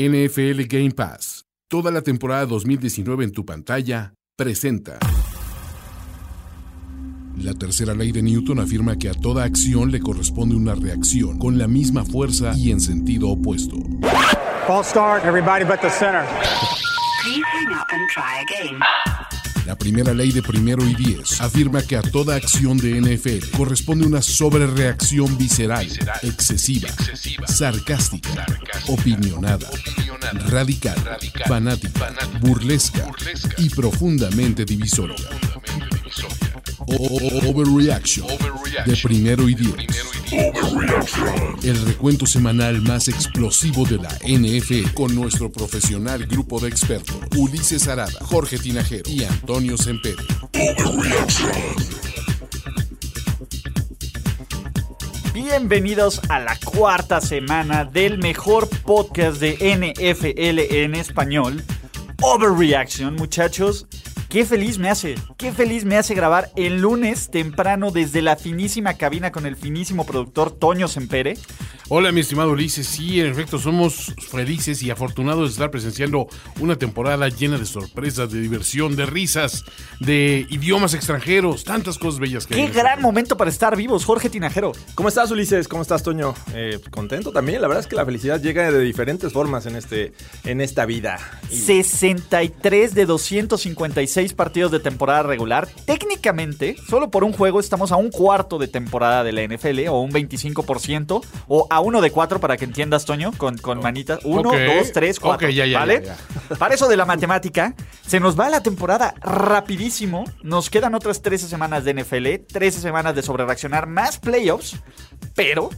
NFL Game Pass. Toda la temporada 2019 en tu pantalla presenta. La tercera ley de Newton afirma que a toda acción le corresponde una reacción con la misma fuerza y en sentido opuesto. False start, everybody but the center. Please hang up and try again. La primera ley de primero y diez afirma que a toda acción de NFL corresponde una sobrereacción visceral, excesiva, sarcástica, opinionada, radical, fanática, burlesca, y profundamente divisoria. O- o- Overreaction, de primero y diez. El recuento semanal más explosivo de la NFL con nuestro profesional grupo de expertos Ulises Arada, Jorge Tinajero y Antonio Sempere. Bienvenidos a la cuarta semana del mejor podcast de NFL en español, Overreaction, muchachos. Qué feliz me hace, qué feliz me hace grabar el lunes temprano desde la finísima cabina con el finísimo productor Toño Sempere. Hola, mi estimado Ulises. Sí, en efecto, somos felices y afortunados de estar presenciando una temporada llena de sorpresas, de diversión, de risas, de idiomas extranjeros, tantas cosas bellas que hay Qué en esta gran temporada. momento para estar vivos, Jorge Tinajero. ¿Cómo estás, Ulises? ¿Cómo estás, Toño? Eh, pues, contento también. La verdad es que la felicidad llega de diferentes formas en, este, en esta vida. Y 63 de 256 partidos de temporada regular. Técnicamente, solo por un juego estamos a un cuarto de temporada de la NFL, o un 25%, o a uno de cuatro, para que entiendas, Toño, con, con manitas. Uno, Ok. dos, tres, cuatro. Ok, ya, ya, ¿Vale? ya, Para eso de la matemática, se nos va la temporada rapidísimo. Nos quedan otras 13 semanas de NFL, 13 semanas de sobrereaccionar, más playoffs, pero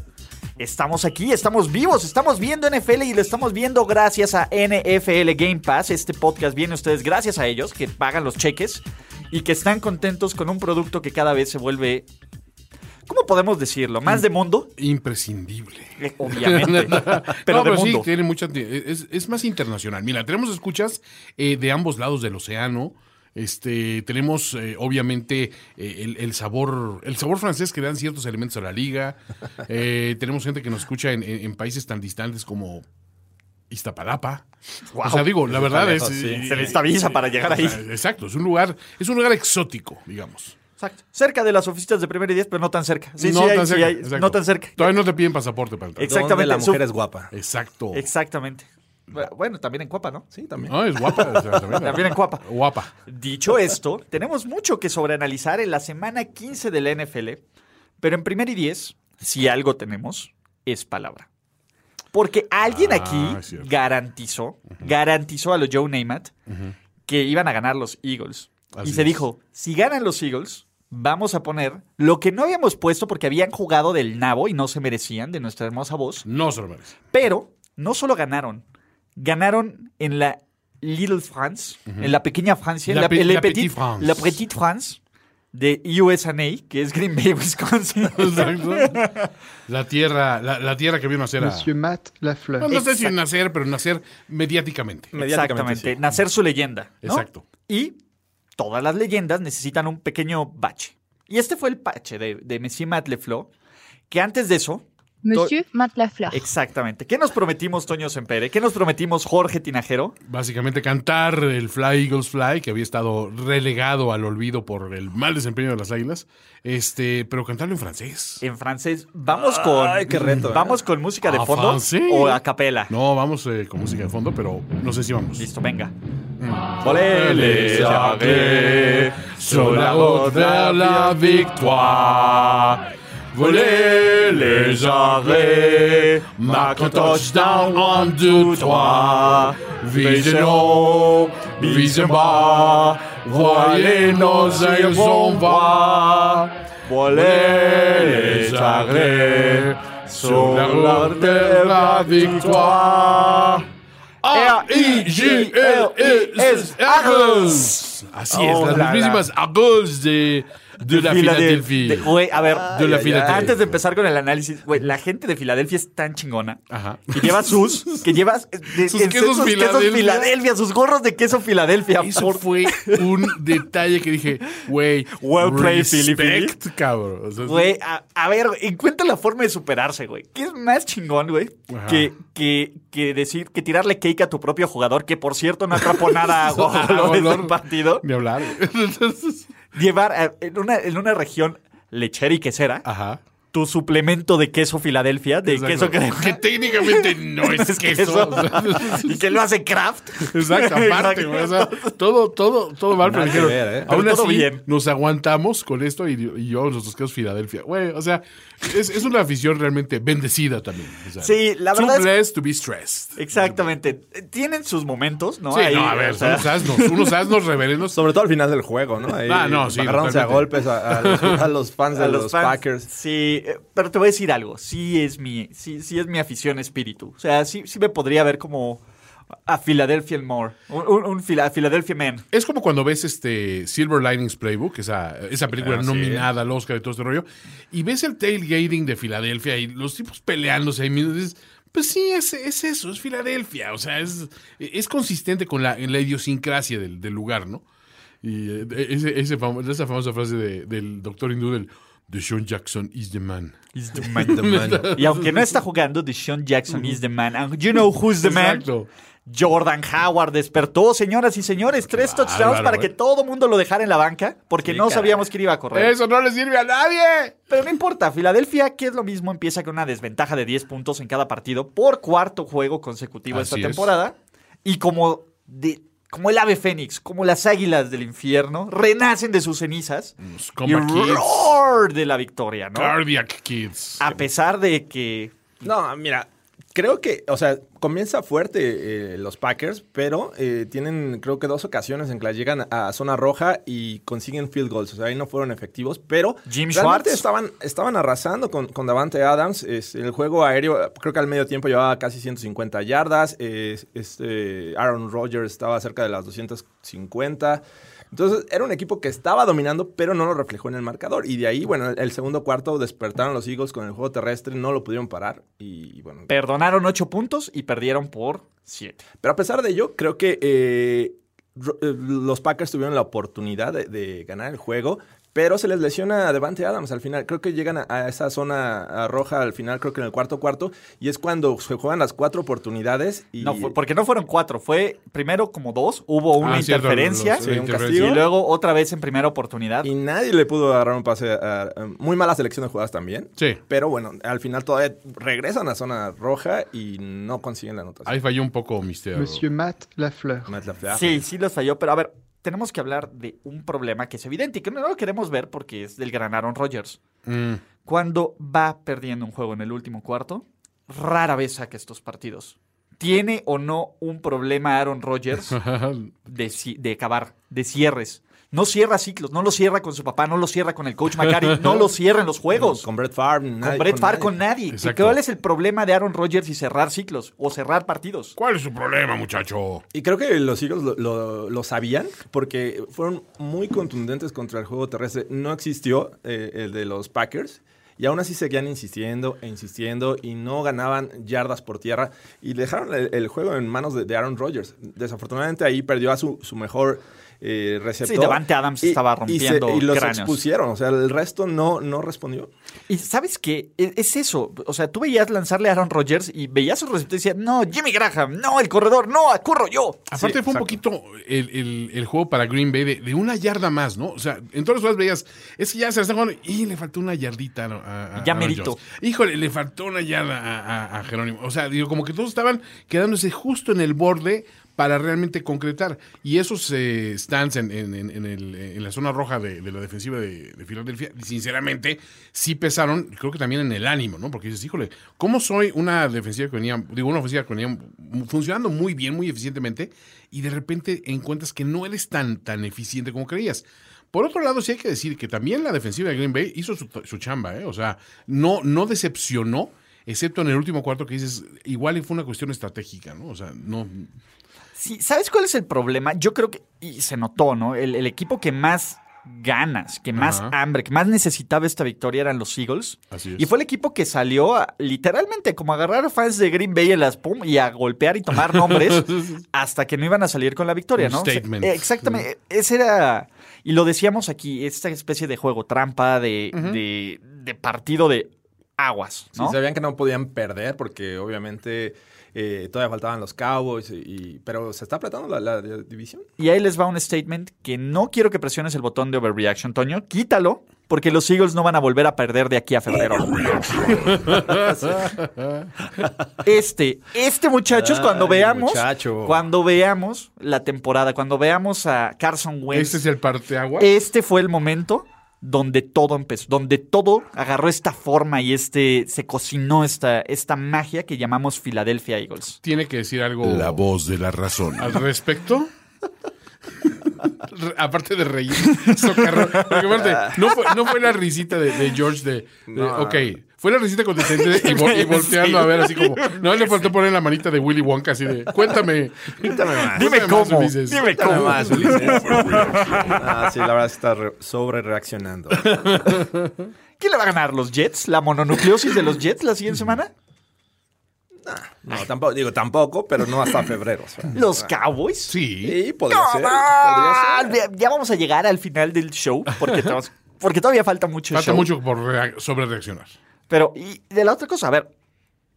Estamos aquí, estamos vivos, estamos viendo NFL y lo estamos viendo gracias a NFL Game Pass. Este podcast viene a ustedes gracias a ellos que pagan los cheques y que están contentos con un producto que cada vez se vuelve, ¿cómo podemos decirlo? Más de mundo, Imprescindible. eh, obviamente, pero Mm. No, de sí, mundo. tiene mucha, e, es, es más internacional. Mira, tenemos escuchas eh, de ambos lados del océano. Este, tenemos eh, obviamente eh, el, el sabor el sabor francés que le dan ciertos elementos a la liga. Eh, tenemos gente que nos escucha en, en- en países tan distantes como Iztapalapa. O sea, digo, la verdad es eh, lejos, sí. Se necesita visa para llegar ahí. Exacto, es un lugar es un lugar exótico, digamos. Exacto. Cerca de las oficinas de primer y diez, pero no tan cerca. Sí, sí, hay, sí hay, exacto. no tan cerca. Todavía no te piden pasaporte para entrar. Ex- exactamente, Donde la su- mujer es guapa. Oh. Exacto. Exactamente. Bueno, también en Cuapa, ¿no? Sí, también. No, es guapa. o sea, También en Cuapa. Guapa. Dicho esto, tenemos mucho que sobreanalizar en la semana 15 de la NFL, pero en primer y 10, si algo tenemos, es palabra. Porque alguien Ah, aquí es cierto. garantizó, garantizó a los Joe Namath que iban a ganar los Eagles. Así y se es. dijo, si ganan los Eagles, vamos a poner lo que no habíamos puesto porque habían jugado del nabo y no se merecían de nuestra hermosa voz. No se lo merece. Pero no solo ganaron, ganaron en la Little France, en la pequeña Francia, en La la, pe- en la la petite, Petite France. la Petite France de USA, que es Green Bay, Wisconsin. Exacto. La tierra, la, la tierra que vio nacer a... Monsieur Matt Lafleur. Bueno, no sé Exacto. si nacer, pero nacer mediáticamente. Mediáticamente, Exactamente, nacer su leyenda. ¿no? Exacto. Y todas las leyendas necesitan un pequeño bache. Y este fue el bache de, de Messi Matleflo, que antes de eso, Monsieur Matt Lafleur. exactamente, ¿qué nos prometimos Toño Sempere? ¿Qué nos prometimos Jorge Tinajero? Básicamente cantar el Fly Eagles Fly, que había estado relegado al olvido por el mal desempeño de las águilas, este, pero cantarlo en francés. En francés, vamos con. Ay, qué reto, ¿eh? ¿Vamos con música de ¿A fondo? Ah, francés? ¿O a capela? No, vamos eh, con música de fondo, pero no sé si vamos. Listo, venga. Les arrières sur la route vers la victoire. Volez les arrêts, marque un touchdown en deux, trois. Visez haut, visez bas, voyez nos ailes on va. Volez les arrêts sur la route vers la victoire. A-I-G-L-E-S Eagles. Así es, las Hola. Ah, Oh mismísimas Eagles de De la Filadelfia. de- güey, a ver, De la Filadelfia. antes de empezar con el análisis, güey, la gente de Filadelfia es tan chingona. Ajá. Que lleva sus, que lleva eh, de- Sus en- quesos Filadelfia. Filadelfia, sus gorros de queso Filadelfia. Eso por- fue un detalle que dije, güey, Well played, Philly, respect, cabrón. O sea, sí. Güey, a, a ver, güey, encuentra la forma de superarse, güey. ¿Qué es más chingón, güey? Ajá. Que, que, que decir, que tirarle cake a tu propio jugador, que por cierto no atrapó nada a Golo desde Golor. el partido. Ah, Ni hablar. Entonces, Llevar a- en, una, en una región lechera y quesera ajá. tu suplemento de queso Filadelfia, de queso Ah. Exacto. crema. que técnicamente no es queso. y que lo hace Kraft. Exacto, aparte, güey, o sea, todo, todo, todo mal, pero Nada que dijeron, ver, ¿eh? aún Pero todo así, bien. nos aguantamos con esto y, y yo, los dos quesos Filadelfia. Güey, o sea, es, es una afición realmente bendecida también. o sea, Sí, la too verdad es- blessed to be stressed. Exactamente. Tienen sus momentos, ¿no? sí, Ahí, no, a o ver, sea, son unos asnos, unos asnos reverendos. Sobre todo al final del juego, ¿no? Ahí Ah, no, sí, Agarrándose a totalmente. golpes a, a los, a los fans de a los, fans. Packers. Sí, eh, pero te voy a decir algo. Sí es mi, sí, sí es mi afición espíritu. O sea, sí, sí me podría ver como a Philadelphia more. Un, un, un Phila- a Philadelphia man. Es como cuando ves este Silver Linings Playbook, esa, esa película Ah, sí. nominada al Oscar y todo este rollo, y ves el tailgating de Filadelfia y los tipos peleándose ahí mismo, dices, pues sí, es, es eso, es Filadelfia, o sea, es, es consistente con la, en la idiosincrasia del, del lugar, ¿no? Y eh, ese, ese famo- esa famosa frase de- del doctor hindú del Deshaun Jackson is the man. Y aunque no está jugando, Deshaun Jackson is the man. And you know who's the man. Exacto. Jordan Howard despertó, señoras y señores, tres touchdowns bárbaro, para eh. que todo mundo lo dejara en la banca, porque no sabíamos que iba a correr. Eso no le sirve a nadie. Pero no importa, Filadelfia, que es lo mismo, empieza con una desventaja de 10 puntos en cada partido por cuarto juego consecutivo Así esta es. temporada. Y como, de, como el ave fénix, como las águilas del infierno, renacen de sus cenizas. Mm, Y Comeback Pues, Kids, roar de la victoria, ¿no? Cardiac Kids. A pesar de que... No, mira, creo que, o sea, comienza fuerte eh, los Packers, pero eh, tienen creo que dos ocasiones en que las llegan a zona roja y consiguen field goals. O sea, ahí no fueron efectivos, pero Jim realmente Schwartz. estaban, estaban arrasando con, con Davante Adams. Es- el juego aéreo, eh, creo que al medio tiempo llevaba casi 150 yardas. eh, este, Aaron Rodgers estaba cerca de las 250. Entonces, era un equipo que estaba dominando, pero no lo reflejó en el marcador. Y de ahí, bueno, el segundo cuarto despertaron los Eagles con el juego terrestre, no lo pudieron parar. Y, bueno, Perdonaron 8 puntos y perdieron por 7. pero a pesar de ello, creo que eh, ro- eh, los Packers tuvieron la oportunidad de, de ganar el juego, pero se les lesiona a Devante Adams al final. Creo que llegan a, a esa zona a roja al final, creo que en el cuarto cuarto, y es cuando se juegan las cuatro oportunidades. Y, No, fue- porque no fueron 4, fue primero como 2, hubo una Ah, cierto, interferencia los- Sí, un interferencia. castigo. y luego otra vez en primera oportunidad. y nadie le pudo agarrar un pase. a- a- muy mala selección de jugadas también. Sí. Pero bueno, al final todavía regresan a zona roja y no consiguen la anotación. Ahí falló un poco Mister. Monsieur Matt Lafleur. Matt LaFleur. Sí, sí los falló, pero a ver, tenemos que hablar de un problema que es evidente y que no lo queremos ver porque es del gran Aaron Rodgers. Mm. Cuando va perdiendo un juego en el último cuarto, rara vez saca estos partidos. ¿Tiene o no un problema Aaron Rodgers de, ci- de acabar, de cierres? No cierra ciclos, no lo cierra con su papá, no lo cierra con el coach McCarry, no lo cierra en los juegos. Con Brett Favre. Con nadie- Brett Favre, nadie. con nadie. ¿Y Exacto. cuál es el problema de Aaron Rodgers y cerrar ciclos o cerrar partidos? ¿Cuál es su problema, muchacho? Y creo que los Eagles lo, lo- lo sabían porque fueron muy contundentes contra el juego terrestre. No existió eh, el de los Packers. Y aún así seguían insistiendo e insistiendo y no ganaban yardas por tierra. Y dejaron el, el juego en manos de, de Aaron Rodgers. Desafortunadamente ahí perdió a su, su mejor eh, receptor. Davante Adams estaba rompiendo Y, los cráneos. expusieron. O sea, el resto no, no respondió. Y sabes qué, E- es eso. O sea, tú veías lanzarle a Aaron Rodgers y veías su receptor y decías, no, Jimmy Graham, no, el corredor, no, corro yo. Aparte Sí, fue un exacto. poquito el, el- el juego para Green Bay de, de una yarda más, ¿no? O sea, en todas las veías, es que ya se la están jugando y le faltó una yardita a- a, a- Ya a Aaron merito. Jones. Híjole, le faltó una yarda a, a- a Jerónimo. O sea, digo, como que todos estaban quedándose justo en el borde para realmente concretar. Y esos eh, stands en, en- en- en el- en la zona roja de, de la defensiva de, de Filadelfia, sinceramente, sí pesaron, creo que también en el ánimo, ¿no? Porque dices, híjole, ¿cómo soy una defensiva que venía, digo, una ofensiva que venía funcionando muy bien, muy eficientemente, y de repente encuentras que no eres tan, tan eficiente como creías? Por otro lado, sí hay que decir que también la defensiva de Green Bay hizo su, su chamba, ¿eh? O sea, no, no decepcionó, excepto en el último cuarto que dices, igual y fue una cuestión estratégica, ¿no? O sea, no. Sí, ¿sabes cuál es el problema? Yo creo que, y se notó, ¿no? El, el equipo que más ganas, que más Ajá. hambre, que más necesitaba esta victoria eran los Eagles. Así es. Y fue el equipo que salió a- literalmente como a agarrar a fans de Green Bay en las pum y a golpear y tomar nombres hasta que no iban a salir con la victoria, Un ¿no? O sea, eh, statement. exactamente. e, Ese era. Y lo decíamos aquí, esta especie de juego trampa, de, de, de partido de aguas, Sí, ¿no? sabían que no podían perder porque obviamente eh, todavía faltaban los Cowboys, y, y- pero se está apretando la, la división. Y ahí les va un statement que no quiero que presiones el botón de overreaction, Toño. Quítalo, porque los Eagles no van a volver a perder de aquí a febrero. este, este muchachos, cuando Ay, veamos, muchacho. cuando veamos la temporada, cuando veamos a Carson Wentz, Este es el parteagua. este fue el momento donde todo empezó, donde todo agarró esta forma y este se cocinó esta, esta magia que llamamos Philadelphia Eagles. Tiene que decir algo La voz de la razón. al respecto. Re- aparte de reír, socarrón. Porque aparte, no fue, no fue la risita de, de George de, de- No. Ok, fue la risita condescendiente y, vol- y voltearlo a ver así como. No le faltó poner la manita de Willy Wonka así de. Cuéntame. Cuéntame más. Dime más, cómo, Ulises". dime cómo. más, Ulises. ah, sí, la verdad está re- sobre reaccionando. ¿Quién le va a ganar? ¿Los Jets? ¿La mononucleosis de los Jets la siguiente semana? No, tampoco, digo tampoco, pero no hasta febrero. o sea. Ah, ¿Los Cowboys? Ah. Sí. Sí, podría ser. Ah, podría ser. ya- ya vamos a llegar al final del show porque, to- porque todavía falta mucho Falta show. mucho por rea- sobre reaccionar. Pero, y de la otra cosa, a ver,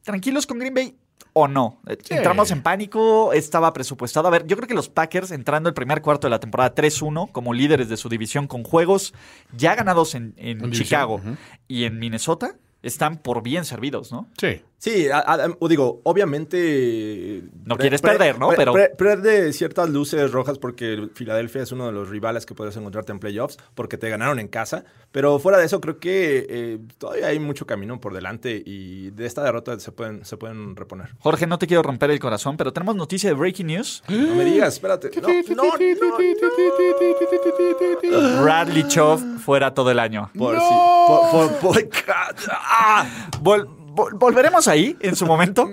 ¿tranquilos con Green Bay o no? Eh, Entramos en pánico, estaba presupuestado. A ver, yo creo que los Packers entrando el primer cuarto de la temporada 3-1 como líderes de su división con juegos ya ganados en, en En división, Chicago ujú. y en Minnesota, están por bien servidos, ¿no? Sí. Sí, a- a- o digo, obviamente. No quieres perder, ¿no? Pero- Pierde ciertas luces rojas porque Filadelfia es uno de los rivales que puedes encontrarte en playoffs porque te ganaron en casa. Pero fuera de eso, creo que eh, todavía hay mucho camino por delante y de esta derrota se pueden, se pueden reponer. Jorge, no te quiero romper el corazón, pero tenemos noticia de Breaking News. No me digas, espérate. No, no, no, Bradley Chov fuera todo el año. Por si. Por, por, por- ¡Ah! Vol- vol- volveremos ahí en su momento,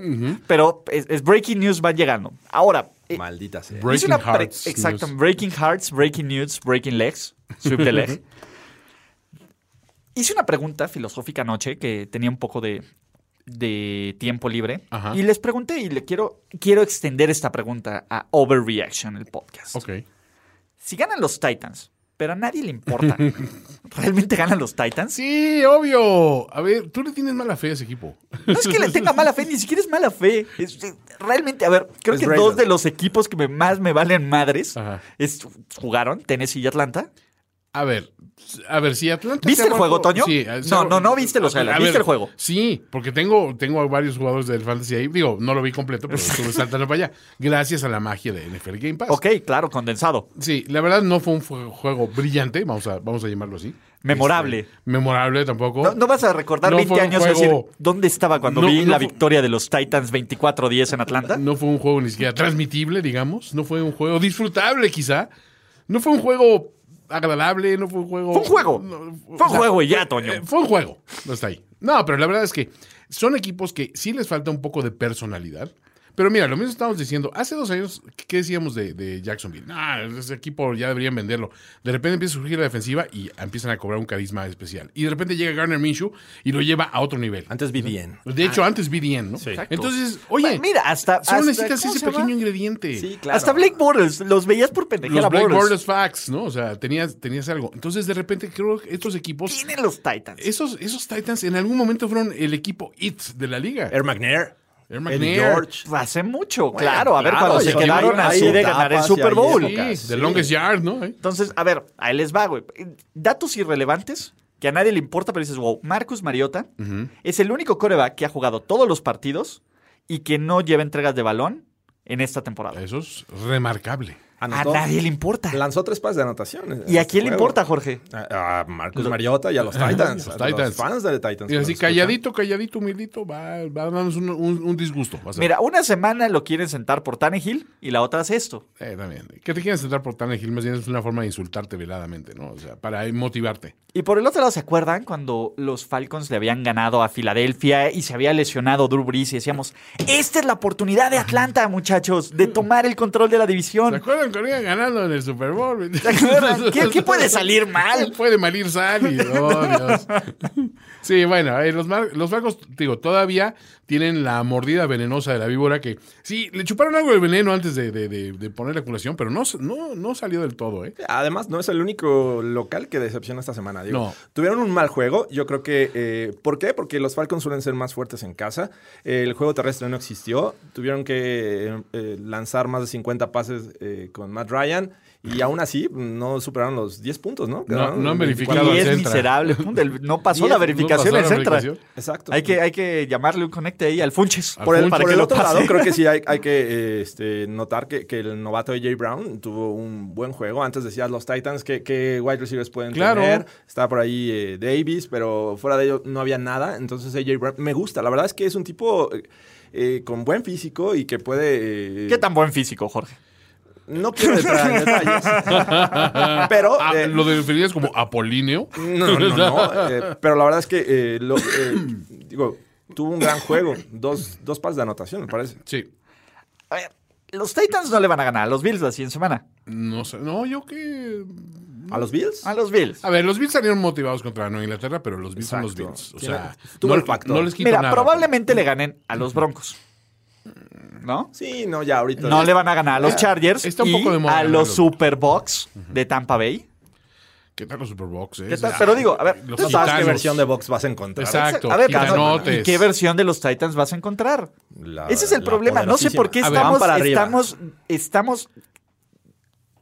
pero es, es breaking news van llegando. Ahora, eh, Maldita sea. hice Breaking una pre- Hearts. Exacto, News. breaking hearts, breaking news, breaking legs, sweep the leg. Hice una pregunta filosófica anoche que tenía un poco de, de tiempo libre Ajá. y les pregunté y le quiero, quiero extender esta pregunta a Overreaction, el podcast. Ok. Si ganan los Titans, pero a nadie le importa, ¿realmente ganan los Titans? Sí, obvio. A ver, tú le tienes mala fe a ese equipo. No es que le tenga mala fe, ni siquiera es mala fe. Es- es- realmente, a ver, creo Es que Ravens. dos de los equipos que me- más me valen madres Ajá. es, jugaron, Tennessee y Atlanta. A ver, a ver, si Atlanta. ¿Viste se el aguantó- juego, Toño? Sí, No, se agu- no, no viste los highlights, A ver, ¿viste el juego? Sí, porque tengo, tengo a varios jugadores del Fantasy ahí. Digo, no lo vi completo, pero estuve saltando para allá. Gracias a la magia de NFL Game Pass. Ok, claro, condensado. Sí, la verdad no fue un fu- juego brillante, vamos a, vamos a llamarlo así. Memorable. Este, memorable tampoco. No, no vas a recordar No 20 fue un años y juego- decir, ¿dónde estaba cuando No, vi no la fue- victoria de los Titans 24-10 en Atlanta? No fue un juego ni siquiera transmitible, digamos. No fue un juego disfrutable, quizá. No fue un juego agradable, no fue un juego. Fue un juego. No, Fue un juego y ya, Toño. eh, fue un juego. No está ahí. No, pero la verdad es que son equipos que sí les falta un poco de personalidad. Pero mira, lo mismo estábamos diciendo. Hace dos años, ¿qué decíamos de, de Jacksonville? Ah, ese equipo ya deberían venderlo. De repente empieza a surgir la defensiva y empiezan a cobrar un carisma especial. Y de repente llega Garner Minshew y lo lleva a otro nivel. Antes BDN. De hecho, antes BDN, ¿no? Entonces, oye, Ah. Mira, hasta- solo hasta- necesitas Ah, ¿cómo ese se llama? pequeño ingrediente. Sí, claro. Hasta Blake Bortles, los veías por pendejera Los Blake Bortles. Bortles facts, ¿no? O sea, tenías, tenías algo. Entonces, de repente, creo que estos equipos, Tienen los Titans. esos, esos Titans en algún momento fueron el equipo IT de la liga. Air McNair. Air Eddie McNair. George. Hace mucho, claro. A ver, claro, cuando se oye, quedaron ahí así de etapas ganar el y Super ahí Bowl. Sí, Lucas, The sí. Longest Yard, ¿no? Eh. Entonces, a ver, ahí les va, güey. Datos irrelevantes que a nadie le importa, pero dices, wow, Marcus Mariota es el único coreback que ha jugado todos los partidos y que no lleva entregas de balón en esta temporada. Eso es remarcable. Anotó. A nadie le importa. Lanzó tres pases de anotación. eh, ¿Y a quién le importa, Jorge? A, a Marcus Mariota y a los Titans. Los a Titans. los fans de Titans. Y que así, nos escuchan. calladito, calladito, humildito, va, va dándonos un, un- un disgusto. va a ser. Mira, una semana lo quieren sentar por Tannehill y la otra es esto. Eh, también. Que te quieran sentar por Tannehill más bien es una forma de insultarte veladamente, ¿no? O sea, para eh, motivarte. Y por el otro lado, ¿se acuerdan cuando los Falcons le habían ganado a Filadelfia y se había lesionado Drew Brees y decíamos, esta es la oportunidad de Atlanta, muchachos, de tomar el control de la ¿Se división? acuerdan acuerdan con ella ganando en el Super Bowl? ¿Te acuerdas? ¿Qué- qué puede salir mal? Puede malir Sally. Oh, Dios. Sí, bueno, eh, los, mar- los barcos, digo, todavía tienen la mordida venenosa de la víbora que sí, le chuparon algo el veneno antes de, de- de- de poner la curación, pero no, s- no, no salió del todo, ¿eh? Además, no es el único local que decepciona esta semana. Digo, No. Tuvieron un mal juego. Yo creo que. eh, ¿Por qué? Porque los Falcons suelen ser más fuertes en casa. El juego terrestre no existió. Tuvieron que eh, eh, lanzar más de 50 pases eh, con Matt Ryan. Y aún así, no superaron los 10 puntos, ¿no? No, no han verificado. Y es Centra. miserable. punto. El- No pasó Y la es- no verificación no en pasó la Centra. verificación. pues, Exacto. Hay que, hay que llamarle un conecte ahí al Funches. Al Por el, Funches. por para que el lo otro pase. lado, creo que sí hay, hay que eh, este, notar que, que el novato de Jay Brown tuvo un buen juego. Antes decías los Titans, que, que wide receivers pueden Claro. tener. Está por ahí eh, Davis, pero fuera de ello no había nada. Entonces AJ Brown me gusta. La verdad es que es un tipo eh, eh, con buen físico y que puede... eh, ¿Qué tan buen físico, Jorge? No quiero entrar en detalles. pero... Ah, eh, ¿Lo definirías como apolíneo? no, no, no. eh, pero la verdad es que, eh, lo- eh, digo, tuvo un gran juego. Dos, dos pases de anotación, me parece. Sí. A ver, los Titans no le van a ganar a los Bills la siguiente semana. No sé. No, yo que. ¿A los Bills? A los Bills. A ver, los Bills salieron motivados contra Nueva Inglaterra, pero los Bills son los Exacto. Bills. O Tiene- sea, tuvo no, el factor. no les quito Mira, nada. probablemente le ganen a los Broncos. ¿No? Sí, no, ya ahorita. No le van a ganar a los Chargers está un y poco de moda a los ganarlos. Superbox de Tampa Bay. ¿Qué tal los Superbox? Eh? ¿Qué tal? Pero digo, a ver, los tú No sabes gitanos. qué versión de Vox vas a encontrar. Exacto. A ver, gitanotes. ¿y qué versión de los Titans vas a encontrar? La- Ese es el la problema. No sé por qué poderosísima. A ver, van estamos, para arriba. estamos, estamos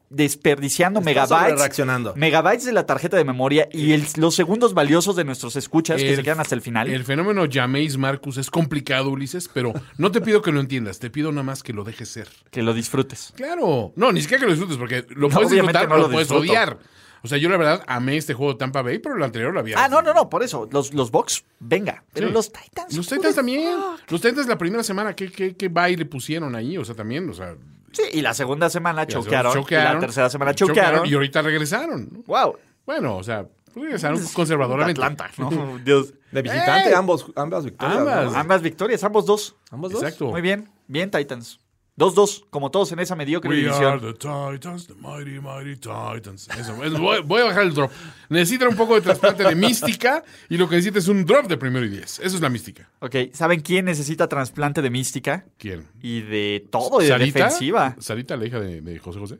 desperdiciando Está megabytes, sobrereaccionando. megabytes de la tarjeta de memoria y el- los segundos valiosos de nuestros escuchas que El- se quedan hasta el final. El fenómeno llaméis Marcus es complicado, Ulises, pero no te pido que lo entiendas, te pido nada más que lo dejes ser. que lo disfrutes. Claro. No, ni siquiera que lo disfrutes, porque lo puedes obviamente disfrutar no o lo lo puedes disfruto. odiar. O sea, yo la verdad amé este juego de Tampa Bay, pero el anterior lo había. Ah, no, no, no, por eso. Los, los Bucks, venga. Pero Sí. los Titans. Ah, Los who Titans the también. fuck? Los Titans la primera semana, ¿qué, qué, qué baile pusieron ahí? O sea, también, o sea. Sí, y la segunda semana choquearon. Y la choquearon, tercera semana choquearon, choquearon. Y ahorita regresaron. ¿no? Wow. Bueno, o sea, regresaron conservadoramente. Pues, Atlanta, ¿no? Oh, Dios. De visitante, ¡Ey! Eh, ambos, ambas victorias. ¿no? Ambas. Ambas victorias, ambos dos. Ambos dos. Exacto. Muy bien, bien Titans. 2-2, como todos en esa mediocre We are división. the Titans, the mighty, mighty Titans. Eso, es- voy, voy a bajar el drop. Necesita un poco de trasplante de mística y lo que necesita es un drop de primero y diez. Eso es la mística. Ok, ¿saben quién necesita trasplante de mística? ¿Quién? Y de todo, y de defensiva. Sarita, la hija de, de José José.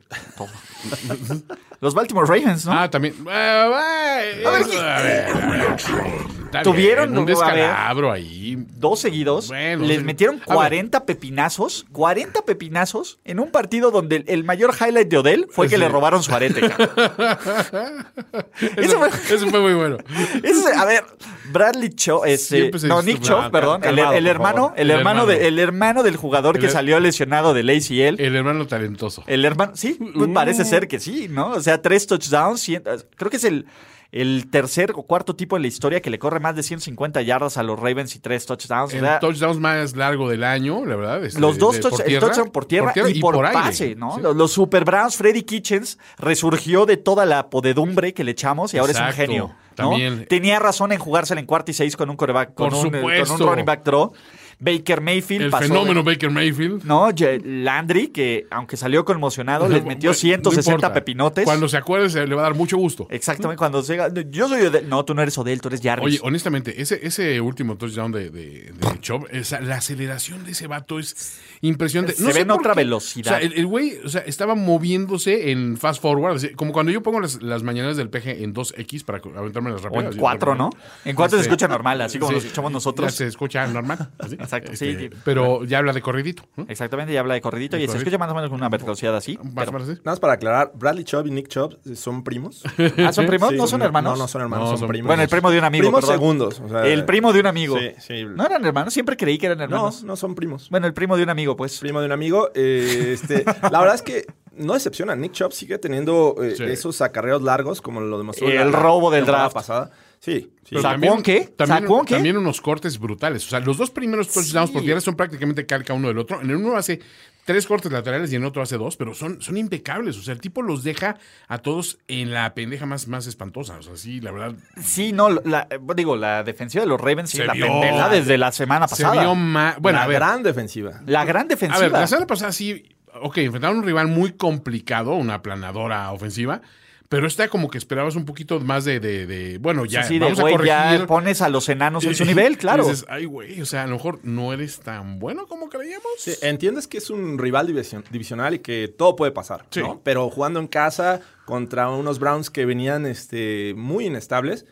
Los Baltimore Ravens, ¿no? Ah, también. Ah, ah, eso, a ver, a ver. Está Tuvieron, ¿eh? bien, un a ver. descalabro ahí. Dos seguidos. Bueno, les sí. metieron A ver. 40 pepinazos. 40 pepinazos en un partido donde el, el mayor highlight de Odell fue que le robaron su arete. cabrón. Eso Eso fue, fue- muy bueno. Ese- a ver, Bradley Cho, este, Siempre se no, dice- Nick Cho, Ah, perdón, el, calmado, el por hermano, favor. el, El hermano, hermano. de- el hermano del jugador que El- salió lesionado del ACL. El hermano talentoso. El hermano, sí, Mm, pues parece ser que sí, ¿no? O sea, tres touchdowns, cien- eh, creo que es el, el tercer o cuarto tipo en la historia que le corre más de 150 yardas a los Ravens y tres touchdowns. o El sea, touchdown más largo del año, la verdad. este, los dos de- touchdowns, el touchdown por tierra, y, por, aire. pase, ¿no? Sí. Los, los Super Browns, Freddy Kitchens resurgió de toda la podedumbre que le echamos y ahora es Exacto, un genio. ¿no? también. Tenía razón en jugársela en cuarta y seis con un coreback, con, Por un, eh, con supuesto. un running back throw. Baker Mayfield El pasó de- fenómeno Baker Mayfield. No, Ye- Landry, que aunque salió conmocionado, les metió Bueno, 160 no importa. pepinotes. Cuando se acuerde, se le va a dar mucho gusto. Exactamente, cuando llega. Yo soy Odell. No, tú no eres Odell, tú eres Jarvis. Oye, honestamente, ese, ese último touchdown de, de, de Chubb, esa- la aceleración de ese vato es impresionante. Se ve en por otra qué. velocidad. O sea, el el güey o sea, estaba moviéndose en fast forward, así, como cuando yo pongo las, las mañanas del PG en 2X para co- aventarme las o rápidas. en cuatro, ¿no? En cuatro se Este, escucha normal, así como sí, lo escuchamos ya nosotros. se escucha normal. así. Este, Exacto, sí, sí. Pero ya habla de corridito. ¿no? Exactamente, ya habla de corridito y se corridito. escucha más o menos con una velocidad así. Más pero- o menos así. Nada más para aclarar, Bradley Chubb y Nick Chubb eh, son primos. Ah, ¿son primos? Sí, ¿No son hermanos? No, no son hermanos, No, son, son- primos. Bueno, el primo de un amigo. Primos perdón. segundos. o sea, el primo de un amigo. Sí, sí. ¿No eran hermanos? Siempre creí que eran No, hermanos. no son primos. Bueno, el primo de un amigo, pues. Primo de un amigo. eh, este, la verdad es que no decepciona. Nick Chubb sigue teniendo eh, Sí. esos acarreos largos, como lo demostró El la- la robo del temporada draft. pasada. Sí, sí. Pero ¿Sacó también- un qué? También, ¿Sacó un qué? también unos cortes brutales. O sea, los dos primeros touchdowns por tierra son prácticamente calca uno del otro. En el uno hace tres cortes laterales y en el otro hace dos, pero son, son impecables. O sea, el tipo los deja a todos en la pendeja más, más espantosa. O sea, sí, la verdad, Sí, no, la- eh, digo, la defensiva de los Ravens sí Se la vio. pendeja desde la semana se vio pasada. más. Bueno, la a ver, gran defensiva. La gran a defensiva. ver, la semana pasada sí. ok, enfrentaron a un rival muy complicado, una aplanadora ofensiva, pero esta como que esperabas un poquito más de, de- de- bueno, Pues ya, Así de, vamos a güey, corregir. ya pones a los enanos en su Eh, nivel, claro. Dices, ay, güey, o sea, a lo mejor no eres tan bueno como creíamos. Sí, eh, entiendes que es un rival division- divisional y que todo puede pasar, Sí. ¿no? Pero jugando en casa contra unos Browns que venían este, muy inestables,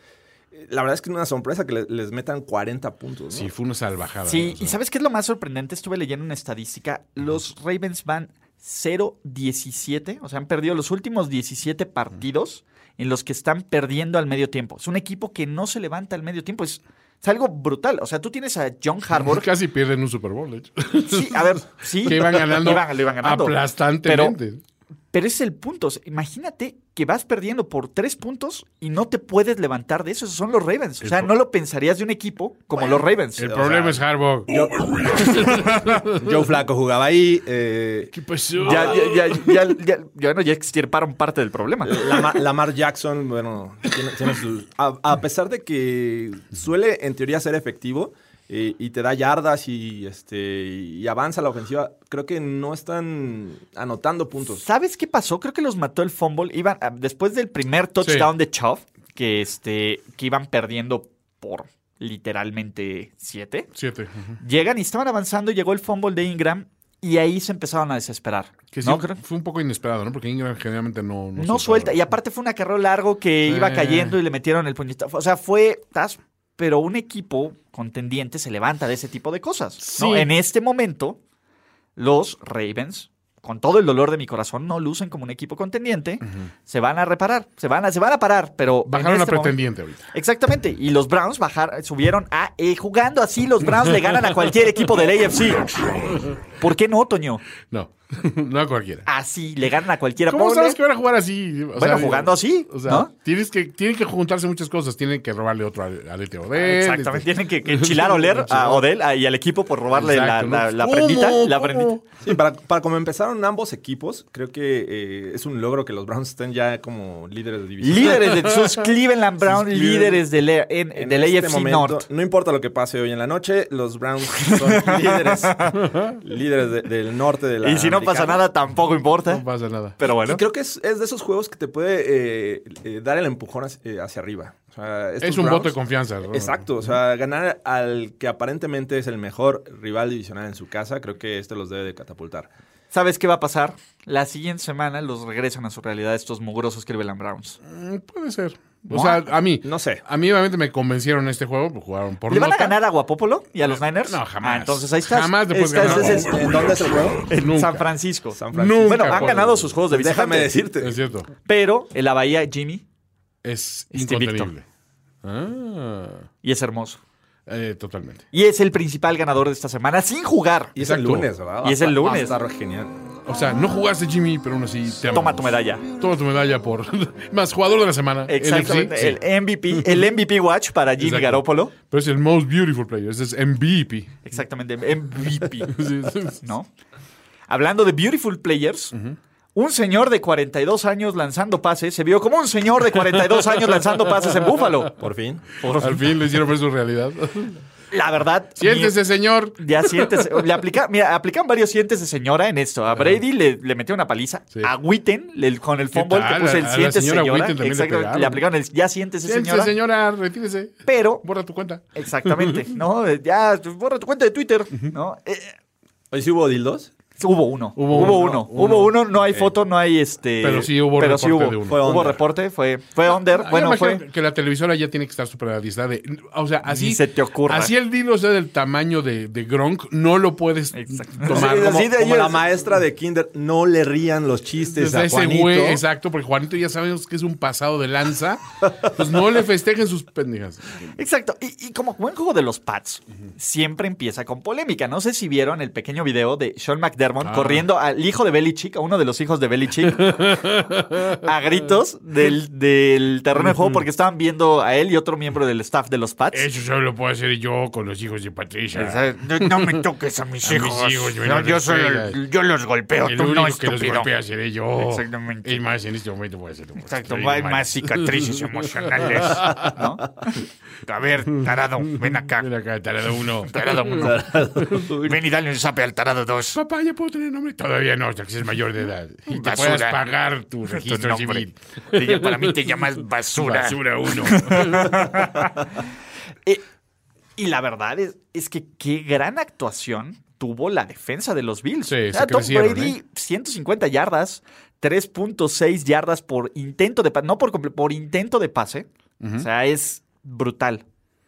eh, la verdad es que es una sorpresa que le- les metan 40 puntos. ¿no? Sí, fue una salvajada. ¿eh? Sí, "Ah, o sea. y ¿sabes qué es lo más sorprendente? Estuve leyendo una estadística. Los Ravens van 0-17, o sea, han perdido los últimos 17 partidos en los que están perdiendo al medio tiempo. Es un equipo que no se levanta al medio tiempo, es, es algo brutal. O sea, tú tienes a John Harbaugh. Casi pierden un Super Bowl, de hecho. Sí, a ver, sí. Que iban ganando, Iban- lo iban ganando. aplastantemente. Pero ese es el punto. O sea, Imagínate que vas perdiendo por tres puntos y no te puedes levantar de eso. Esos son los Ravens. O sea, no lo pensarías de un equipo como los Ravens. el problema es Harbaugh. Joe Flaco jugaba ahí. eh, ¿Qué pasó? Ya, ya, ya, ya, ya, ya, bueno, ya extirparon parte del problema. Lama- Lamar Jackson, bueno, tiene, tiene su- a, a pesar de que suele en teoría ser efectivo eh, y te da yardas y, este, y avanza la ofensiva, creo que no están anotando puntos. ¿Sabes qué pasó? Creo que los mató el fumble. Iban, ah, después del primer touchdown de Chubb, que, este, que iban perdiendo por literalmente siete, Siete. ujú. llegan y estaban avanzando. Llegó el fumble de Ingram y ahí se empezaron a desesperar. Que sí, ¿No? Creo- fue un poco inesperado, ¿no? Porque Ingram generalmente no... No, suelta. Y aparte fue un acarreo largo que Sí. iba cayendo y le metieron el puñetazo. O sea, fue. tas- Pero un equipo contendiente se levanta de ese tipo de cosas. ¿no? Sí. En este momento, los Ravens, con todo el dolor de mi corazón, no lucen como un equipo contendiente. Se van a reparar, se van a, se van a parar, pero. en Bajaron este a momento- pretendiente ahorita. Exactamente. Y los Browns bajar, subieron a. eh, jugando así, los Browns le ganan a cualquier equipo del AFC. ¿Por qué no, Toño? No, no a cualquiera. Así, le ganan a cualquiera. ¿Cómo Ah, Ponle- sabes que van a jugar así? O Bueno, jugando así, O sea, ¿no? tienes que, tienen que juntarse muchas cosas. Tienen que robarle otro al- alete Odell. Exactamente, este- tienen que, que enchilar a Oler a Odell a- y al equipo por robarle Exacto, la, la- ¿no? la ¿Cómo? prendita. La ¿Cómo? prendita. Sí, para, para como empezaron ambos equipos, creo que eh, es un logro que los Browns estén ya como líderes de división. Líderes de sus Cleveland Brown, Cleveland- líderes del, E- en- En del este AFC momento, North. No importa lo que pase hoy en la noche, los Browns son líderes, líderes de- del norte de la Y si no pasa americana. nada, tampoco importa. No pasa nada. Pero bueno. Y creo que es, es de esos juegos que te puede eh, eh, dar el empujón hacia, eh, hacia arriba. O sea, estos Es un Browns- voto de confianza. ¿no? Exacto, o sea, ganar al que aparentemente es el mejor rival divisional en su casa, creo que este los debe de catapultar. ¿Sabes qué va a pasar? La siguiente semana los regresan a su realidad estos mugrosos Cleveland Browns. Mm, Puede ser. O sea, a mí. No sé. A mí, obviamente, me convencieron en este juego. pues, Jugaron por ¿Le van a nota. ganar a Guapopolo y a los Niners? No, jamás. Ah, entonces ahí estás. Jamás después Estás- ganar. es- es- ¿En dónde Este, es el juego? en Nunca. San Francisco. San Nunca. Bueno, han por- ganado sus juegos de visitante. Pues Déjame decirte. Es cierto. Pero en la Bahía, Jimmy, Es Este incontenible. Ah, y es hermoso. eh, totalmente. Y es el principal ganador de esta semana sin jugar. Y es el Exacto. lunes, ¿verdad? Y es el Va- va a lunes. estar genial. O sea, no jugaste Jimmy, pero aún así te Toma amamos. tu medalla. Toma tu medalla por. Más jugador de la semana. NFC, Exactamente. sí. El MVP, el MVP Watch para Jimmy Exacto. Garoppolo. Pero es el most beautiful player. Ese es MVP. Exactamente, MVP. Sí, sí, sí. ¿No? Hablando de Beautiful Players, un señor de 42 años lanzando pases se vio como un señor de 42 años lanzando pases en Búfalo. Por fin. Al fin le hicieron ver su realidad. La verdad. Siéntese, señor. mi- Ya siéntese. Le aplica, mira, aplican varios sientes de señora en esto. A Brady le, le metió una paliza. Sí. A Witten, le- con el ¿Qué fumble que tal? puso A- el a la siéntese señora señora. Witten también le Exactamente, le, pegaron. aplicaron el ya siéntese Siéntese, señora. señora, retírese. Pero Borra tu cuenta. Exactamente, ¿no? Eh, Ya, borra tu cuenta de Twitter, ¿no? Eh, Hoy sí hubo dildos. hubo uno, Hubo hubo, uno, uno, hubo uno, no hay foto, no hay este... Pero sí hubo pero sí reporte hubo, de uno. Fue Fue hubo under. reporte, fue, fue under, Ah, yo bueno, imagino fue... que la televisora ya tiene que estar superadistada de o sea así Ni se te ocurra. así el dilo sea del tamaño de, de Gronk no lo puedes Exacto. tomar Pues Sí, como- así de- Como ellos- la maestra de Kinder, no le rían los chistes desde a ese Juanito. güey exacto porque Juanito ya sabemos que es un pasado de lanza pues no le festejen sus pendejas Exacto, y, y como buen juego de los Pats, siempre empieza con polémica. No sé si vieron el pequeño video de Sean McDermott Ah. corriendo al hijo de Belichick, a uno de los hijos de Belichick, a gritos del, del terreno de juego porque estaban viendo a él y otro miembro del staff de los Pats. eso solo lo puedo hacer yo con los hijos de Patricia No, no me toques a mis Ah. A mis hijos. hijos, yo No, no yo, los soy pegas. el- yo los golpeo, el tú único no, que los estúpido. golpea seré yo Exactamente. es más en este momento voy a hacerlo Exacto, Estoy hay mal. más cicatrices emocionales. ¿no? A ver, tarado, ven acá. Ven acá, tarado uno Tarado uno. Ven y dale un zape al tarado dos. papá ya puedo tener nombre? Todavía no, hasta que seas mayor de edad. Y te Basura. puedas pagar tu registro nombre. civil. Te- Para mí te llamas basura. Basura uno. Eh, y la verdad es, es que qué gran actuación tuvo la defensa de los Bills. Sí, O sea, se Tom crecieron, ¿eh? Brady, 150 yardas, 3.6 yardas por intento de pase, no por comple- por intento de pase. O sea, es brutal.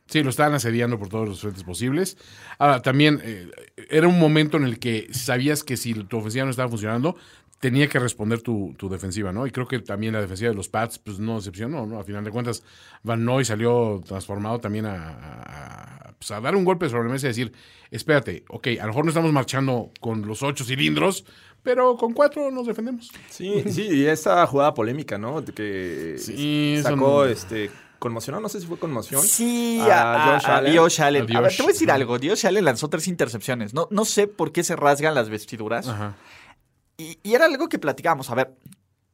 Sí, lo estaban asediando por todos los frentes posibles. Ahora, también eh, era un momento en el que sabías que si tu ofensiva no estaba funcionando, tenía que responder tu, tu defensiva, ¿no? Y creo que también la defensiva de los Pats, pues no decepcionó, ¿no? A final de cuentas, Van Noy salió transformado también a, a- a, pues, a dar un golpe sobre la mesa y decir, espérate, ok, a lo mejor no estamos marchando con los ocho cilindros, pero con cuatro nos defendemos. Sí, sí, y esa jugada polémica, ¿no? De Que Sí, s- eso sacó, no- este, conmocionado, no sé si fue conmoción. Sí, A a, Josh a- a Allen. Josh Allen. A A ver, Josh, te voy a decir ajá. algo. Dios Allen lanzó tres intercepciones. No, no sé por qué se rasgan las vestiduras. Ajá. Y, y era algo que platicábamos. A ver,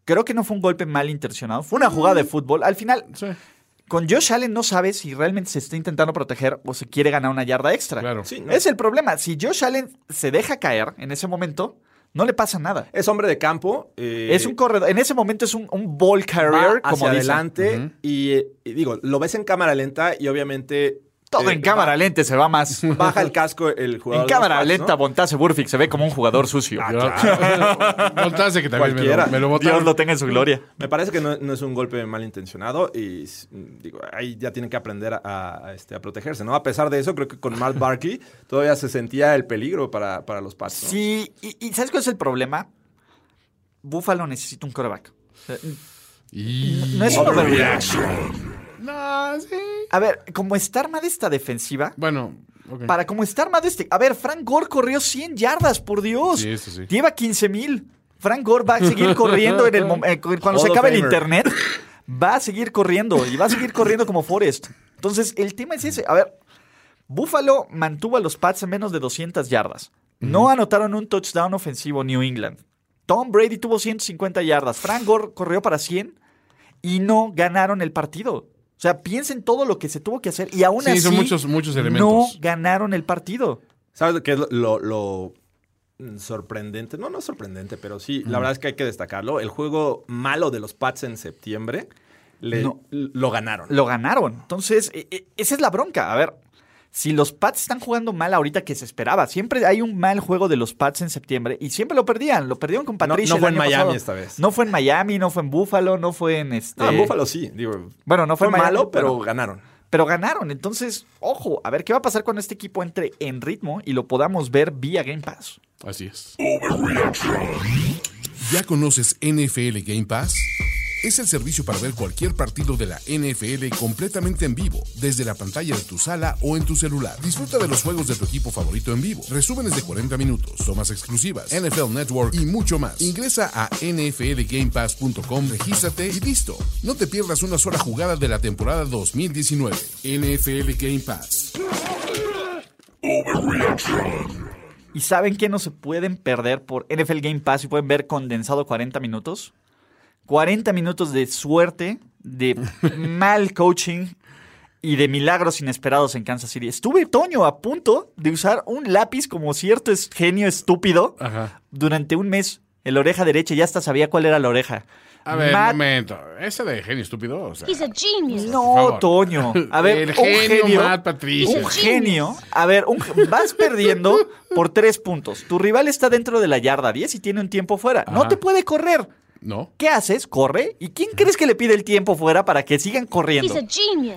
creo que no fue un golpe mal intencionado. Fue una Mm. jugada de fútbol. Al final, Sí, con Josh Allen no sabes si realmente se está intentando proteger o se quiere ganar una yarda extra. claro. Sí, no. Es el problema. Si Josh Allen se deja caer en ese momento, no le pasa nada. Es hombre de campo. eh, es un corredor. En ese momento es un, un ball va carrier, hacia como dicen. adelante y, eh, y digo, lo ves en cámara lenta y obviamente... Todo eh, en cámara ba- lenta se va más. Baja el casco el jugador. En de los cámara Pats, ¿no? lenta, Bontase Burfict se ve como un jugador sucio. Yo- Contaste que también me lo, Cualquiera. me lo Ah, Dios botaron. lo tenga en su gloria. Me parece que no, no es un golpe malintencionado y s- digo, ahí ya tienen que aprender a, a, este, a protegerse, ¿no? A pesar de eso, creo que con Mark Barkley todavía se sentía el peligro para, para los Pats, ¿no? Sí, y, y ¿sabes cuál es el problema? Buffalo necesita un coreback. Y- No es un overreaction. No, sí. A ver, como está armada esta defensiva, Bueno, ok. para como está armado este... A ver, Frank Gore corrió 100 yardas, por Dios. Sí, eso sí. Lleva 15 mil. Frank Gore va a seguir corriendo en el mom- eh, cu- cuando se Hall of acabe el Famer. internet. Va a seguir corriendo y va a seguir corriendo como Forrest. Entonces, el tema es ese. A ver, Buffalo mantuvo a los Pats en menos de 200 yardas. No anotaron un touchdown ofensivo New England. Tom Brady tuvo 150 yardas. Frank Gore corrió para 100 y no ganaron el partido. O sea, piensen todo lo que se tuvo que hacer y aún así Sí, son muchos- muchos no elementos. ganaron el partido. ¿Sabes qué es lo, lo- lo, mm, sorprendente? No, no sorprendente, pero sí, la verdad es que hay que destacarlo. El juego malo de los Pats en septiembre le- No. lo ganaron. lo ganaron. Entonces, e- e- esa es la bronca. A ver, si los Pats están jugando mal ahorita que se esperaba, siempre hay un mal juego de los Pats en septiembre y siempre lo perdían. Lo perdieron con Patricia. no el fue en año Miami pasado. esta vez. No fue en Miami, no fue en Buffalo, no fue en este. No, en Ah, Buffalo sí, digo. Bueno, no fue Fue en Miami, malo, pero bueno. ganaron. Pero ganaron. Entonces, ojo, a ver qué va a pasar cuando este equipo entre en ritmo y lo podamos ver vía Game Pass. Así es. ¿Ya conoces NFL Game Pass? Es el servicio para ver cualquier partido de la NFL completamente en vivo, desde la pantalla de tu sala o en tu celular. Disfruta de los juegos de tu equipo favorito en vivo, resúmenes de 40 minutos, tomas exclusivas, NFL Network y mucho más. Ingresa a nflgamepass.com, regístrate y listo. No te pierdas una sola jugada de la temporada 2019. NFL Game Pass. ¿Y saben qué no se pueden perder por NFL Game Pass y pueden ver condensado 40 minutos? 40 minutos de suerte, de mal coaching y de milagros inesperados en Kansas City. Estuve, Toño, a punto de usar un lápiz como cierto es- genio estúpido Ajá. durante un mes. En la oreja derecha ya hasta sabía cuál era la oreja. A ver, Matt- momento. Ese de genio estúpido. O sea, por No, favor. Toño. A ver, El un genio genio Matt Patricia. un genio. A ver, un- vas perdiendo por tres puntos. Tu rival está dentro de la yarda 10 y tiene un tiempo fuera. No Ajá. te puede correr. No. ¿Qué haces? Corre. ¿Y quién crees que le pide el tiempo fuera para que sigan corriendo?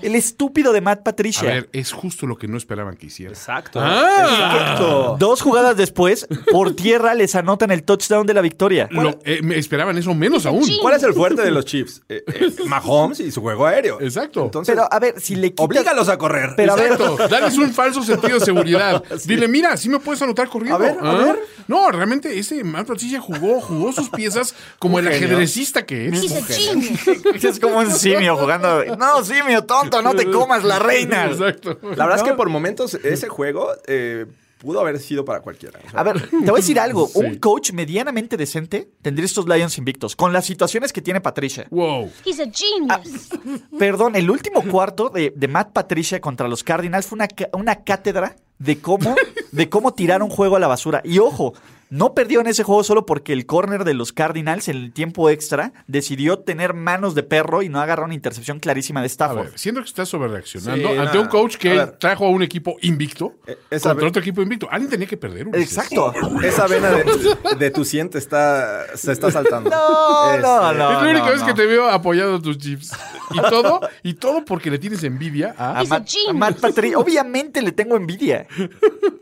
El estúpido de Matt A Patricia. ver, es justo lo que no esperaban que hiciera. Exacto. Ah. Exacto. Dos jugadas después, por tierra les anotan el touchdown de la victoria. Lo- eh, me esperaban eso menos aún. ¿Cuál es el fuerte de los Chiefs? Eh, eh, Mahomes y su juego aéreo. Exacto. Entonces, Pero a ver, si le quitas... oblígalos a correr. Pero a ver, Exacto. Dales un falso sentido de seguridad. Dile, mira, sí me puedes anotar corriendo. A ver, a ¿Ah? ver. No, realmente ese Matt Patricia jugó, jugó sus piezas como el ajedrecista que es. Un genio. es como un simio jugando. No, simio, tonto, no te comas la reina. Exacto. La verdad es que por momentos ese juego eh, pudo haber sido para cualquiera. O sea, A ver, te voy a decir algo. Sí. Un coach medianamente decente tendría estos Lions invictos, con las situaciones que tiene Patricia. Wow. Perdón, el último cuarto de, de Matt Patricia contra los Cardinals fue una, ca- una cátedra de cómo, de cómo tirar un juego a la basura. Y ojo, No perdió en ese juego solo porque el corner de los Cardinals en el tiempo extra decidió tener manos de perro y no agarrar una intercepción clarísima de A Stafford. ver, siento que está sobrereaccionando Sí, ante nada. un coach A que ver. trajo a un equipo invicto Eh, esa contra vez- otro equipo invicto. Alguien tenía que perder, Ulises. Exacto. Esa vena de, de tu siente está, se está saltando. Este, No, no, no. es la única vez no. que te veo apoyado a tus chips. Y todo, y todo porque le tienes envidia a. A Matt, a Matt Patricia. Obviamente le tengo envidia.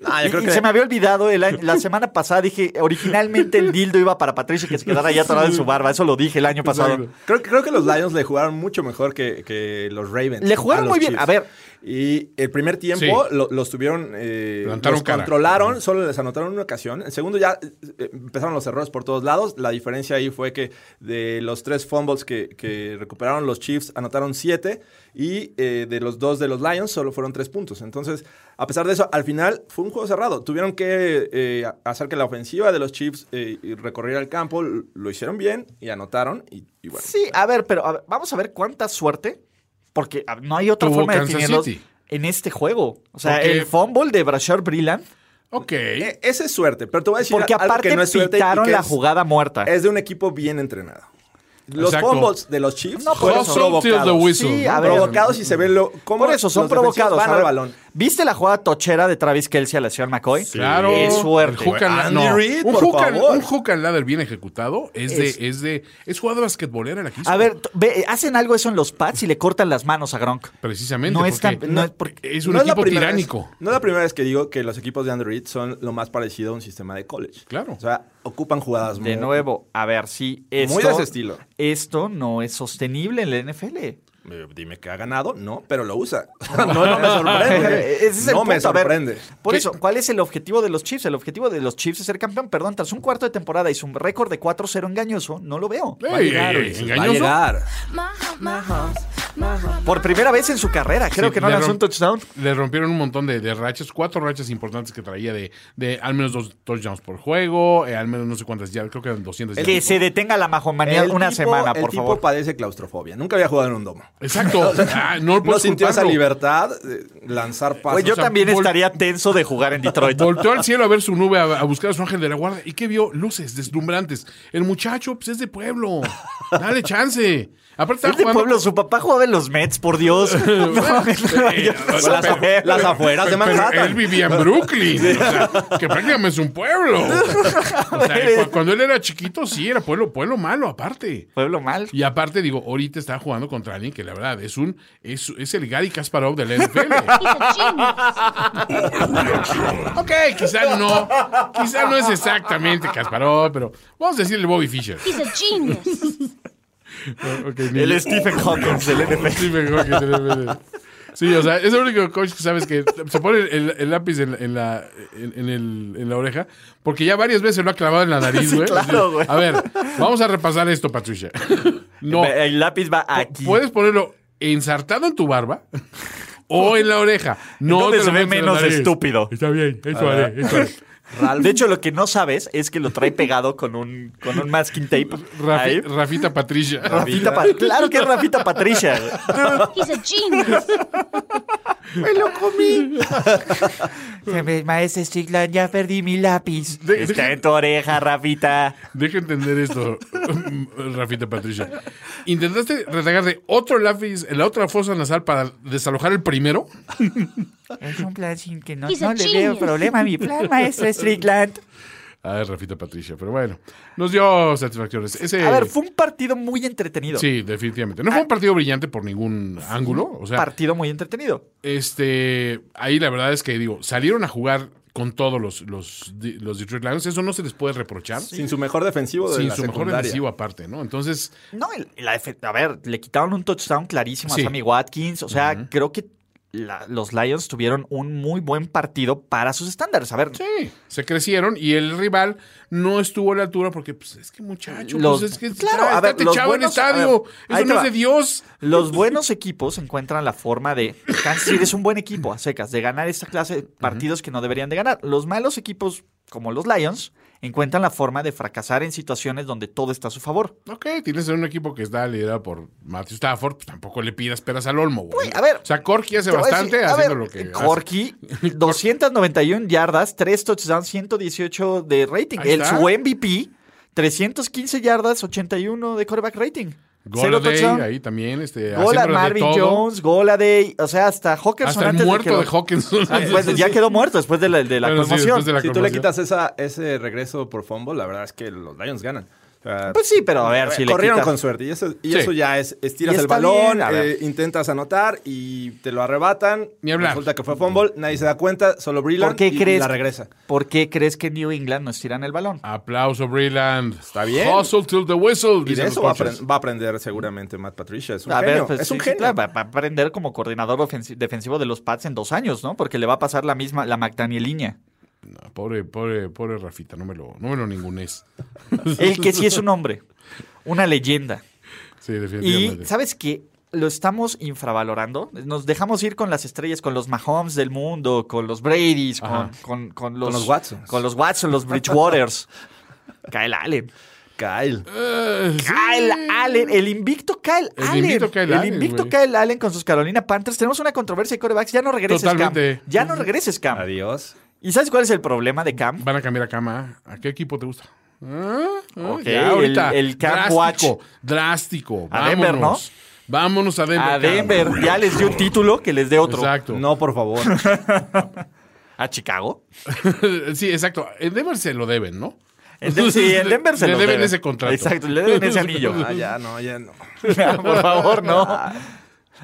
Ah, yo Y- creo y que- se me había olvidado el año- la semana pasada. Dije, originalmente el dildo iba para Patricia que se quedara ya atorado en su barba. Eso lo dije el año pasado. Exacto. Creo, creo que los Lions le jugaron mucho mejor que, que los Ravens. Le jugaron a los muy bien. Chiefs. A ver. Y el primer tiempo Sí. lo- los tuvieron. eh, Levantaron los cara. controlaron, solo les anotaron una ocasión. El segundo ya eh, empezaron los errores por todos lados. La diferencia ahí fue que de los tres fumbles que, que recuperaron los Chiefs, anotaron siete. Y eh, de los dos de los Lions, solo fueron tres puntos. Entonces, a pesar de eso, al final fue un juego cerrado. Tuvieron que eh, hacer que la ofensiva de los Chiefs eh, y recorriera el campo. Lo hicieron bien y anotaron. Y, y bueno. Sí, a ver, pero a ver, vamos a ver cuánta suerte. Porque a- no hay otra Tuvo forma de Kansas definirlos City. en este juego. O sea, Porque- el fumble de Brashard Brillant. Ok. Eh, E- Esa es suerte, pero te voy a decir Porque algo aparte que no es suerte y pitaron que la es- jugada muerta. Es de un equipo bien entrenado. Los Exacto. fumbles de los Chiefs No, por fueron eso. Till the provocados. whistle. Sí, a ¿no? ver. provocados y se ve lo, cómo Por eso son los defensivos provocados. Van A al ver, balón. ¿Viste la jugada tochera de Travis Kelsey a la señora McCoy? Claro. Es suerte. Ah, El hook and la- Andy no. Reid, un, por hook and- favor. un hook and ladder bien ejecutado es de, Es- es, de. Es jugada basquetbolera la que hizo. A ver, t- ve, hacen algo eso en los pads y le cortan las manos a Gronk. Precisamente. no es porque tan- no es por- es un No es la equipo primera tiránico. vez- no es la primera vez que digo que los equipos de Andrew Reid son lo más parecido a un sistema de college. Claro. O sea, ocupan jugadas De muy- nuevo, a ver, sí, esto, Muy de ese estilo. esto no es sostenible en la NFL. Eh, Dime que ha ganado, no, pero lo usa. no, no me sorprende. Ese es el no me punto, a ver. sorprende. por ¿Qué? eso, ¿cuál es el objetivo de los Chiefs? El objetivo de los Chiefs es ser campeón, perdón, tras un cuarto de temporada y su récord de 4-0 engañoso, no lo veo. Ey, Va a llegar, ey, ey, Ulises, va a engañoso. llegar. Por primera vez en su carrera, creo Sí, que no le lanzó un romp- touchdown. Le rompieron un montón de, de rachas, cuatro rachas importantes que traía de, de al menos dos touchdowns por juego, eh, al menos no sé cuántas yardas, creo que eran 200 Que yardas. se detenga la majomanía El una tipo- semana, por El tipo favor. padece claustrofobia. Nunca había jugado en un domo. Exacto. Ah, no lo No puedes sintió esa culparlo. libertad de lanzar pasos. Güey, yo o sea, también vol- estaría tenso de jugar en Detroit. Volteó al cielo a ver su nube, a, a buscar a su ángel de la guarda. ¿Y qué vio? Luces deslumbrantes. El muchacho pues, es de pueblo. Dale chance. Aparte, Es está de jugando. pueblo, su papá jugaba en los Mets, por Dios. No, mames, no, yo no Las sabía. afu- las afueras de Pero Manhattan. él vivía en Brooklyn, o sea, que prácticamente es un pueblo. O sea, cu- cuando él era chiquito, sí, era pueblo, pueblo malo, aparte. Pueblo mal. Y aparte, digo, ahorita está jugando contra alguien que la verdad es un es, es el Gary Kasparov del NFL. ok, quizá no, quizá no es exactamente Kasparov, pero vamos a decirle Bobby Fischer. Ok, ni- El Stephen Hawking del NFL. Sí, me acuerdo que tenía medio. Sí, o sea, es el único coach que sabes que se pone el, el lápiz en, en la, en, en el- en la oreja, porque ya varias veces lo ha clavado en la nariz, güey. claro, güey. A ver, vamos a repasar esto, Patricia. No, El lápiz va aquí. puedes ponerlo ensartado en tu barba o en la oreja. No Donde te se lo ve metes en la menos nariz. estúpido. Ah. Está bien, eso haré, eso haré. De hecho, lo que no sabes es que lo trae pegado con un, con un masking tape. Rafi- Ahí. Rafita Patricia. Rafita Pa- claro que es Rafita Patricia. Me lo comí. Maestro Strickland, ya perdí mi lápiz. De- Está en tu oreja, Rafita. Deja entender esto, Rafita Patricia. ¿Intentaste retagar de otro lápiz en la otra fosa nasal para desalojar el primero? Es un plan sin que no, He's a no le veo genius. problema a mi plan, maestro Strickland. Ah, es Rafita Patricia, pero bueno, nos dio satisfacciones. Ese, A ver, fue Ah. un partido muy entretenido. Sí, definitivamente. No fue un partido brillante por ningún ángulo. O sea, partido muy entretenido. este, ahí la verdad es que, digo, salieron a jugar con todos los, los, los Detroit Lions. Eso no se les puede reprochar. Sin su mejor defensivo de Sin la su mejor secundaria. defensivo aparte, ¿no? Entonces, No, el- la F- a ver, le quitaron un touchdown clarísimo Sí. a Sammy Watkins. O sea, creo que la- los Lions tuvieron un muy buen partido para sus estándares. A ver, sí, se crecieron y el rival no estuvo a la altura porque, pues, es que muchacho, Los- pues, es que claro, está, a ver, está los techado el buenos- a ver, estadio. ahí Eso te no va. es de Dios. los buenos equipos encuentran la forma de. Kansas City es un buen equipo a secas, de ganar esta clase de partidos que no deberían de ganar. Los malos equipos como los Lions, encuentran la forma de fracasar en situaciones donde todo está a su favor. Ok, tienes un equipo que está liderado por Matthew Stafford, pues tampoco le pidas peras al olmo, güey. Güey, Pues, a ver. O sea, Corky hace Te voy a bastante decir, a haciendo ver, lo que. Corky, 291 yardas, 3 touchdowns, 118 de rating. Ahí El, está. su MVP, 315 yardas, 81 de quarterback rating. Cero Goladay, touchdown. ahí también, este, Gol a haciéndole de Marvin todo. Jones, gol a Day, o sea, hasta Hawkinson Hasta el antes muerto de, de, que lo- Hawkinson. Ah, pues, ya quedó muerto después de la, de la Bueno, sí, conmoción. después de la Si tú le conmoción. quitas esa, ese regreso por fumble, la verdad es que los Lions ganan. O sea, Pues sí, pero a ver, si le eh, corrieron quitas- con suerte. Y eso, y Sí. eso ya es, Y estiras el está balón, bien, a ver. eh, intentas anotar y te lo arrebatan. Ni hablar. Resulta que fue fumble, nadie se da cuenta, solo Brillant ¿Por qué y crees? la regresa. ¿Por qué crees que New England nos tiran el balón? Aplauso, Breland. Está bien. Hustle till the whistle. Y de dicen eso va a, los coaches. apren- va a aprender seguramente Matt Patricia. Es un a genio. pues, es sí, un sí, genio. claro, va, va a aprender como coordinador ofensi- defensivo de los Pats en dos años, ¿no? Porque le va a pasar la misma, la McDanieliña. No, pobre, pobre, pobre Rafita, no me lo, no me lo ningunes. El que sí es un hombre, una leyenda. Sí, Y, definitivamente. ¿sabes qué? Lo estamos infravalorando. Nos dejamos ir con las estrellas, con los Mahomes del mundo, con los Brady's, con, Ajá. con- con los, los Watsons. Con los Watson, los Bridgewaters. Kyle Allen. Kyle. Eh, sí. Kyle Allen, el invicto Kyle El Allen. invicto Kyle el Allen, invicto güey. Kyle Allen con sus Carolina Panthers. Tenemos una controversia de corebacks. Ya no regreses, Totalmente. Cam. Ya no regreses, Cam. Adiós. ¿Y sabes cuál es el problema de Cam? Van a cambiar a cama. ¿A qué equipo te gusta? Ah, ah, Ok, ya ahorita. el- el Cam drástico, drástico. A Denver, ¿no? Vámonos. Vámonos a Denver. A Cam. Denver ya les dio un título que les dé otro. Exacto. No, por favor. A Chicago. sí, exacto. En Denver se lo deben, ¿no? En Denver- sí, en Denver se Le los deben ese contrato. Exacto, le deben ese anillo. Ah, ya no, ya no. Ah, Por favor, no.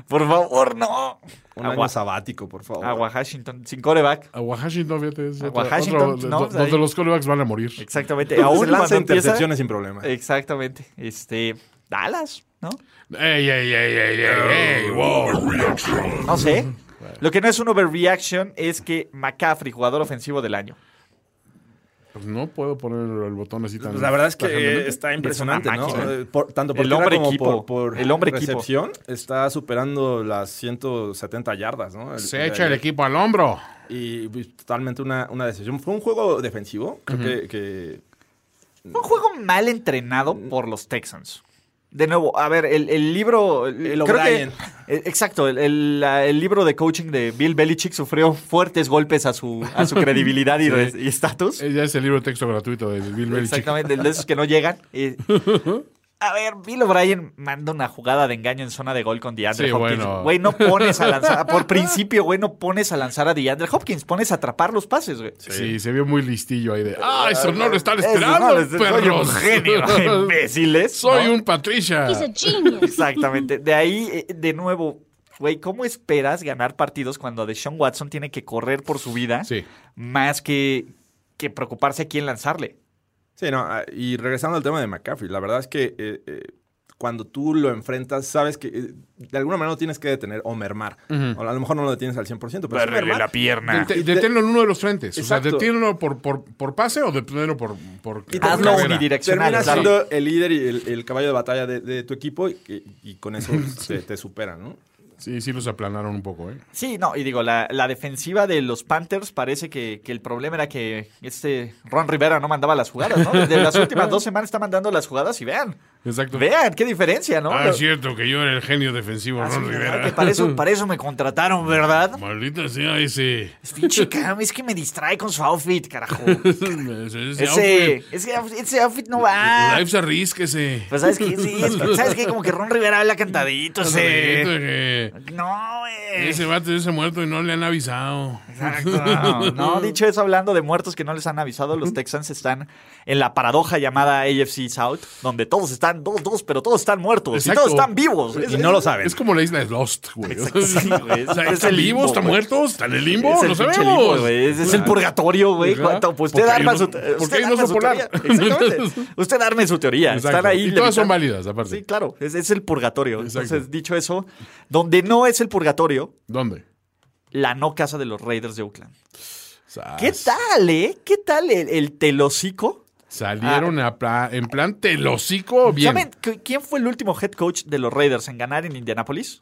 Por favor, no. Un A, año Wa- sabático, por favor. a Washington, sin coreback. A Washington, fíjate. es A otro- Washington, otro- ¿no? do- O sea, donde ahí- los corebacks van a morir. Exactamente. Aún Se lanza cuando empieza. intercepciones sin problema. Exactamente. Este. Dallas, ¿no? Ey, ey, ey, ey, ey, ey, Oh, wow. No sé. Lo que no es un overreaction es que McCaffrey, jugador ofensivo del año. Pues no puedo poner el botón así tan. Pues La verdad es que eh, tajantemente. está impresionante, Es una ¿no? máquina. Eh, por- tanto por El tierra hombre como equipo. por, por El hombre equipo. recepción está superando las 170 yardas, ¿no? El- Se echa el equipo al hombro. Y pues, totalmente una, una decisión. Fue un juego defensivo, creo que, que- Fue un juego mal entrenado Mm. por los Texans. De nuevo, a ver, el, el libro. El creo que- O'Brien. eh, exacto, el, el- la- el libro de coaching de Bill Belichick sufrió fuertes golpes a su, a su credibilidad y re- y estatus. Eh, Ya es el libro de texto gratuito de Bill Belichick. Exactamente, de esos que no llegan. Eh, a ver, Bill O'Brien manda una jugada de engaño en zona de gol con DeAndre Sí, Hopkins. bueno. Güey, no pones a lanzar, por principio, güey, no pones a lanzar a DeAndre Hopkins, pones a atrapar los pases, güey. Sí, se vio muy listillo ahí de. ¡Ah, eso no lo están Eso, esperando, no, soy un perros! genio, imbéciles. Soy ¿no? un Patricia. Exactamente. De ahí, eh, de nuevo, güey, ¿cómo esperas ganar partidos cuando Deshaun Watson tiene que correr por su vida Sí. más que, que preocuparse a quién lanzarle? Sí, no, ah, y regresando al tema de McCaffrey, la verdad es que eh, eh, cuando tú lo enfrentas, sabes que eh, de alguna manera lo tienes que detener o mermar. O a lo mejor no lo detienes al 100%, pero sí mermar. pierna. Dete- deténlo en uno de los frentes. O sea, Exacto. deténlo por, por, por pase o deténlo por. por por Hazlo Y terminas- carrera. unidireccional. Terminas claro. siendo el líder y el, el caballo de batalla de, de tu equipo y, y con eso se- te superan, ¿no? Sí, sí, los aplanaron un poco, ¿eh? Sí, no, y digo, la, la defensiva de los Panthers parece que, que el problema era que este Ron Rivera no mandaba las jugadas, ¿no? Desde las últimas dos semanas está mandando las jugadas y vean, Exacto. vean, qué diferencia, ¿no? ah, Lo- es cierto que yo era el genio defensivo, Ah, sí, Ron ¿verdad? Que Rivera. para eso, para eso me contrataron, ¿verdad? Maldita sea ese. Es pinche Cam, es que me distrae con su outfit, carajo. Ese. ese Ese, outfit. ese, outfit- ese outfit no va. Life's a risk ese. Pues sabes qué, sí, es que- sabes qué, como que Ron Rivera habla cantadito, Ese ese. que- No, güey. Ese vato ya se ha muerto y no le han avisado. Exacto. No, dicho eso, hablando de muertos que no les han avisado, los Texans están en la paradoja llamada AFC South, donde todos están dos, dos, pero todos están muertos y Exacto. todos están vivos. Y no lo saben. Es como la isla de Lost, güey. Exacto, exacto, güey. O sea, Es ¿Están el limbo, vivos? ¿Están güey. muertos? ¿Están en el limbo? Es el no pinche sabemos. limbo, güey. es, es el purgatorio, güey. Ajá. Cuánto- pues Porque usted hay arma un- su, porque usted hay un arma oso su polar. teoría. Exactamente. Usted arme su teoría. Exacto. Están ahí. Y todas son levitando. válidas, aparte. Sí, claro. Es, es el purgatorio. Exacto. Entonces, dicho eso, donde no es el purgatorio, ¿Dónde? la no casa de los Raiders de Oakland. Sas. ¿Qué tal, eh? ¿Qué tal el, el telocico? Salieron a pla- en plan telocico bien. Ah, ¿Saben cu- quién fue el último head coach de los Raiders en ganar en Indianapolis?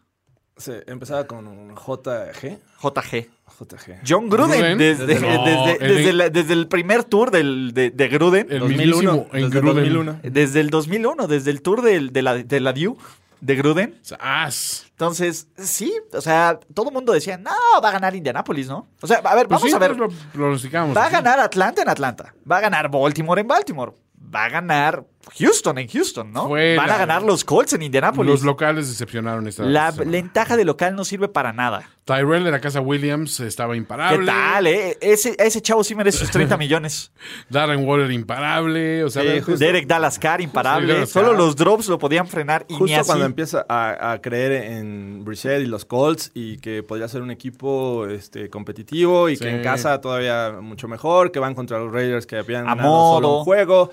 Se empezaba con un JG. JG. JG. John Gruden, Gruden. Desde, No, desde- el- desde la- desde el primer tour del, de, de Gruden, El 2001, mismísimo en desde Gruden. 2001. desde el 2001, desde el tour del- de, la, de la Dew, de Gruden. ¡Sas! Entonces, sí, o sea, todo el mundo decía, no, va a ganar Indianapolis, ¿no? O sea, a ver, Pues vamos sí, a ver. pues Lo pronosticamos. Va a Aquí. ganar Atlanta en Atlanta. Va a ganar Baltimore en Baltimore. Va a ganar Houston en Houston, ¿no? Fue Van la- a ganar los Colts en Indianapolis. Los locales decepcionaron esta la semana. ventaja de local no sirve para nada. Tyrell de la casa Williams estaba ¿Qué imparable. tal, eh? Ese, ese chavo sí merece sus 30 millones. Darren Waller imparable. O sea, Sí, la- Eh, justo. Derek Dalascar, imparable. Sí, Dalascar. Solo los drops lo podían frenar y ni Justo así. cuando empieza a, a creer en Brissett y los Colts y que podría ser un equipo este, competitivo y Sí. que en casa todavía mucho mejor, que van contra los Raiders que habían A ganado solo modo. un juego.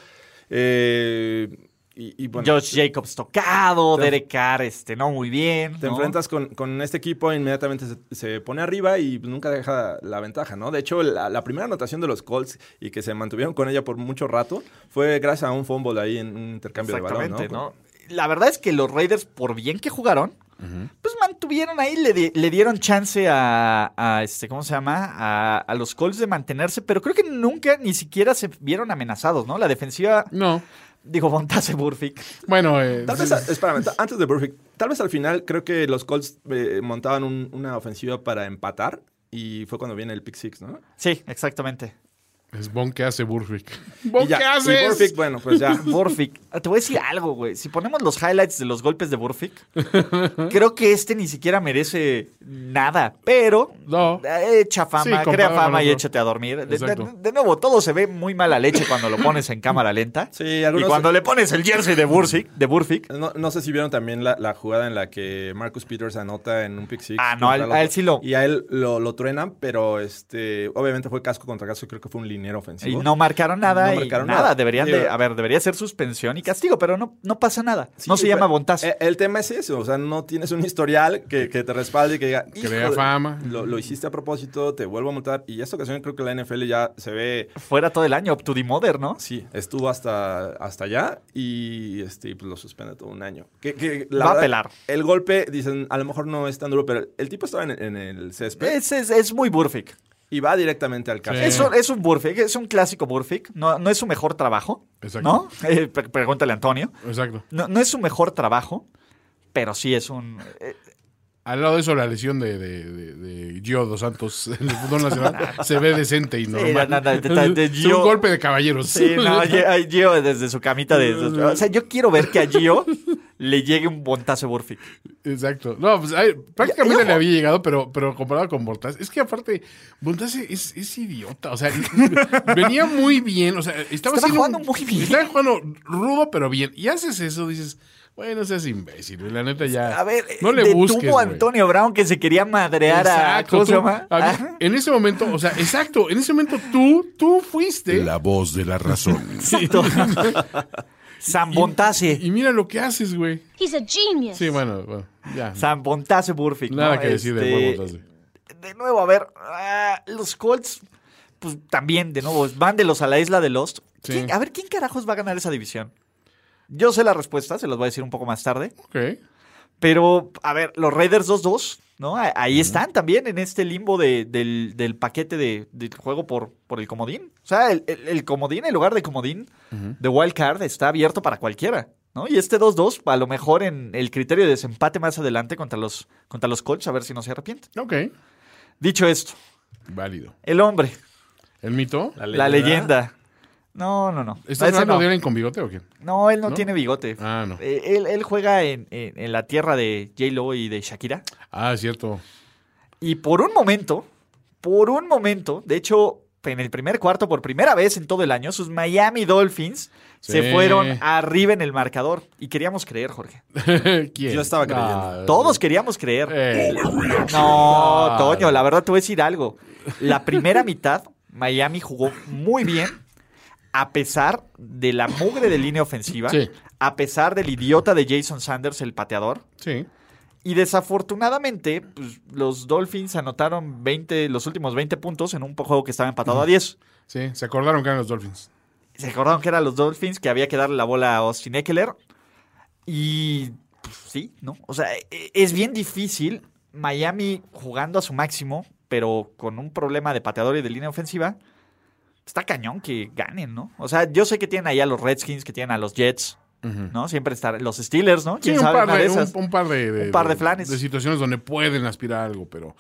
eh, y, y bueno, Josh Jacobs tocado, Te- Derek Carr, este, no muy bien. te ¿no? enfrentas con, con este equipo, inmediatamente se, se pone arriba y nunca deja la ventaja, ¿no? De hecho, la, la primera anotación de los Colts y que se mantuvieron con ella por mucho rato fue gracias a un fumble ahí en un intercambio de balón, ¿no? Exactamente, ¿no? La verdad es que los Raiders, por bien que jugaron, pues mantuvieron ahí, le, di- le dieron chance a, a este, ¿cómo se llama? A, a los Colts de mantenerse, pero creo que nunca ni siquiera se vieron amenazados, ¿no? La defensiva, No. dijo Fontase Burfick. Bueno, eh, Tal vez, a- espérame, ta- antes de Burfict, tal vez al final creo que los Colts eh, montaban un- una ofensiva para empatar y fue cuando viene el pick six, ¿no? Sí, exactamente. es Bon que hace Burfick. y Bon, ya, ¿qué Y haces? Burfict, bueno, pues ya. Burfick. Ah, Te voy a decir algo, güey. Si ponemos los highlights de los golpes de Burfick, creo que este ni siquiera merece nada, pero No. eh, echa Sí, fama, comparado crea fama con y otro. échate a dormir. De, Exacto. de- de nuevo, todo se ve muy mala leche cuando lo pones en cámara lenta. Sí, y algunos- cuando le pones el jersey de Burfick, de Burfick, No, no sé si vieron también la, la jugada en la que Marcus Peters anota en un pick six. Ah, no, a él- contra los- a él sí lo- Y a él lo, lo truenan, pero este obviamente fue casco contra casco, creo que fue un linero y ofensivo. no marcaron nada, No y marcaron nada. nada. Deberían Digo- de, a ver, debería ser suspensión y castigo, pero no, no pasa nada. Sí, no se pero- llama bontazo. eh, El, tema es eso, o sea, no tienes un historial que, que te respalde y que diga... Que le "Híjole, da fama. Lo, lo hiciste a propósito, te vuelvo a multar. Y esta ocasión creo que la NFL ya se ve... Fuera todo el año, up to the mother, ¿no? Sí, estuvo hasta, hasta allá y este, y, pues, lo suspende todo un año. Que, que, la Va a verdad, pelar. El golpe, dicen, a lo mejor no es tan duro, pero el tipo estaba en, en el césped Es, es- es muy Burfick. y va directamente al caso. Sí. Es un, es un Burfick, es un clásico Burfick. No, no es su mejor trabajo. Exacto. ¿No? Eh, pre- pregúntale a Antonio. Exacto. No, no es su mejor trabajo, pero sí es un. eh, Al lado de eso, la lesión de, de, de- de Gio Dos Santos en el fútbol nacional se ve decente y normal. no, no, de- de- de Es Gio- un golpe de caballeros. Sí, no, Gio- a Gio desde su camita. de- de- o sea, yo quiero ver que a Gio le llegue un bontazo Burfick. Exacto. No, pues ay, prácticamente Y- y le ojo. había llegado, pero, pero comparado con Bortas. Es que aparte, Bortas es, es idiota. O sea, venía muy bien. O sea, estaba, Estaba haciendo jugando un- muy bien. Estaba jugando rudo, pero bien. Y haces eso, dices, bueno, seas imbécil. güey, La neta ya. A ver, no le detuvo busques. a güey. Antonio Brown que se quería madrear a. Exacto, ¿Cómo se tú- llama? a ver, Ah, en ese momento, o sea, exacto, en ese momento tú, tú fuiste. La voz de la razón. exacto. San Bontase. Y mira lo que haces, güey. He's a genius. Sí, bueno, bueno, ya. San Bontase Burfick. Nada ¿no? que decir de Este, huevos, así. de nuevo, a ver, ah, los Colts, pues también, de nuevo, van de los a la isla de Lost. Sí. ¿Quién- a ver, ¿quién carajos va a ganar esa división? Yo sé la respuesta, se los voy a decir un poco más tarde. Ok. Pero, a ver, los Raiders 2-2, ¿no? A- Ahí están también en este limbo de- del, del paquete de, del juego por, por el comodín. O sea, el, el- el comodín, el lugar de comodín de Wild Card está abierto para cualquiera, ¿no? Y este 2-2, a lo mejor en el criterio de desempate más adelante contra los, contra los Colts, a ver si no se arrepiente. Ok. Dicho esto, Válido. el hombre, ¿El mito? la leyenda. No, no, no. ¿Estás Ese hablando no. de alguien con bigote o qué? No, él no, ¿No? tiene bigote. Ah, no. Eh, él, él juega en, en- en la tierra de J-Lo y de Shakira. Ah, es cierto. Y por un momento, por un momento, de hecho, en el primer cuarto, por primera vez en todo el año, sus Miami Dolphins Sí. se fueron arriba en el marcador. Y queríamos creer, Jorge. ¿Quién? Yo estaba creyendo. Ah, Todos queríamos creer. eh, ah, No, Toño, la verdad te voy a decir algo. La primera mitad, Miami jugó muy bien, a pesar de la mugre de línea ofensiva, Sí. a pesar del idiota de Jason Sanders, el pateador. sí. Y desafortunadamente, pues, los Dolphins anotaron 20, los últimos 20 puntos en un juego que estaba empatado a 10. Sí, se acordaron que eran los Dolphins. Se acordaron que eran los Dolphins, que había que darle la bola a Austin Eckler. Y pues, sí, ¿no? O sea, e- es bien difícil Miami jugando a su máximo pero con un problema de pateador y de línea ofensiva, está cañón que ganen, ¿no? O sea, yo sé que tienen ahí a los Redskins, que tienen a los Jets, ¿no? Siempre están los Steelers, ¿no? Sí, ¿Quién un sabe? par, Una de, de un- esas. un par de, Un par de flanes. De situaciones donde pueden aspirar a algo, pero.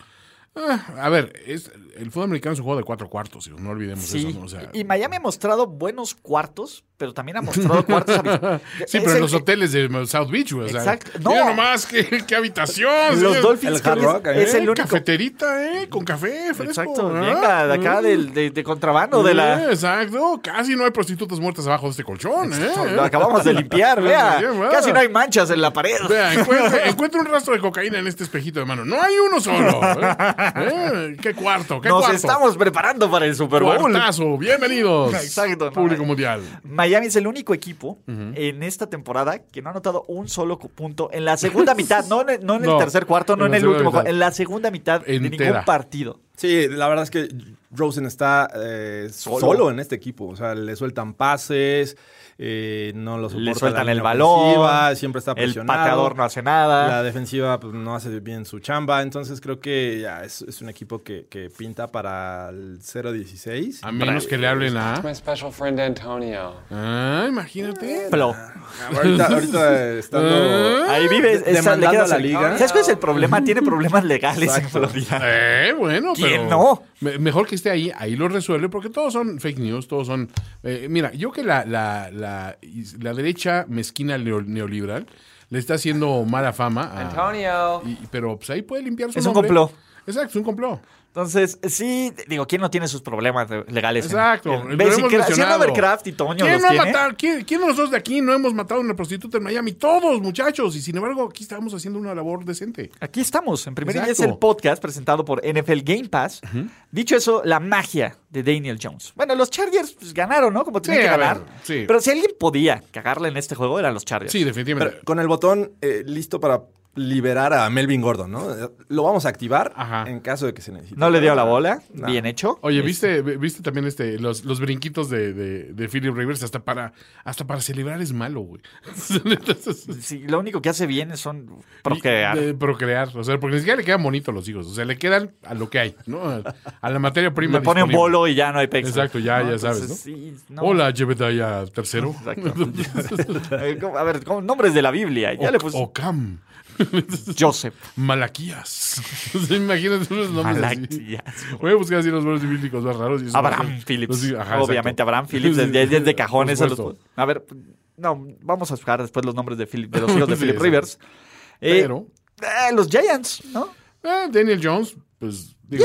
ah, a ver, es, el fútbol americano es un juego de cuatro cuartos, hijos, no olvidemos Sí, eso. ¿no? O sea, y Miami ha mostrado buenos cuartos, pero también ha mostrado cuartos. avis- sí, Es pero el en los que- hoteles de South Beach, güey, o sea, Exacto. mira No. nomás, qué, qué habitación. Los sí, Dolphins el Hard creo que es- Rock, ¿eh? es el único Cafeterita, ¿eh? Con café, fresco. Exacto, ¿ah? venga, de acá Mm. del- de, de contrabando, de Sí, ¿eh? la... Exacto, casi no hay prostitutas muertas abajo de este colchón, ¿eh? Lo acabamos de limpiar, vea. Sí, va. Casi no hay manchas en la pared. Vea, encuentre, encuentre un rastro de cocaína en este espejito de mano. No hay uno solo. ¿eh? ¿Eh? ¿Qué cuarto? ¿Qué Nos cuarto? estamos preparando para el Super Bowl. Cuartazo, bienvenidos. Exacto, no, Público eh. mundial. Miami es el único equipo en esta temporada que no ha anotado un solo cu- punto en la segunda mitad, no en el, no en el No, tercer cuarto, no en en, la el segunda último, mitad. cu- en la segunda mitad de Entera. ningún partido. Sí, la verdad es que Rosen está eh, Solo. solo. en este equipo. O sea, le sueltan pases, eh, no lo soporta Le la sueltan el línea balón, ofensiva, siempre está el presionado. pateador no hace nada. La defensiva pues, no hace bien su chamba. Entonces creo que ya es, es un equipo que, que pinta para el 0-16. A menos que le hablen a. My special friend Antonio. Ah, imagínate. Pero Ahorita, ahorita estando... ahí vives, De- Ah, demandando a la liga. ¿Sabes cuál es el problema? Tiene problemas legales en Exacto. Florida. Eh, bueno, ¿Quién pero. no? me- mejor que esté ahí, ahí lo resuelve, porque todos son fake news, todos son. eh, mira, yo que la, la, la, la derecha mezquina neo- neoliberal le está haciendo mala fama a. Antonio. Y- pero pues ahí puede limpiar su Es un nombre. complot. Exacto, es un complot. Entonces, sí, digo, ¿quién no tiene sus problemas eh, legales? en- Exacto. en- lo ¿Ves? Si hemos Cra- si mencionado. Overcraft y Toño ¿Quién los no ha tiene? matado- ¿Quién, quién de nosotros de aquí no hemos matado a una prostituta en Miami? Todos, muchachos. Y sin embargo, aquí estamos haciendo una labor decente. Aquí estamos, en primer día es Exacto. el podcast presentado por NFL Game Pass. Dicho eso, la magia de Daniel Jones. Bueno, los Chargers pues, ganaron, ¿no? Como tenían Sí, que a ver, ganar. sí. Pero si alguien podía cagarle en este juego, eran los Chargers. Sí, definitivamente. Pero con el botón eh, listo para liberar a Melvin Gordon, ¿no? Eh, Lo vamos a activar Ajá. en caso de que se necesite. No le dio la bola, No. bien hecho. Oye, ¿viste, viste también este, los, los brinquitos de, de, de Philip Rivers? Hasta para, hasta para celebrar es malo, güey. Entonces, Sí, lo único que hace bien son y- procrear. de procrear. O sea, porque ni siquiera le quedan bonitos los hijos. O sea, le quedan a lo que hay, ¿no? A, a la materia prima. Le pone un disponible. bolo y ya no hay pex. Exacto, ya, ya sabes, Entonces, ¿no? sí, Hola, Jebediah tercero. Eh, ¿cómo? A ver, ¿cómo? nombres de la Biblia. Ya le puse Ocam. Joseph. Malaquías. Imagínate unos nombres así. Malaquías. Voy a buscar así los nombres bíblicos más raros. y eso- Abraham Phillips. Los- ajá, Obviamente, exacto. Abraham Phillips. Sí, Es de, de por cajones. a los- supuesto. a ver, no, vamos a buscar después los nombres de, Philip- de los hijos de Sí, Philip exacto. Rivers. Eh, Pero, eh, los Giants, ¿no? eh, Daniel Jones, pues, digo,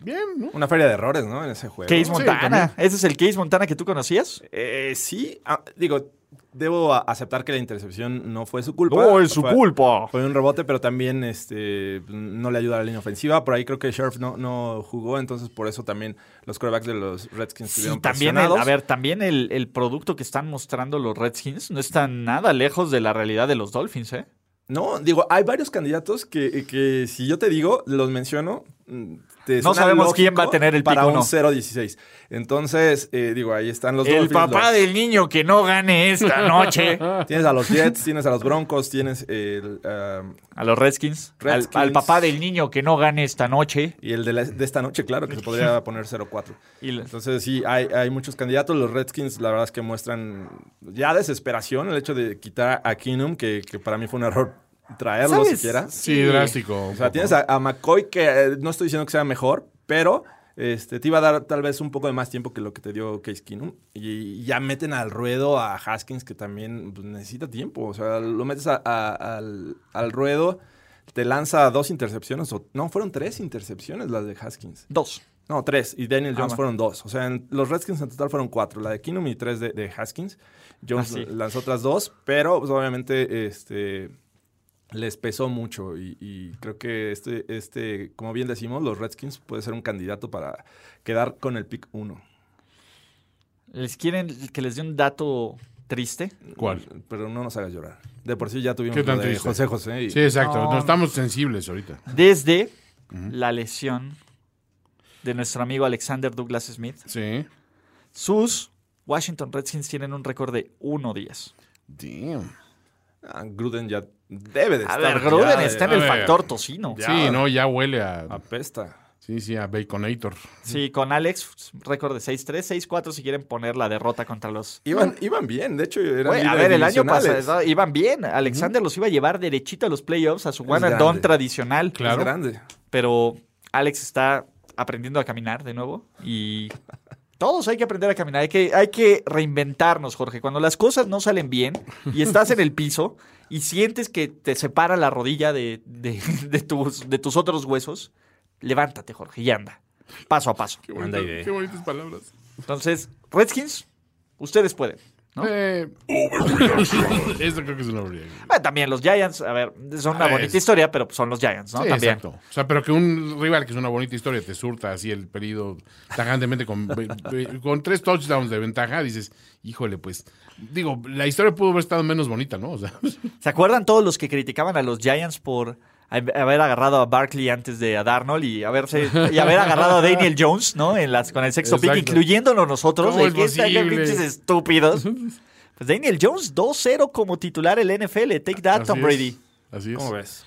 bien, ¿no? Una feria de errores, ¿no? En ese juego. Case también. Montana. ¿Ese es el Case Montana que tú conocías? Eh, sí, ah, digo, debo a- aceptar que la intercepción no fue su culpa. Fue- culpa. Fue un rebote, pero también este, no le ayuda a la línea ofensiva. Por ahí creo que Sheriff no, no jugó, entonces por eso también los corebacks de los Redskins Sí, estuvieron también, el, presionados. a ver, también el, el producto que están mostrando los Redskins no está nada lejos de la realidad de los Dolphins, ¿eh? No, digo, hay varios candidatos que, eh, que si yo te digo, los menciono. mm, te No suena sabemos lógico quién va a tener el para pick un uno. 0-16. Entonces, eh, digo, ahí están los El Dolphins, papá los- del niño que no gane esta noche. Tienes a los Jets, tienes a los Broncos, tienes el, um, A los Redskins. Al- Redskins. Al, papá del niño que no gane esta noche. y el de, la- de esta noche, claro, que se podría poner 0-4. Y la- Entonces, sí, hay, hay muchos candidatos. Los Redskins, la verdad es que muestran ya desesperación el hecho de quitar a Keenum, que, que para mí fue un error traerlo ¿Sabes? siquiera. Sí, drástico. O sea, tienes a, a McCoy, que eh, no estoy diciendo que sea mejor, pero este, te iba a dar tal vez un poco de más tiempo que lo que te dio Case Keenum. Y ya meten al ruedo a Haskins, que también pues, necesita tiempo. O sea, lo metes a- a- al, al ruedo, te lanza dos intercepciones. O, no, fueron tres intercepciones las de Haskins. Dos. No, tres. Y Ah, Daniel Jones bueno. fueron dos. O sea, en- los Redskins en total fueron cuatro. La de Keenum y tres de, de Haskins. Jones Ah, sí. lanzó otras dos, pero pues, obviamente este, les pesó mucho. Y, y creo que este, este, como bien decimos, los Redskins puede ser un candidato para quedar con el pick uno. ¿Les quieren que les dé un dato triste? ¿Cuál? Pero no nos hagas llorar. De por sí ya tuvimos ¿Qué tan lo de triste? José José. y- Sí, exacto. No. estamos sensibles ahorita. Desde la lesión de nuestro amigo Alexander Douglas Smith, Sí. sus Washington Redskins tienen un récord de 1-10. Damn. Ah, Gruden ya debe de A estar. ver, ya eh, Gruden de- está en a el ver. factor tocino. Sí, no, ya huele a... Apesta. Sí, sí, a Baconator. Sí, con Alex, récord de 6-3, 6-4 si quieren poner la derrota contra los... Iban, iban bien, de hecho, eran Güey, a líderes ver, el año divisionales. pasado estaba- iban bien. Alexander los iba a llevar derechito a los playoffs, a su one and grande. done tradicional. Es grande. Pero Alex está aprendiendo a caminar de nuevo y todos hay que aprender a caminar. Hay que, hay que reinventarnos, Jorge. Cuando las cosas no salen bien y estás en el piso y sientes que te separa la rodilla de, de- de tus, de tus otros huesos, levántate, Jorge, y anda. Paso a paso. Qué, bonita- idea. qué bonitas palabras. Entonces, Redskins, ustedes pueden. ¿No? Eh, Eso creo que es una overreaction. Bueno, también los Giants, a ver, son una Ah, bonita es- historia, pero son los Giants, ¿no? Sí, también. exacto. O sea, pero que un rival que es una bonita historia te surta así el periodo tajantemente con, ve- ve- con tres touchdowns de ventaja, dices, híjole, pues, digo, la historia pudo haber estado menos bonita, ¿no? O sea, ¿Se acuerdan todos los que criticaban a los Giants por hab- haber agarrado a Barkley antes de a Darnold y haberse y haber agarrado a Daniel Jones, ¿no? En las con el sexto pick, Exacto. incluyéndonos nosotros, ¿Cómo de es que están acá, posible? pinches estúpidos. Pues Daniel Jones 2-0 como titular el NFL, take that Tom así Brady. Es, así es. ¿Cómo ves?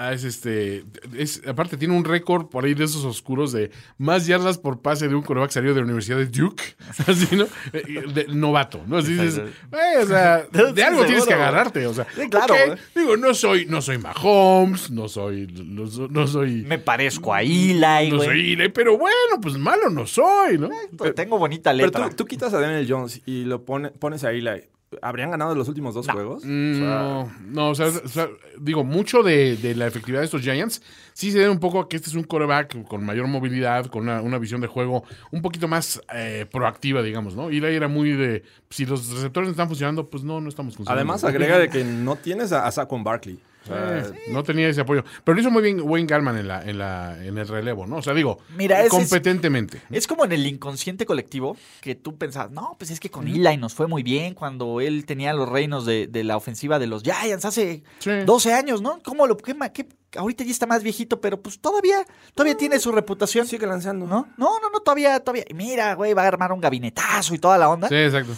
Ah, es este. Es, aparte, tiene un récord por ahí de esos oscuros de más yardas por pase de un coreback salido de la Universidad de Duke. Así, ¿no? Eh, eh, de novato, ¿no? Así dices, "Eh, o sea, de algo tienes Sí, que seguro. agarrarte, o sea. Sí, claro, ok, eh. Digo, no soy, no soy Mahomes, no soy. No, so- no soy. Me parezco a Eli, no güey. soy Eli, pero bueno, pues malo no soy, ¿no? Tengo bonita Pero letra. tú, tú quitas a Daniel Jones y lo pone- pones a Eli. ¿Habrían ganado los últimos dos juegos? Mm, No, no, o sea, o sea, digo, mucho de, de la efectividad de estos Giants sí se debe un poco a que este es un coreback con mayor movilidad, con una, una visión de juego un poquito más eh, proactiva, digamos, ¿no? Y la era muy de, si los receptores no están funcionando, pues no, no estamos funcionando. mm. Además, agrega de que no tienes a, a Saquon Barkley. O sea, Eh, No tenía ese apoyo. Pero lo hizo muy bien Wayne Gallman en, la, en, la, en el relevo, ¿no? O sea, digo, Mira, ese es- competentemente. Es como en el inconsciente colectivo que tú pensabas, no, pues es que con Eli nos fue muy bien cuando él tenía los reinos de, de la ofensiva de los Giants hace Sí. 12 años, ¿no? ¿Cómo lo qué, ma- qué- ahorita ya está más viejito, pero pues todavía todavía Mm. tiene su reputación, sigue lanzando. ¿no? No, no, no, todavía todavía. y Mira, güey, va a armar un gabinetazo y toda la onda. Sí, exacto.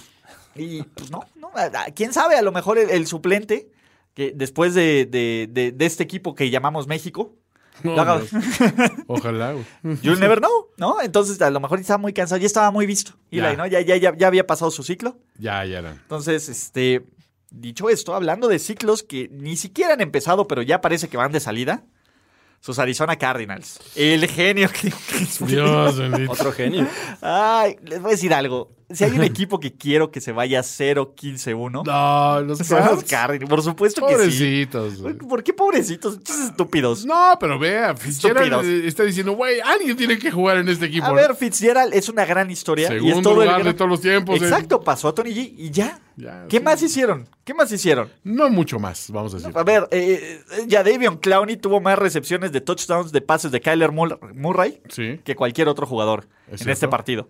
Y pues no, no, a- a- quién sabe, a lo mejor el, el suplente que después de, de- de- de este equipo que llamamos México, No, Lo haga- Dios. Ojalá, güey. You'll never know, ¿no? Entonces, a lo mejor estaba muy cansado, ya estaba muy visto. Y Ya. ¿no? Ya, ya, ya, ya había pasado su ciclo. Ya, ya era. Entonces, este, dicho esto, hablando de ciclos que ni siquiera han empezado, pero ya parece que van de salida, sus Arizona Cardinals. El genio que... Dios bendito. Otro genio. Ay, les voy a decir algo. Si hay un equipo que quiero que se vaya 0-15-1, No, los son los Cards. Cardinals. Por supuesto que sí. Pobrecitos, güey. ¿Por qué pobrecitos? Pinches estúpidos. No, pero vea, Fitzgerald Estúpidos. eh, está diciendo, güey, alguien tiene que jugar en este equipo. A ¿no? ver, Fitzgerald es una gran historia. y es Segundo todo el lugar de gran- todos los tiempos, eh. Exacto, pasó a Tony G y ya. Ya, ¿Qué sí. más hicieron? ¿Qué más hicieron? No mucho más, vamos a decir. A ver, eh, eh, ya Davion Clowney tuvo más recepciones de touchdowns de pases de Kyler Mul- Murray sí, que cualquier otro jugador Es en cierto. este partido.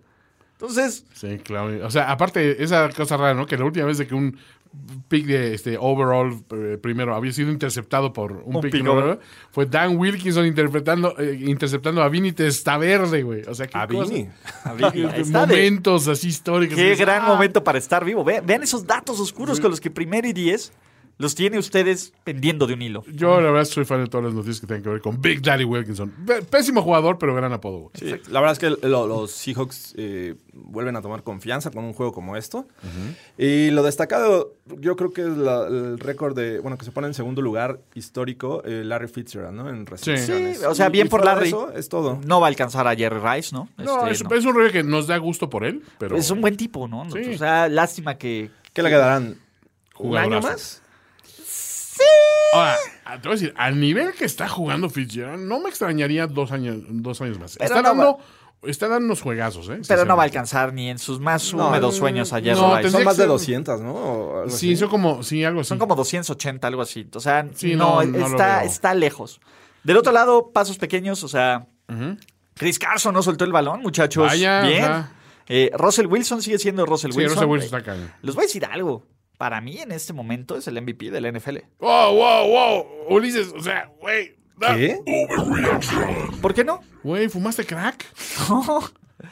Entonces, sí, claro. O sea, aparte, esa cosa rara, ¿no? Que la última vez de que un pick de este overall eh, primero había sido interceptado por un, Un pick, pick primero, overall. fue Dan Wilkinson interpretando, eh, interceptando a Vini Testaverde, güey. O sea, qué A cosa- Vini. qué- qué está de- momentos así históricos. qué Dices, gran "Ah, momento para estar vivo. Ve- vean esos datos oscuros con los que primero y diez los tiene ustedes pendiendo de un hilo. Yo, la verdad, soy fan de todas las noticias que tienen que ver con Big Daddy Wilkinson. P- Pésimo jugador, pero gran apodo, güey. Sí, la verdad es que lo- los Seahawks eh, vuelven a tomar confianza con un juego como esto. Y lo destacado, yo creo que es la- el récord de, bueno, que se pone en segundo lugar histórico, eh, Larry Fitzgerald, ¿no? En recepciones. Sí, o sea, Y- bien y por fuera Larry. de Eso es todo. No va a alcanzar a Jerry Rice, ¿no? No, Este, es, no. es un rollo que nos da gusto por él, pero. Es un buen tipo, ¿no? Sí. O sea, lástima que... ¿Qué le quedarán? ¿Un Jugadorazo. año más? Ahora, a- te voy a decir, al nivel que está jugando Fitzgerald, no me extrañaría dos años, dos años más. Pero está, no dando, está dando unos juegazos, ¿eh? Pero no va Sinceramente. a alcanzar ni en sus más No, húmedos sueños a Jerry no, Rice. tendría Son más que de ser- 200, ¿no? O algo Sí, así. son como. Sí, algo así. Son como 280, algo así. O sea, Sí, no, no, no lo está, veo. está lejos. Del otro lado, pasos pequeños, o sea, Chris Carson no soltó el balón, muchachos. Vaya, Bien. ajá. Eh, Russell Wilson sigue siendo Russell Sí, Wilson. Eh, Russell Wilson está cañón. Les voy a decir algo. Para mí, en este momento, es el MVP del NFL. ¡Wow, wow, wow! Ulises, o sea, güey. da- ¿Qué? ¿Por qué no? Güey, ¿fumaste crack? No.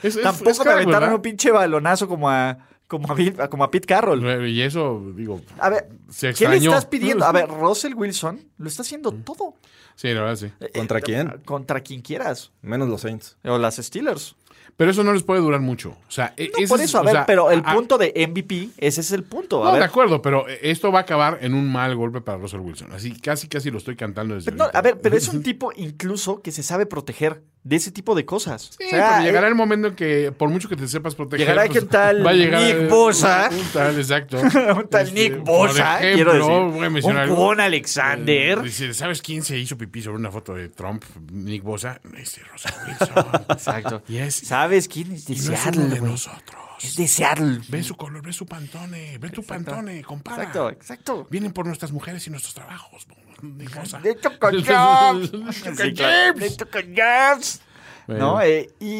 Es- es- Tampoco es me crack, aventaron ¿verdad? un pinche balonazo como a como a, Bill- como a Pete Carroll. Y eso, digo, A ver, se ¿qué extrañó. le estás pidiendo? A ver, Russell Wilson lo está haciendo todo. Sí, la verdad, sí. ¿Contra quién? Eh, Contra quien quieras. Menos los Saints. O las Steelers. Pero eso no les puede durar mucho. O sea, e- No, ese por es- eso, a o ver, sea, pero el a- punto de MVP, ese es el punto. A No, de ver, acuerdo, pero eh, esto va a acabar en un mal golpe para Russell Wilson. Así casi, casi lo estoy cantando desde pero no, ahorita. a ver, pero es un tipo incluso que se sabe proteger de ese tipo de cosas. Sí, O sea, pero llegará eh, el momento en que, por mucho que te sepas proteger, pues, Llegará que tal va a llegar Nick eh, Bosa. Un tal, exacto. eh, un tal Este, Nick Bosa, por ejemplo, quiero decir. voy a mencionar un algo. Con Alexander. Eh, dice, ¿Sabes quién se hizo pipí sobre una foto de Trump? Nick Bosa. Ese Russell Wilson. Exacto. Y es, ¿Sabes quién es y de no es uno Seattle, de güey? nosotros. Es de Seattle. Ve su color, ve su pantone, ve tu pantone, compara. Exacto, exacto. Vienen por nuestras mujeres y nuestros trabajos. Nick Bosa. De hecho, con Jobs. Sí, claro. De hecho, con Jobs. ¿No? Bueno. Eh, y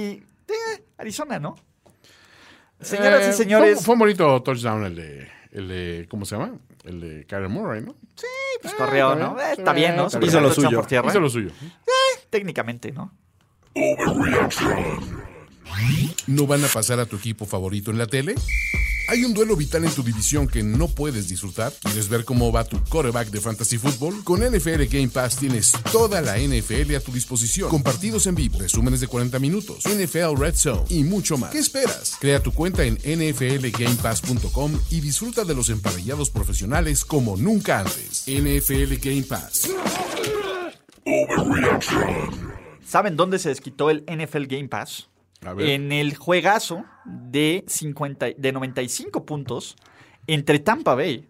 eh, Arizona, ¿no? Señoras Eh, y señores, Fue, fue un bonito touchdown el de, el de. ¿Cómo se llama? El de Karen Murray, ¿no? pues, correo, está ¿no? bien, Eh, está está bien, ¿no? bien, está bien. Hizo lo Touchdown suyo. por tierra. Hizo lo suyo. Técnicamente, ¿no? ¿No van a pasar a tu equipo favorito en la tele? ¿Hay un duelo vital en tu división que no puedes disfrutar? ¿Quieres ver cómo va tu coreback de fantasy fútbol? Con NFL Game Pass tienes toda la NFL a tu disposición, con partidos en vivo, resúmenes de 40 minutos, NFL Red Zone y mucho más. ¿Qué esperas? Crea tu cuenta en nflgamepass.com y disfruta de los emparrillados profesionales como nunca antes. NFL Game Pass. ¿Saben dónde se desquitó el NFL Game Pass? A ver. En el juegazo de, 50, de 95 puntos entre Tampa Bay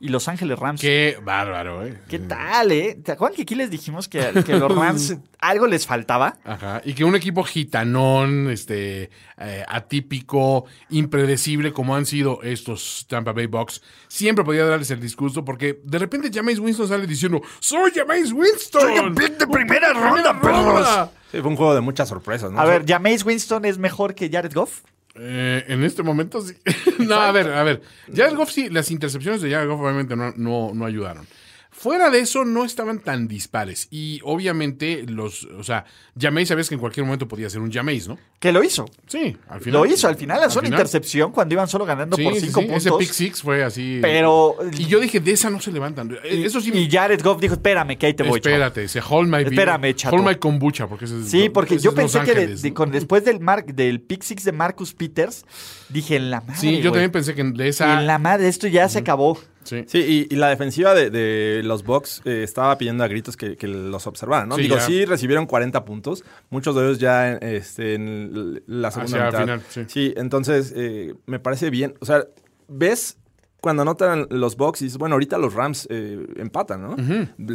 y Los Ángeles Rams. Qué bárbaro, ¿eh? ¿Qué tal, eh? ¿Te acuerdan que aquí les dijimos que, que los Rams algo les faltaba? Ajá. Y que un equipo gitanón, este, eh, atípico, impredecible, como han sido estos Tampa Bay Bucks, siempre podía darles el discurso porque de repente James Winston sale diciendo: ¡Soy James Winston! ¡Soy un pick de primera ronda, perros! Sí, fue un juego de muchas sorpresas, ¿no? A ver, ¿Jameis Winston es mejor que Jared Goff? Eh, en este momento sí. no, a ver, a ver. Jared Goff sí, las intercepciones de Jared Goff obviamente no, no, no ayudaron. Fuera de eso, no estaban tan dispares. Y obviamente, los, o sea, Jameis sabías que en cualquier momento podía ser un Jameis, ¿no? Que lo hizo. Sí, al final. Lo hizo al final, lanzó una final. intercepción cuando iban solo ganando Sí, por sí, 5 sí, puntos. Ese pick six fue así. Pero- Y yo dije, de esa no se levantan. Eh, y, eso sí. y Jared Goff dijo, espérame, que ahí te voy. chavo". Espérate, se hold my beer. Espérame, chato. Hold my kombucha, porque ese es- Sí, porque ese yo es Los pensé que de- Ángeles, de- ¿no? con- después del, mar, del pick six de Marcus Peters, dije, en la madre, Sí, yo güey. también pensé que de esa. En la madre, esto ya se acabó. Sí. Sí, y, y la defensiva de, de los Bucks eh, estaba pidiendo a gritos que, que los observaran, ¿no? Sí, Digo, ya. sí recibieron 40 puntos, muchos de ellos ya en, este, en la segunda Hacia mitad. final, sí. entonces eh, me parece bien. O sea, ves cuando anotan los Bucks y dices, bueno, ahorita los Rams eh, empatan, ¿no?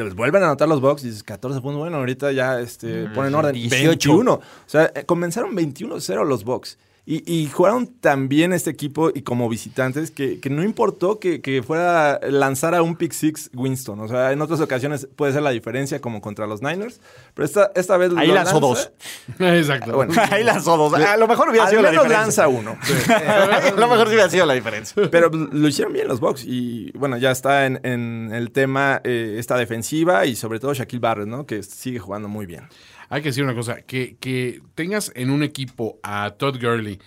Les vuelven a anotar los Bucks y dices, 14 puntos, bueno, ahorita ya Mm, este, ponen orden. 18. 21. O sea, eh, comenzaron 21-0 los Bucks. Y, y jugaron tan bien este equipo y como visitantes que, que no importó que, que fuera lanzar a un pick six Winston. O sea, en otras ocasiones puede ser la diferencia como contra los Niners. Pero esta, esta vez Ahí lo lanzó lanza- dos. Exacto. Bueno, ahí lanzó dos. A lo mejor hubiera al sido la menos diferencia. lanza uno. a lo mejor sí hubiera sido la diferencia. Pero pues, lo hicieron bien los Bucks. Y bueno, ya está en, en el tema eh, esta defensiva y sobre todo Shaquille Barrett, ¿no? Que sigue jugando muy bien. Hay que decir una cosa, que, que tengas en un equipo a Todd Gurley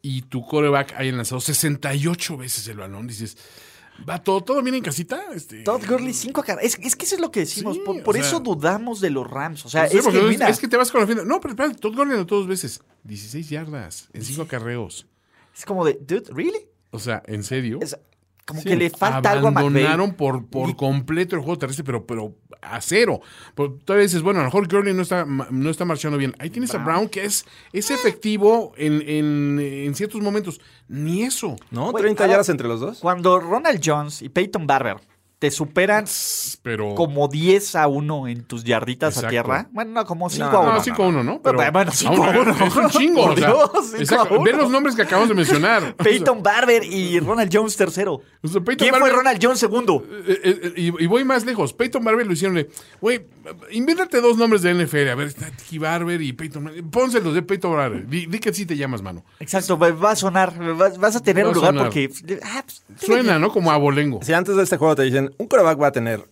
y tu coreback hayan lanzado 68 veces el balón, dices, va todo, todo bien en casita. Este, Todd Gurley, cinco carreras. Es, es que eso es lo que decimos. Sí, por o por sea- eso dudamos de los Rams. O sea, Sí, es, porque que, es, mira, es que te vas con la finta. No, pero espérate, Todd Gurley anotó dos veces. 16 yardas en 5 acarreos. es como de, dude, ¿really? O sea, ¿en serio? Es- como Sí. que le falta algo a McVay. Abandonaron por, por completo el juego terrestre, pero, pero a cero. Por- todavía dices, bueno, a lo mejor Gurley no está, ma- no está marchando bien. Ahí tienes a Brown, que es, es efectivo en, en- en ciertos momentos. Ni eso. ¿No? Güey, 30 ahora- yardas entre los dos. Cuando Ronald Jones y Peyton Barber te superan Pero. como 10 a 1 en tus yarditas Exacto. a tierra, bueno, no, como 5 a 1. No, 5 Ah, a 1, ¿no? Pero, bueno, 5 a 1. Es un chingo. Por o sea, Dios, 5 a exacto. 1. Ve los nombres que acabamos de mencionar. Peyton Barber y Ronald Jones tercero. O sea, Peyton ¿Quién Barber- fue Ronald Jones segundo? Eh, eh, eh, y, y voy más lejos. Peyton Barber lo hicieron de, güey, invéntate dos nombres de NFL. A ver, está Tiki Barber y Peyton Barber. Pónselos de Peyton Barber. Di, di que sí te llamas, mano. Exacto, va- va a sonar, vas, vas a tener Va a un lugar sonar. porque... ah, pues, Suena, ¿no? Como abolengo. Si antes de este juego te dicen, un quarterback va a tener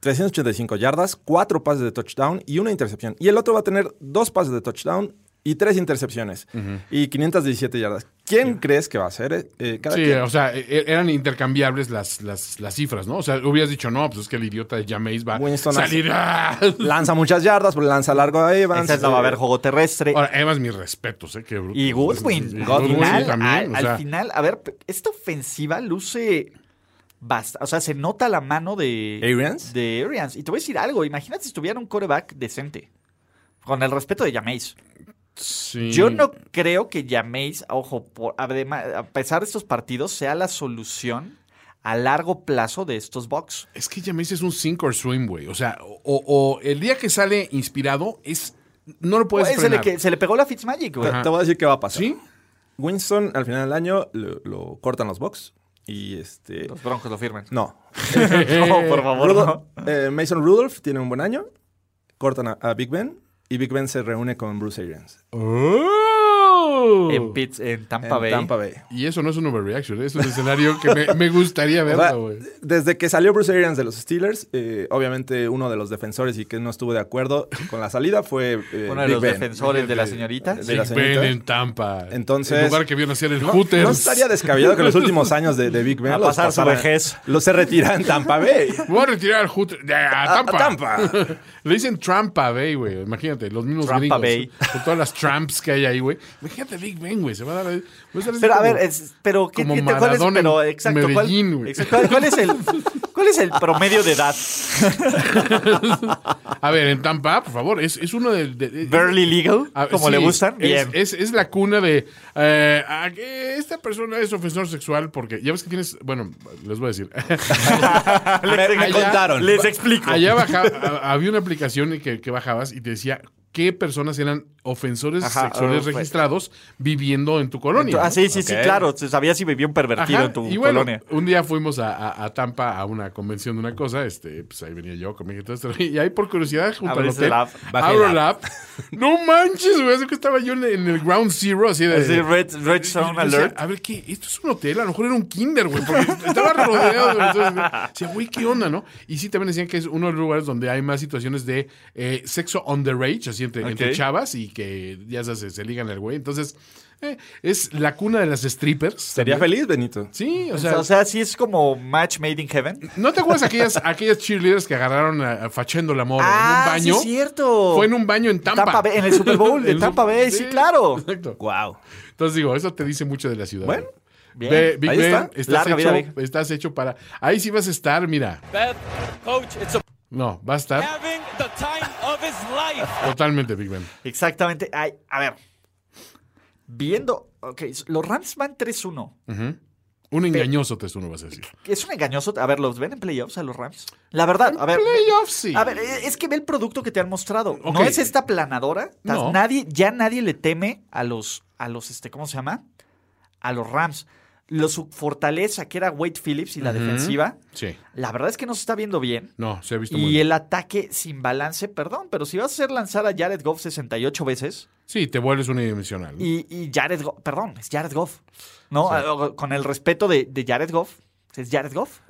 385 yardas, cuatro pases de touchdown y una intercepción. Y el otro va a tener dos pases de touchdown y tres intercepciones. Y 517 yardas. ¿Quién crees que va a ser? eh, cada Sí, quien. o sea, e- e- eran intercambiables las, las, las cifras, ¿no? O sea, hubieras dicho, no, pues es que el idiota de Jameis va Winston a salir. ¡ah! Lanza muchas yardas, pero lanza largo a Evans. Esa es la va a haber juego terrestre. Ahora, además, mis respetos, ¿eh? Qué bruto. Y Goodwin. Y al, Godwin final, también, al- o al sea. final, a ver, esta ofensiva luce basta. O sea, se nota la mano de ¿Arians? De Arians. Y te voy a decir algo. Imagínate si tuviera un coreback decente. Con el respeto de Jameis. Sí. Yo no creo que Jameis, ojo, por- además, a pesar de estos partidos, sea la solución a largo plazo de estos Bucks. Es que Jameis es un sink or swim, güey. O sea, o, o el día que sale inspirado es... No lo puedes Pues, se, le, frenar. que- se le pegó la Fitzmagic, güey. Te voy a decir qué va a pasar. ¿Sí? Winston al final del año lo, lo cortan los box y este Los Broncos lo firman. no. No, por favor, Rudolph- no. eh, Mason Rudolph tiene un buen año, cortan a, a Big Ben y Big Ben se reúne con Bruce Arians Oh. Uh. En, Pitts- en Tampa en Bay. Tampa Bay. Y eso no es un overreaction, ¿eh? es un escenario que me, me gustaría O sea, verlo, güey. desde que salió Bruce Arians de los Steelers, eh, obviamente uno de los defensores y que no estuvo de acuerdo con la salida fue eh, Uno de Big los Ben. defensores de la señorita. de Big la señorita. Ben en Tampa. Entonces- El lugar que vio nacer el No, Hooters. no estaría descabellado que los últimos años de, de Big Ben A los pasar su pasara- vejez. Los se retira en Tampa Bay. Me Voy a retirar al Hooters. de- A, a Tampa. Tampa. Le dicen Trampa Bay, güey. Imagínate, los mismos Trampa gringos. Bay. Con todas las tramps que hay ahí, güey. Imagínate Big Ben, güey. Se va a dar. ahí- va a estar así Pero a como- ver, es- pero ¿qué, como qué te- cuál es, Maradona pero, en exacto, cuál- Medellín, güey. exacto, cuál- cuál es el cuál es el promedio de edad? A ver, en Tampa, por favor. Es, es uno de. de- de- Barely legal, A- como Ah, sí, le gustan. Es, Bien. Es, es la cuna de. eh, a que esta persona es ofensor sexual porque. Ya ves que tienes. Bueno, les voy a decir. me, me Allá- contaron. Les explico. Allá baja- a- había una aplicación en que, que bajabas y te decía qué personas eran ofensores Ajá, sexuales ah, fue- registrados viviendo en tu colonia. Ah, ¿no? sí, sí, sí, Ok. claro. Se sabía si vivía un pervertido Ajá, en tu y bueno, eh, colonia. un día fuimos a, a- a Tampa a una convención de una cosa, este, pues ahí venía yo con mi gente, y ahí por curiosidad junto al Abres hotel, el app. Bajé abro el el app. no manches, güey, así que estaba yo en, en el ground zero, así de... Así, red, red Y Zone yo decía, Alert. a ver, ¿qué? ¿Esto es un hotel? A lo mejor era un kinder, güey, porque estaba rodeado. güey. Entonces, decía, güey, ¿qué onda, no? Y sí, también decían que es uno de los lugares donde hay más situaciones de eh, sexo on the rage, así entre, entre Ok. chavas y que ya sabes, se, se ligan al güey. Entonces, eh, es la cuna de las strippers. Sería también. feliz, Benito. Sí, o O sea, sea, sí es como match made in heaven. ¿no te acuerdas aquellas, aquellas cheerleaders que agarraron a, a Fachendo la Mora en un baño? Ah, sí es cierto. Fue en un baño en Tampa. Tampa Bay, en el Super Bowl de En el Tampa Super- Bay, sí, claro. Exacto. Wow. Entonces digo, eso te dice mucho de la ciudad. Bueno, Ve- bien. Big Ahí Ben, está. Estás, Larga vida, hecho, Big. estás hecho para... Ahí sí vas a estar, mira. No, va a estar totalmente Big Ben. Exactamente. Ay, a ver. Viendo. Ok, los Rams van 3-1. Mm. Un engañoso te uno vas a decir. Es un engañoso. A ver, ¿los ven en playoffs a los Rams? La verdad, a ver. Playoffs, sí. A ver, eh, es que ve el producto que te han mostrado. No Ok. es esta planadora. Ta- No. Nadie, ya nadie le teme a los, a los, este, ¿cómo se llama? A los Rams. Los, su fortaleza, que era Wade Phillips y la defensiva, Sí. la verdad es que no se está viendo bien. No, se ha visto muy Y bien. el ataque sin balance, perdón, pero si vas a hacer lanzar a Jared Goff 68 veces, Sí, te vuelves unidimensional. ¿no? y, y Jared Goff, perdón, es Jared Goff. No, Ah, con el respeto de, de Jared Goff, es Jared Goff.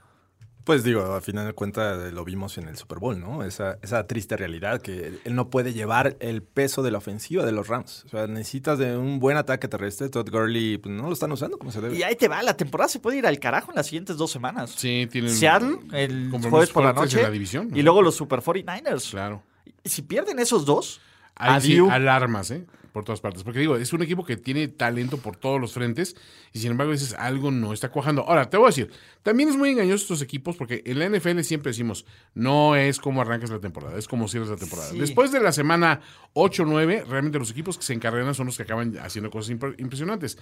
Pues digo, al final de cuentas eh, lo vimos en el Super Bowl, ¿no? Esa, esa triste realidad que él- él no puede llevar el peso de la ofensiva de los Rams. O sea, necesitas de un buen ataque terrestre. Todd Gurley pues, no lo están usando como se debe. Y ahí te va, la temporada se puede ir al carajo en las siguientes dos semanas. Sí, tienen... Seattle, el compromisos jueves por la fuertes noche. en la división. Y luego los Super 49ers. Claro. Y Si pierden esos dos, Ahí sí, adiós. alarmas, ¿eh? Por todas partes. Porque digo, es un equipo que tiene talento por todos los frentes y sin embargo dices, algo no está cuajando. Ahora, te voy a decir, también es muy engañoso estos equipos porque en la NFL siempre decimos, no es como arrancas la temporada, es como cierras la temporada. Sí. Después de la semana 8 o 9, realmente los equipos que se encargan son los que acaban haciendo cosas impre- impresionantes.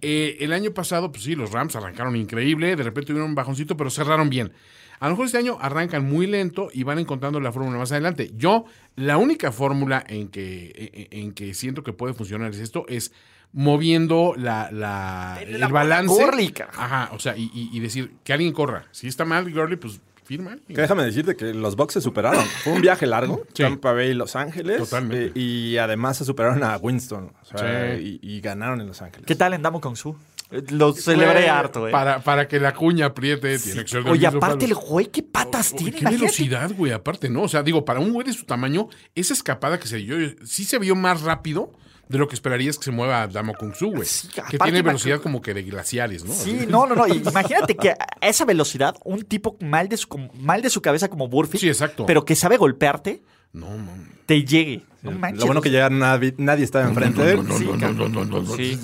Eh, el año pasado, pues sí, los Rams arrancaron increíble, de repente tuvieron un bajoncito, pero cerraron bien. A lo mejor este año arrancan muy lento y van encontrando la fórmula más adelante. Yo, la única fórmula en que, e, en, en que siento que puede funcionar es esto, es moviendo la, la- el balance. Gurley, carajo. Ajá, o sea, y, y- y decir que alguien corra. Si está mal Gurley, pues firma. alguien. Que déjame decirte que los Bucks se superaron. Fue un viaje largo, Sí. Tampa Bay y Los Ángeles. Totalmente. eh, y además se superaron a Winston. O sea, Sí. y, y ganaron en Los Ángeles. ¿qué tal andamos con su? Eh, Lo celebré Fue harto, eh. Para, para que la cuña apriete, tiene que ser del Oye, mismo aparte el palo. güey, qué patas Oye, tiene. Oh, Qué imagínate. velocidad, güey, aparte, ¿no? O sea, digo, para un güey de su tamaño, esa escapada que se dio, sí se vio más rápido de lo que esperarías que se mueva Damo Kung Su, güey. Sí, que aparte, tiene Damo velocidad Kung- como que de glaciares, ¿no? Sí, Así. no, no, no. y Imagínate que a esa velocidad, un tipo mal de su, com- mal de su cabeza como Burfi, Sí, exacto. pero que sabe golpearte, No, man. te llegue. No manches. Lo bueno que ya nadie, nadie estaba enfrente de él. No, no, no, no, no, no, no. Sí,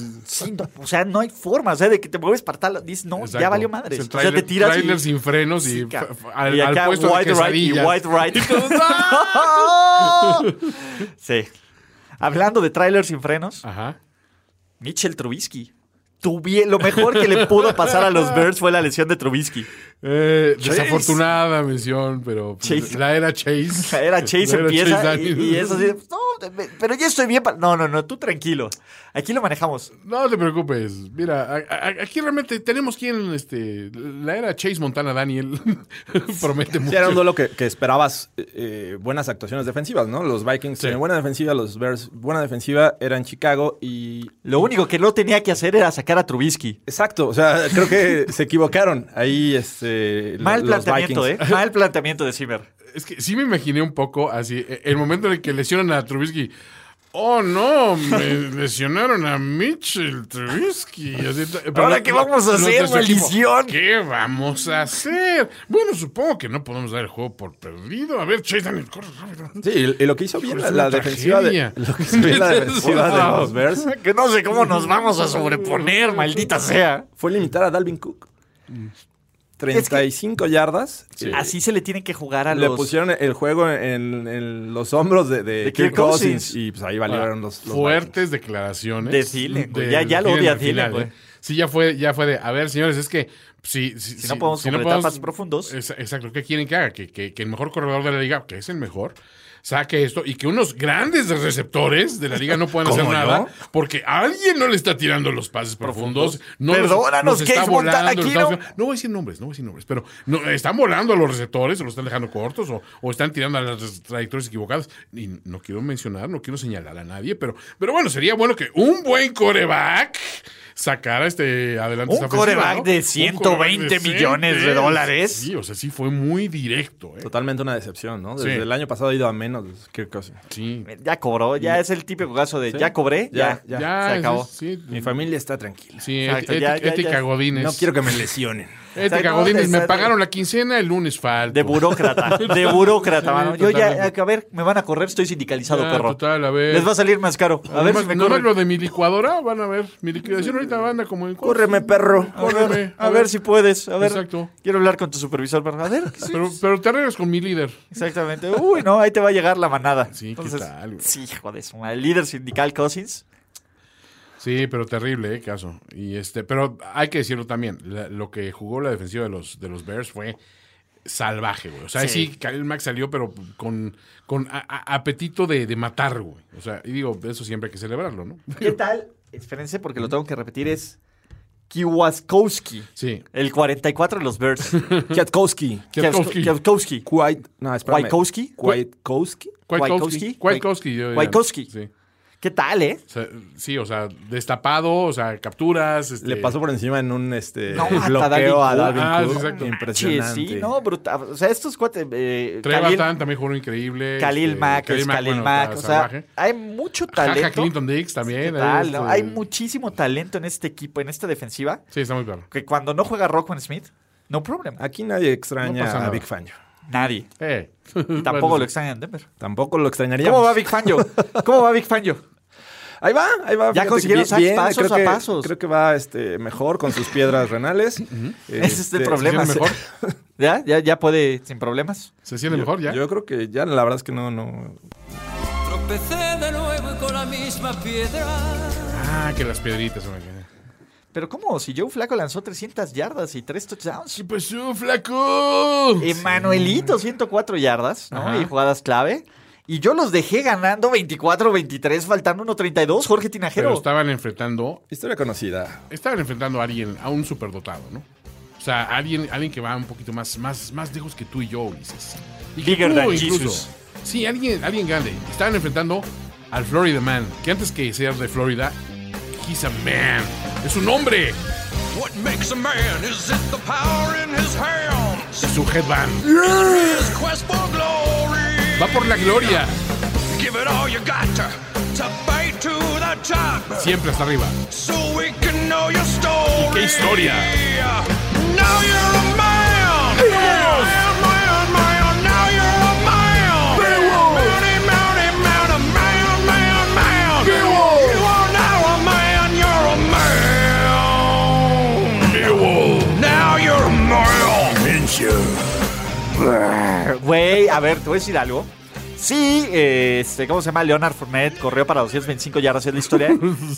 no, o sea, no hay forma, o sea, de que te mueves para tal, dices, no, Exacto. ya valió madre. Es el o sea, trailer- te tiras trailer y, sin frenos y Sí, ca- fa- fa- al- y al acá puesto de wide right y quesadillas. wide right. Y todos, ¡ah! sí. Hablando de trailers sin frenos, Ajá. Mitchell Trubisky. Tuvie- lo mejor que le pudo pasar a los Bears fue la lesión de Trubisky. Eh, Chase. desafortunada mención, pero pues, Chase. la era Chase. Era Chase La era empieza Chase y, Daniels. y es así, no, me- pero ya estoy bien. pa-". No, no, no, tú tranquilo. Aquí lo manejamos. No te preocupes. Mira, a- a- aquí realmente tenemos quien, este, la era Chase Montana Daniel promete Sí, mucho. era un duelo que, que esperabas eh, eh, buenas actuaciones defensivas, ¿no? Los Vikings tienen buena defensiva, los Bears buena defensiva, era en Chicago y... Lo único que no tenía que hacer era sacar a Trubisky. Exacto, o sea, creo que se equivocaron ahí este, lo- Mal los planteamiento, ¿eh? Vikings. Mal planteamiento de Zimmer. Es que sí me imaginé un poco así, eh, el momento en el que lesionan a Trubisky. Oh no, me lesionaron a Mitchell Trubisky. Así, t- pero ¿Ahora no- qué vamos a no, hacer, nuestro equipo, maldición? ¿Qué vamos a hacer? Bueno, supongo que no podemos dar el juego por perdido. A ver, Chase Daniel, corre rápido. Sí, y y lo que hizo bien Híjole, la, es la Pues una defensiva de, tragedia. lo que hizo bien la defensiva de los Bears Que no sé cómo nos vamos a sobreponer, maldita sea. fue limitar a Dalvin Cook. 35 yardas. eh, Así se le tiene que jugar a Le los. pusieron el juego en, en los hombros de, de De Kirk Kirk Cousins. Cousins, y pues ahí valieron los, los Vikings. fuertes declaraciones. De Thielen, güey. de- Ya- ya lo de odia al final, Thielen, güey. ¿eh? Sí, ya fue, ya fue de, a ver, señores, es que si, si, no podemos completar pases profundos. Exa- Exacto, ¿qué quieren que haga? Que, que- que el mejor corredor de la liga, que es el mejor, saque esto y que unos grandes receptores de la liga no puedan hacer ¿Cómo nada no? porque alguien no le está tirando los pases profundos. No nos- Perdónanos, nos está Case Montana, volando, nos aquí está- no- no voy a decir nombres, no voy a decir nombres, pero no, están volando a los receptores, o los están dejando cortos, o, o están tirando a las trayectorias equivocadas. Y no quiero mencionar, no quiero señalar a nadie, pero, pero bueno, sería bueno que un buen coreback sacara este adelante. Un esta ofensiva, coreback de Un 120 coreback millones de decente. dólares. Sí, o sea, sí fue muy directo, ¿eh? Este, Totalmente una decepción, ¿no? Desde Sí. el año pasado ha ido a menos Kirk Cousins. Sí. Ya cobró, ya es el típico caso de ya cobré, ya. Ya, Ya, se acabó. es- Sí, Mm. Mi familia está tranquila. sí, Exacto, et- ya, et- ya, ética ya. Godínez. No quiero que me lesionen. Ética Exacto, Godínez, me exacto. pagaron la quincena, el lunes falta. De burócrata, de burócrata, Sí, mano. Yo ya, totalmente. a ver, me van a correr, estoy sindicalizado, perro. Total, a ver. Les va a salir más caro. A ver si me no corren. lo de mi licuadora, van a ver. Mi liquidación ahorita anda como en Córreme, perro. A ver, Córreme, a ver si puedes. A ver. Exacto. Quiero hablar con tu supervisor, perro. A ver. sí, Pero, pero te arreglas con mi líder. Exactamente. Uy, no, ahí te va a llegar la manada. Sí, ¿qué tal, güey? Sí, hijo de su madre. El líder sindical Cousins. Sí, pero terrible, eh, caso. Y este, pero hay que decirlo también. la- lo que jugó la defensiva de los, de los Bears fue salvaje, güey. O sea, sí, Sí. Khalil Mack salió, pero con, con a- a- apetito de, de matar, güey. O sea, y digo, eso siempre hay que celebrarlo, ¿no? ¿Qué tal? Espérense porque lo tengo que repetir. Es Kiwaskowski. Sí. El 44 de los Bears. Kwiatkowski. Kwiatkowski. Kiwaskowski. Kuwait. No, espérame. Kwiatkowski. Kwiatkowski. Kwiatkowski. Kwiatkowski. Kwiatkowski, yo diría. Kwiatkowski. Sí. ¿Qué tal, eh? O sea, sí, o sea, destapado, o sea, capturas. este- Le pasó por encima en un este, eh. No, hasta bloqueo a Dalvin Dalvin Cook. Ah, sí, Cook. exacto. Impresionante. Sí, sí, no, brutal. O sea, estos cuates. Eh, Trey Khalil- Barton también jugó increíble. Khalil este, Mack, es Khalil bueno, Mack. está O sea, salvaje. hay mucho Jaja talento. Clinton Dix ¿Qué también. tal, este- no? Hay muchísimo talento en este equipo, en esta defensiva, Sí, está muy claro. que cuando no juega Rockman Smith, no problem. Aquí nadie No extraña pasa a nada. Big Fangio. Nadie. Eh. Y tampoco lo extrañan Denver. Tampoco lo extrañaría. ¿Cómo va Big Fangio? ¿Cómo va Big Fangio? Ahí va, ahí va. Ya fíjate consiguieron que sacks, pasos creo a que, pasos. Creo que va este, mejor con sus piedras renales. Este, Ese es el problema. ¿Se siente mejor? ¿Ya? ¿Ya? ¿Ya puede sin problemas? ¿Se siente mejor ya? Yo creo que ya la verdad es que no, no. Tropecé de nuevo con la misma piedra. Ah, que las piedritas. son aquí. Pero ¿cómo? Si Joe Flaco lanzó 300 yardas y 3 touchdowns. ¿Qué pasó, flaco? Emanuelito, 104 yardas, ¿no? Ajá. Y jugadas clave. Y yo los dejé ganando 24-23, faltando 1.32. Jorge Tinajero. Pero estaban enfrentando, Historia conocida. estaban enfrentando a alguien, a un superdotado, ¿no? O sea, alguien, alguien que va un poquito más, más, más lejos que tú y yo, Ulises. Y que Bigger tú, than incluso. Jesus. Sí, alguien, alguien grande. Estaban enfrentando al Florida Man, que antes que ser de Florida, he's a man. Es un hombre. What makes a man is it the power in his hands, Su headband. his quest for glory. Va por la gloria. Give it all you got. to fight to the top. Siempre hasta arriba. So we can know your story. qué historia. Now you're a man. Man, man, man, now you're a man. Mounty, mounty, mounty, man, man, man. You are now a man, you're a man. Now you're a man. Güey, a ver, te voy a decir algo. Sí, eh, este, ¿cómo se llama? Leonard Fournette corrió para 225 yardas en la historia.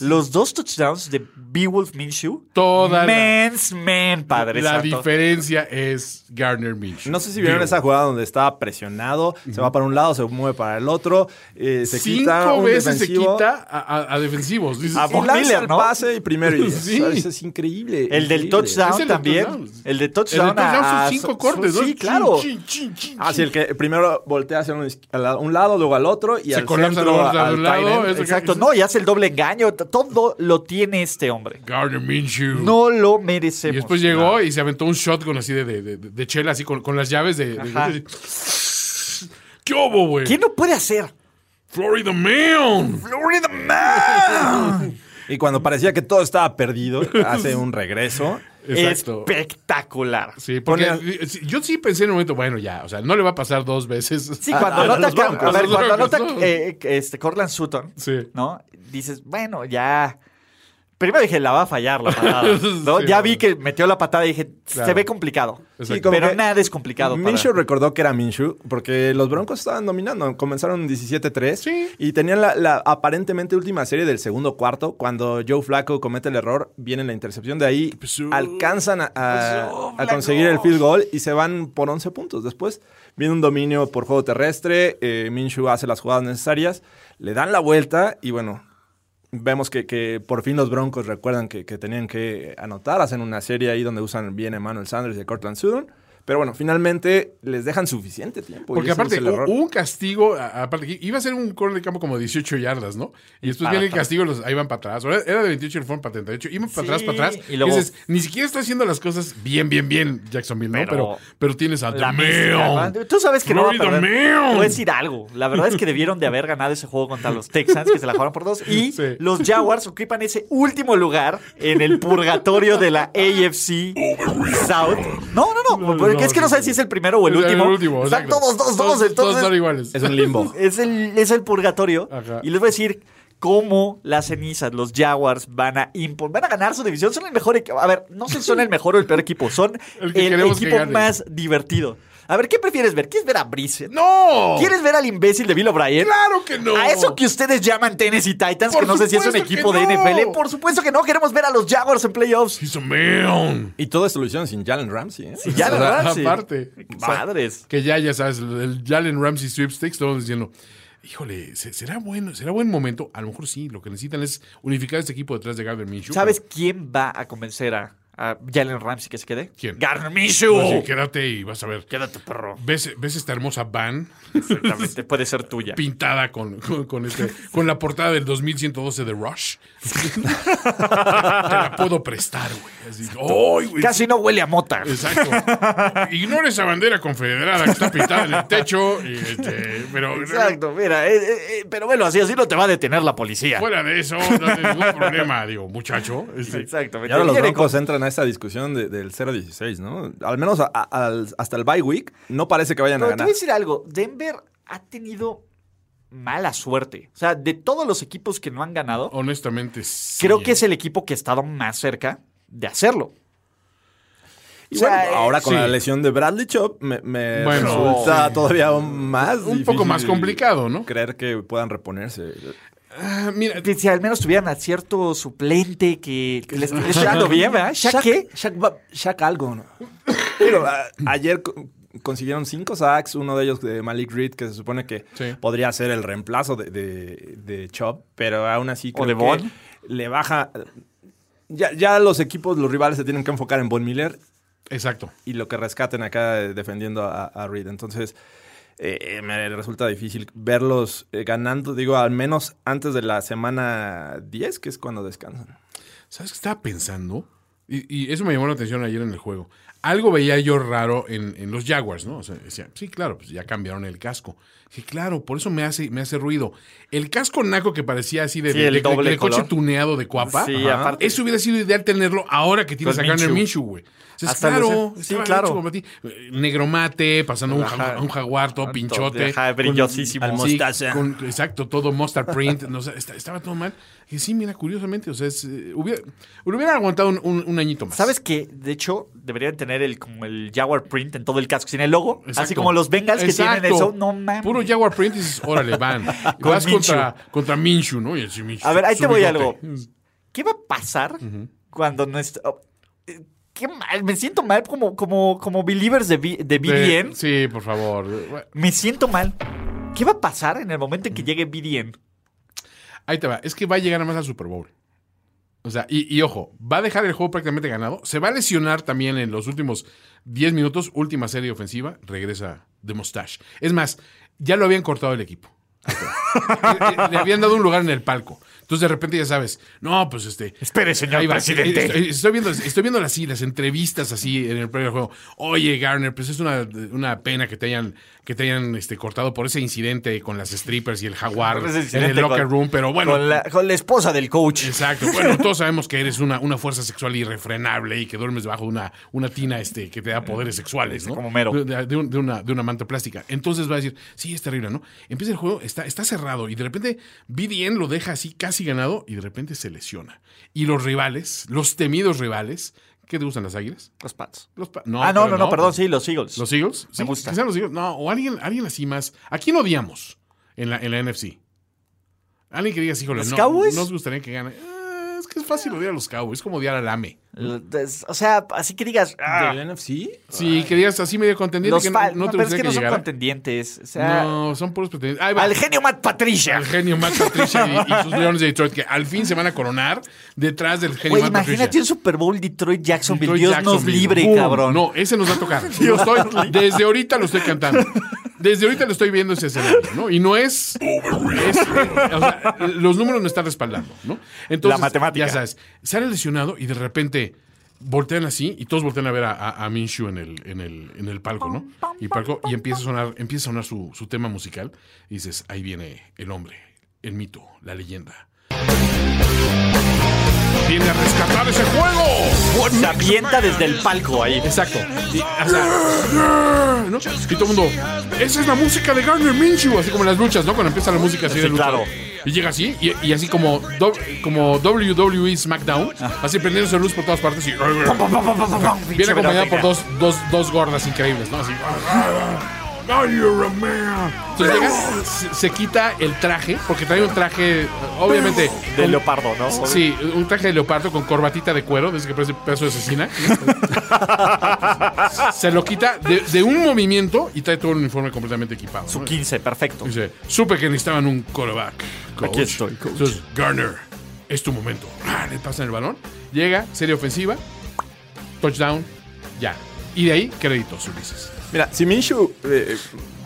Los dos touchdowns de Beowulf Minshew. Toda la- Men's men, padre La santo. diferencia es Garner Minshew. No sé si vieron esa jugada donde estaba presionado, se va para un lado, se mueve para el otro, eh, se quita Cinco un veces se defensivo, Ah, quita a, a- a defensivos. Dices, A y "Oh, Von lanza Miller, el ¿no? pase y primero y diez. Sí. O sea, eso es increíble. El del increíble. Es touchdown el del también. touchdown. El de el touchdown. de touchdown a- son a- cinco son- cortes. ¿no? Sí, Chin, claro. chin, chin, chin, Ah, sí, el que primero voltea hacia un, isqui- a la- un lado, luego al otro y Se al colapsa centro, luego al al lado, tight end. es- Exacto. No, y hace el doble engaño. T- Todo lo tiene este hombre. Garner Minshew. No lo y merecemos. después llegó y se aventó un shotgun así de, de, de- de chela, así con, con las llaves de. de- Ajá. ¿Qué hubo, güey? ¿Quién lo puede hacer? Florida Man. Florida Man. Y cuando parecía que todo estaba perdido, hace un regreso. Exacto. Espectacular. Sí, porque Pone- eh, sí, yo sí pensé en un momento, bueno, ya, o sea, no le va a pasar dos veces. Sí, cuando a anota, los Broncos, a ver, a Ah, los cuando Broncos, anota ¿no? eh, este, Corland Sutton, Sí. ¿no? Dices, bueno, ya. Primero dije, la va a fallar la patada. ¿no? Sí, ya no. vi que metió la patada y dije, se Claro. ve complicado. Exacto. como pero que nada es complicado. para- Minshew recordó que era Minshew porque los Broncos estaban dominando. Comenzaron 17-3 Sí. y tenían la, la aparentemente última serie del segundo cuarto. Cuando Joe Flacco comete el error, viene la intercepción. De ahí pasó? alcanzan a, a- a conseguir el field goal y se van por 11 puntos. Después viene un dominio por juego terrestre. eh, Minshew hace las jugadas necesarias, le dan la vuelta y bueno. Vemos que, que por fin los Broncos recuerdan que, que tenían que anotar, hacen una serie ahí donde usan bien a Emmanuel Sanders y a Cortland Sutton. Pero bueno, finalmente les dejan suficiente tiempo. y Porque ese aparte, es el hubo error. hubo un castigo, a- aparte, que iba a ser un corner de campo como 18 yardas, ¿no? Y Ah, después viene el castigo, los, ahí van para atrás. Ahora Era de 28 y fueron para 38. Iban para Sí, atrás, para atrás. y luego- Dices, ni siquiera está haciendo las cosas bien, bien, bien, Jacksonville, ¿no? Pero- Pero, pero, tienes a la The mística, Mail. ¿no? Tú sabes que no va a Florida perder. Man. Te voy a decir algo. La verdad es que debieron de haber ganado ese juego contra los Texans, que se la jugaron por dos. Y Sí. los Jaguars ocupan ese último lugar en el purgatorio de la AFC South. No, no, no. No, porque no, es que no sí. sabes si es el primero o el último. Están exacto. todos dos, dos. Todos- Todos Entonces, son iguales. Es un limbo. es el, es el purgatorio. Ajá. Y les voy a decir cómo las cenizas, los Jaguars, van a impo- van a ganar su división. Son el mejor equipo. A ver, no sé si son el mejor o el peor equipo. Son El el, que queremos que equipo gane. más divertido. A ver, ¿qué prefieres ver? ¿Quieres ver a Brice? ¡No! ¿Quieres ver al imbécil de Bill O'Brien? ¡Claro que no! A eso que ustedes llaman Tennessee Titans, Por que no sé si es un supuesto que equipo de no. NFL. Por supuesto que no, queremos ver a los Jaguars en playoffs. He's a man. Y todo esto lo hicieron sin Jalen Ramsey. ¿eh? Ya, la verdad, sí. Aparte. Madres. Que ya, ya sabes, el Jalen Ramsey sweepstakes, todos diciendo, híjole, ¿se- será bueno, será buen momento. A lo mejor sí, lo que necesitan es unificar este equipo detrás de Gardner Minshew. ¿Sabes quién va a convencer a, a Jalen Ramsey que se quede? ¿Quién? Garner Minshew. Pues sí, quédate y vas a ver. Quédate, perro. ¿Ves, ves esta hermosa van Exactamente, puede ser tuya. pintada con, con, con este, con la portada del 2112 de Rush? Te la puedo prestar, güey. Así, ¡Ay, güey! Casi no huele a mota. Exacto. Ignora esa bandera confederada que está pintada en el techo. y, este, pero Exacto, mira, eh, eh, eh, pero bueno, así así no te va a detener la policía. Fuera de eso, no hay ningún problema, digo, muchacho. Este, Exacto. Y ahora los viene Broncos entran a esta discusión de- del 0-16, ¿no? Al menos a- a- al- hasta el bye week no parece que vayan Pero a te ganar. voy a decir algo. Denver ha tenido mala suerte. O sea, de todos los equipos que no han ganado, Honestamente, Oh, sí. eh. creo que es el equipo que ha estado más cerca de hacerlo. Y O sea, bueno, eh, ahora con sí. la lesión de Bradley Chop me, me Bueno, resulta todavía aún más Un poco difícil más complicado, ¿no? Creer que puedan reponerse. Ah, mira, Que Si al menos tuvieran a cierto suplente que, que les les está dando bien, ¿verdad? ¿Ya qué? Shaq, va- Shaq algo, ¿no? Digo, a- ah, ayer co- consiguieron cinco sacks, uno de ellos de Malik Reed, que se supone que Sí. podría ser el reemplazo de, de, de Chubb, pero aún así O creo de que Von. le baja... Ya, ya los equipos, los rivales se tienen que enfocar en Von Miller exacto. y lo que rescaten acá eh, defendiendo a, a Reed. Entonces, eh, me resulta difícil verlos eh, ganando, digo, al menos antes de la semana 10, que es cuando descansan. ¿Sabes qué estaba pensando? Y, y eso me llamó la atención ayer en el juego. algo veía yo raro en, en los Jaguars, ¿no? O sea, decía, sí, claro, pues ya cambiaron el casco. Sí, claro, por eso me hace, me hace ruido. El casco naco que parecía así de, Sí, de- el de- de- doble de coche color. tuneado de cuapa. Sí, Ajá. aparte- Eso hubiera sido ideal tenerlo ahora que tienes Con a Garner Minshew, Minshew. güey. Entonces, Hasta claro, luce- sí, estaba claro. hecho como a ti. Eh, Negro mate, pasando un, ja- Ajá. un jaguar todo pinchote. Ajá, con- brillosísimo. sí, Mostaza. con- exacto, todo mustard print. no, o sea, esta- estaba todo mal. Y sí, mira, curiosamente, o sea, es, eh, hubiera, hubiera aguantado un, un- un añito más. ¿Sabes qué? De hecho, deberían tener el como el Jaguar print en todo el casco, sin el logo. Exacto. Así como los Bengals que Exacto. tienen eso. No mames. Puro Jaguar Print y dices, órale, van. Y vas Minshew. contra, contra Minshu, ¿no? Y así Minshew, A ver, ahí su te voy bigote. algo. ¿Qué va a pasar cuando nuestro. oh, eh, qué mal, me siento mal como, como, como believers de, B- de De- BDN. Sí, por favor. Me siento mal. ¿Qué va a pasar en el momento en Mm. que llegue BDN? Ahí te va. Es que va a llegar más al Super Bowl. O sea, y, y ojo, va a dejar el juego prácticamente ganado. Se va a lesionar también en los últimos 10 minutos, última serie ofensiva, regresa de Mustache. Es más, ya lo habían cortado el equipo. le, le habían dado un lugar en el palco. Entonces de repente ya sabes, no, pues este. Espere, señor ahí va. presidente. Estoy, estoy viendo, estoy viendo así, las entrevistas así en el previo del juego. Oye, Garner, pues es una, una pena que te hayan, que te hayan este, cortado por ese incidente con las strippers y el jaguar Ese en incidente el locker con- room, pero bueno. Con la, con la esposa del coach. Exacto. Bueno, todos sabemos que eres una, una fuerza sexual irrefrenable y que duermes debajo de una, una tina este, que te da poderes sexuales, ¿no? Como Homero. De, de un- de una, de una manta plástica. Entonces va a decir, sí, es terrible, ¿no? Empieza el juego, está, está cerrado y de repente BDN lo deja así casi ganado y de repente se lesiona. Y los rivales, los temidos rivales, ¿qué te gustan las águilas? Los Pats. Los pa- no, pues, ah, no, pero no, no, perdón, sí, los Eagles. ¿Los Eagles? Sí, gusta. que sean los Eagles. No, o alguien, alguien así más. ¿A quién odiamos en la, en la NFC? Alguien que digas, híjole, ¿Los no, Cowboys? nos gustaría que gane. Eh, es que es fácil odiar a los Cowboys, es como odiar al AME. L- des- O sea, así que digas. ah, ¿Del NFC? Sí, que digas así medio contendiente los que no, Fal- no no, te pero es gustaría que, que no son llegara. Ah. contendientes. O sea, no, son puros pretendientes. Ahí va. al genio Matt Patricia. El genio Matt Patricia y, y sus Leones de Detroit, que al fin se van a coronar detrás del genio Güey, Matt imagínate Patricia. un Super Bowl Detroit Jacksonville. Detroit Dios Jacksonville. nos libre, Boom. cabrón. No, ese nos va a tocar. Lo estoy- desde ahorita lo estoy cantando. Desde ahorita lo estoy viendo ese escenario, ¿no? Y no es. es- o sea, los números me están respaldando, ¿no? Entonces, La matemática. Ya sabes, sale lesionado y de repente voltean así y todos voltean a ver a, a, a Minshew en el, en, el, en el palco, ¿no? Y, palco, y empieza a sonar, empieza a sonar su, su tema musical y dices, ahí viene el hombre, el mito, la leyenda. ¡Viene a rescatar ese juego! Se avienta desde el palco ahí. Exacto. Y, o sea, ¿no? Y todo el mundo, esa es la música de Garner Minshew, así como en las luchas, ¿no? Cuando empieza la música así Sí, de lucha. claro. Y llega así, y, y así como, do- como WWE SmackDown, Ah. así prendiéndose luz por todas partes y... Viene acompañado por dos, dos, dos gordas increíbles, ¿no? Así... Now you're a man. Entonces llega, se, se quita el traje, porque trae un traje, obviamente... De con- leopardo, ¿no? Sí, un traje de leopardo con corbatita de cuero, desde que parece pedazo de asesina. Se lo quita de, de un movimiento y trae todo el uniforme completamente equipado. Su ¿no? 15, perfecto. Dice, supe que necesitaban un quarterback. coach". Aquí estoy, coach. Entonces, Garner, es tu momento. Ah, Le pasan el balón, llega, serie ofensiva, touchdown, ya. Y de ahí, créditos, Ulises. Mira, si Minshew eh,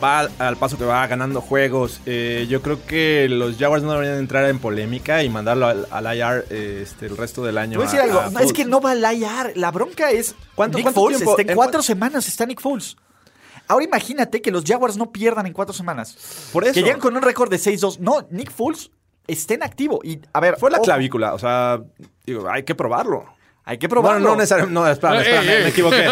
va al paso que va ganando juegos, eh, yo creo que los Jaguars no deberían entrar en polémica y mandarlo al, al IR eh, este, el resto del año. Te voy a decir a- algo. a No, es Foles. que no va a IR. La bronca es. ¿Cuánto- Ah, Nick cuánto Foles tiempo? está en ¿En cuatro cua- semanas, está Nick Foles. Ahora imagínate que los Jaguars no pierdan en cuatro semanas. Por eso. Que llegan con un récord de 6-2. No, Nick Foles está en activo. Y a ver. Fue la ojo, clavícula, o sea, digo, hay que probarlo. Hay que Bueno, probarlo. no necesariamente. No, espérame, espérame, Ey, ey. me equivoqué. eh.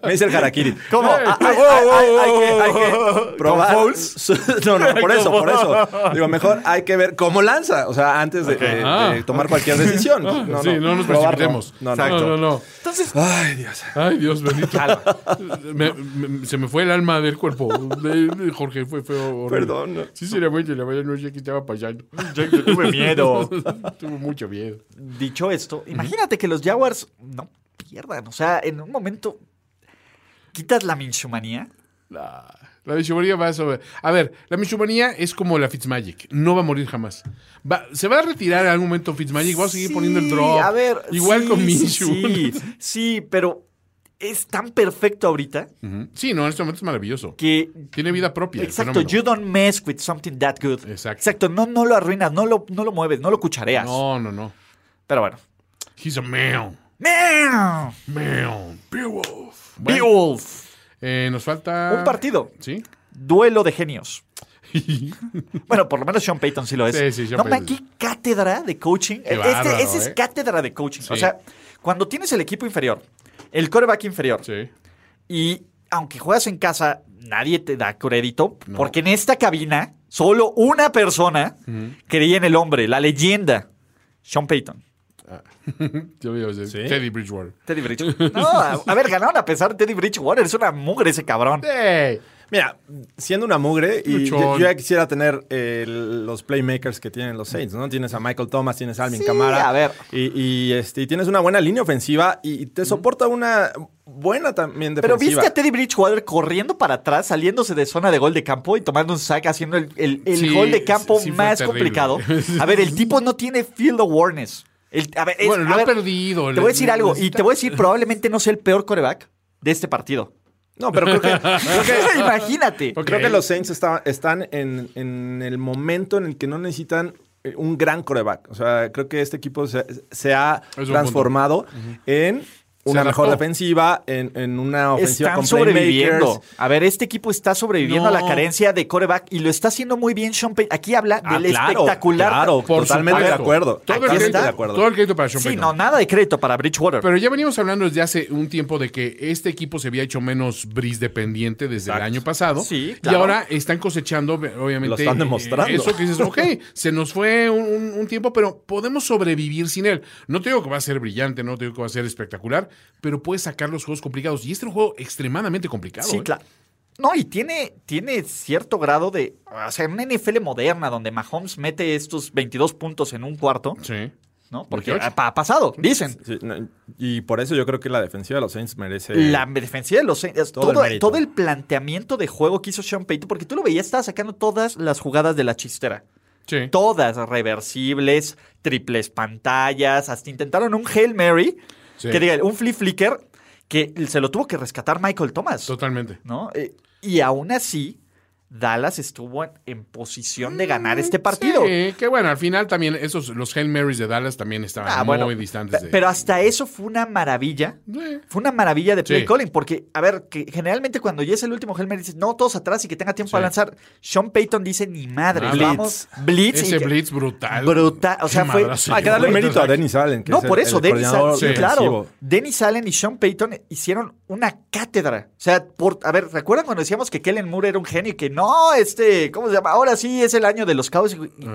Me hice el harakiri. ¿Cómo? No, Ah, hay- ah, hay- ah, hay- ah, hay que- hay que probar. Foles? No, no, por eso, por eso. Digo, mejor hay que ver cómo lanza, o sea, antes de, de- Ah. de tomar cualquier decisión. Ah, No, sí, no, nos probarlo. precipitemos. No, no, no, no, no. Entonces, Ay, Dios. Ay, Dios bendito. Me- me- se me fue el alma del cuerpo. De, de Jorge, fue feo. horrible. Perdón, no. Sí, seriamente, la verdad no sé qué estaba pasando. yo, yo tuve miedo. Tuve mucho miedo. Dicho esto, imagínate que los Jaguars no pierdan. O sea, en un momento quitas la minchumanía. La, la mishumanía va sobre... A ver, la mishumanía es como la Fitzmagic. No va a morir jamás. Va- se va a retirar en algún momento Fitzmagic. Va a seguir Sí, poniendo el drop. A ver, Igual sí, con sí, Minshew. Sí, sí, pero es tan perfecto ahorita Ujú. Sí, no, en este momento es maravilloso. que. Tiene vida propia. el Exacto, fenómeno. you don't mess with something that good. Exacto. no, no lo arruinas, no lo, no lo mueves, no lo cuchareas. No, no, no. Pero bueno. He's a man. ¡Meow! Man. Beowulf. Beowulf. Bueno, Beowulf. eh, nos falta. Un partido. Sí. Duelo de genios. bueno, por lo menos Sean Payton sí lo es. Sí, sí, Sean no, Payton. aquí cátedra de coaching. Qué Este- bárbaro, ese es ¿eh? cátedra de coaching. O Sí. sea, cuando tienes el equipo inferior, el coreback inferior, Sí. y aunque juegas en casa, nadie te da crédito, porque en esta cabina solo una persona creía en el hombre, la leyenda, Sean Payton. Yo veo ese. Sí. Teddy Bridgewater. Teddy Bridgewater. No, a, a ver, ganaron a pesar de Teddy Bridgewater. Es una mugre ese cabrón. ¡Ey! Mira, siendo una mugre, y yo, Luchón. yo ya quisiera tener eh, los playmakers que tienen los Saints, ¿no? Tienes a Michael Thomas, tienes a Alvin Sí, Kamara. a ver. Y, y, este, y tienes una buena línea ofensiva y te soporta una buena también Pero defensiva. viste a Teddy Bridgewater corriendo para atrás, saliéndose de zona de gol de campo y tomando un sack, haciendo el, el- el Sí, gol de campo sí, sí fue más terrible. complicado. A ver, el tipo no tiene field awareness. El- a ver, es- Bueno, lo a ha ver, perdido. Te Le- voy a decir algo, y necesita- te voy a decir, probablemente no sea el peor coreback de este partido. No, pero creo que, creo que- Imagínate. Ok. creo que los Saints está- están en, en el momento en el que no necesitan eh, un gran coreback. O sea, creo que este equipo se, se ha un punto. transformado en una mejor adaptó. defensiva, en, en una ofensiva Están con playmakers. sobreviviendo. A ver, este equipo está sobreviviendo No. a la carencia de coreback y lo está haciendo muy bien Sean Payton. Aquí habla Ah, del claro, espectacular. claro, Por totalmente de supuesto. acuerdo. Todo el Totalmente crédito- de acuerdo. Todo el crédito para Sean Sí, Payton. no, nada de crédito para Bridgewater. Pero ya venimos hablando desde hace un tiempo de que este equipo se había hecho menos bris dependiente desde el año pasado. Sí, claro. Y ahora están cosechando, obviamente. Lo están eh, demostrando. Eso que dices, ok, se nos fue un, un- un tiempo, pero podemos sobrevivir sin él. No te digo que va a ser brillante, no te digo que va a ser espectacular, pero puedes sacar los juegos complicados. Y este es un juego extremadamente complicado. Sí, ¿eh? claro. No, y tiene, tiene cierto grado de. O sea, una NFL moderna donde Mahomes mete estos 22 puntos en un cuarto, Sí. ¿no? Porque 28. ha, pa- ha pasado, dicen. Sí, no, y por eso yo creo que la defensiva de los Saints merece. La defensiva de los Saints, Todo el todo, mérito. todo el planteamiento de juego que hizo Sean Payton, porque tú lo veías, estaba sacando todas las jugadas de la chistera. Sí. todas reversibles, triples pantallas, hasta intentaron un Hail Mary, Sí. que diga, un flip flicker, que se lo tuvo que rescatar Michael Thomas, Totalmente. ¿no? Eh, y aún así, Dallas estuvo en, en posición de ganar este partido. Mm, Sí, que bueno, al final también esos, los Hail Marys de Dallas también estaban Ah, muy bueno, distantes. pe- de- Pero hasta eso fue una maravilla. Sí. Fue una maravilla de play Sí. calling, porque, a ver, que generalmente cuando ya es el último Hail Mary, dices, no, todos atrás y que tenga tiempo Sí. a lanzar. Sean Payton dice, ni madre, Nada. vamos, blitz. y Ese que- blitz brutal. Brutal, o sea, Qué fue- madrazo. Hay que darle mérito a Dennis Allen. que No, es el- por eso, el Dennis Allen, coordinador sí, claro. defensivo. Dennis Allen y Sean Payton hicieron una cátedra. O sea, por, a ver, ¿recuerdan cuando decíamos que Kellen Moore era un genio y que no, este, ¿cómo se llama? Ahora sí es el año de los Cowboys. Y-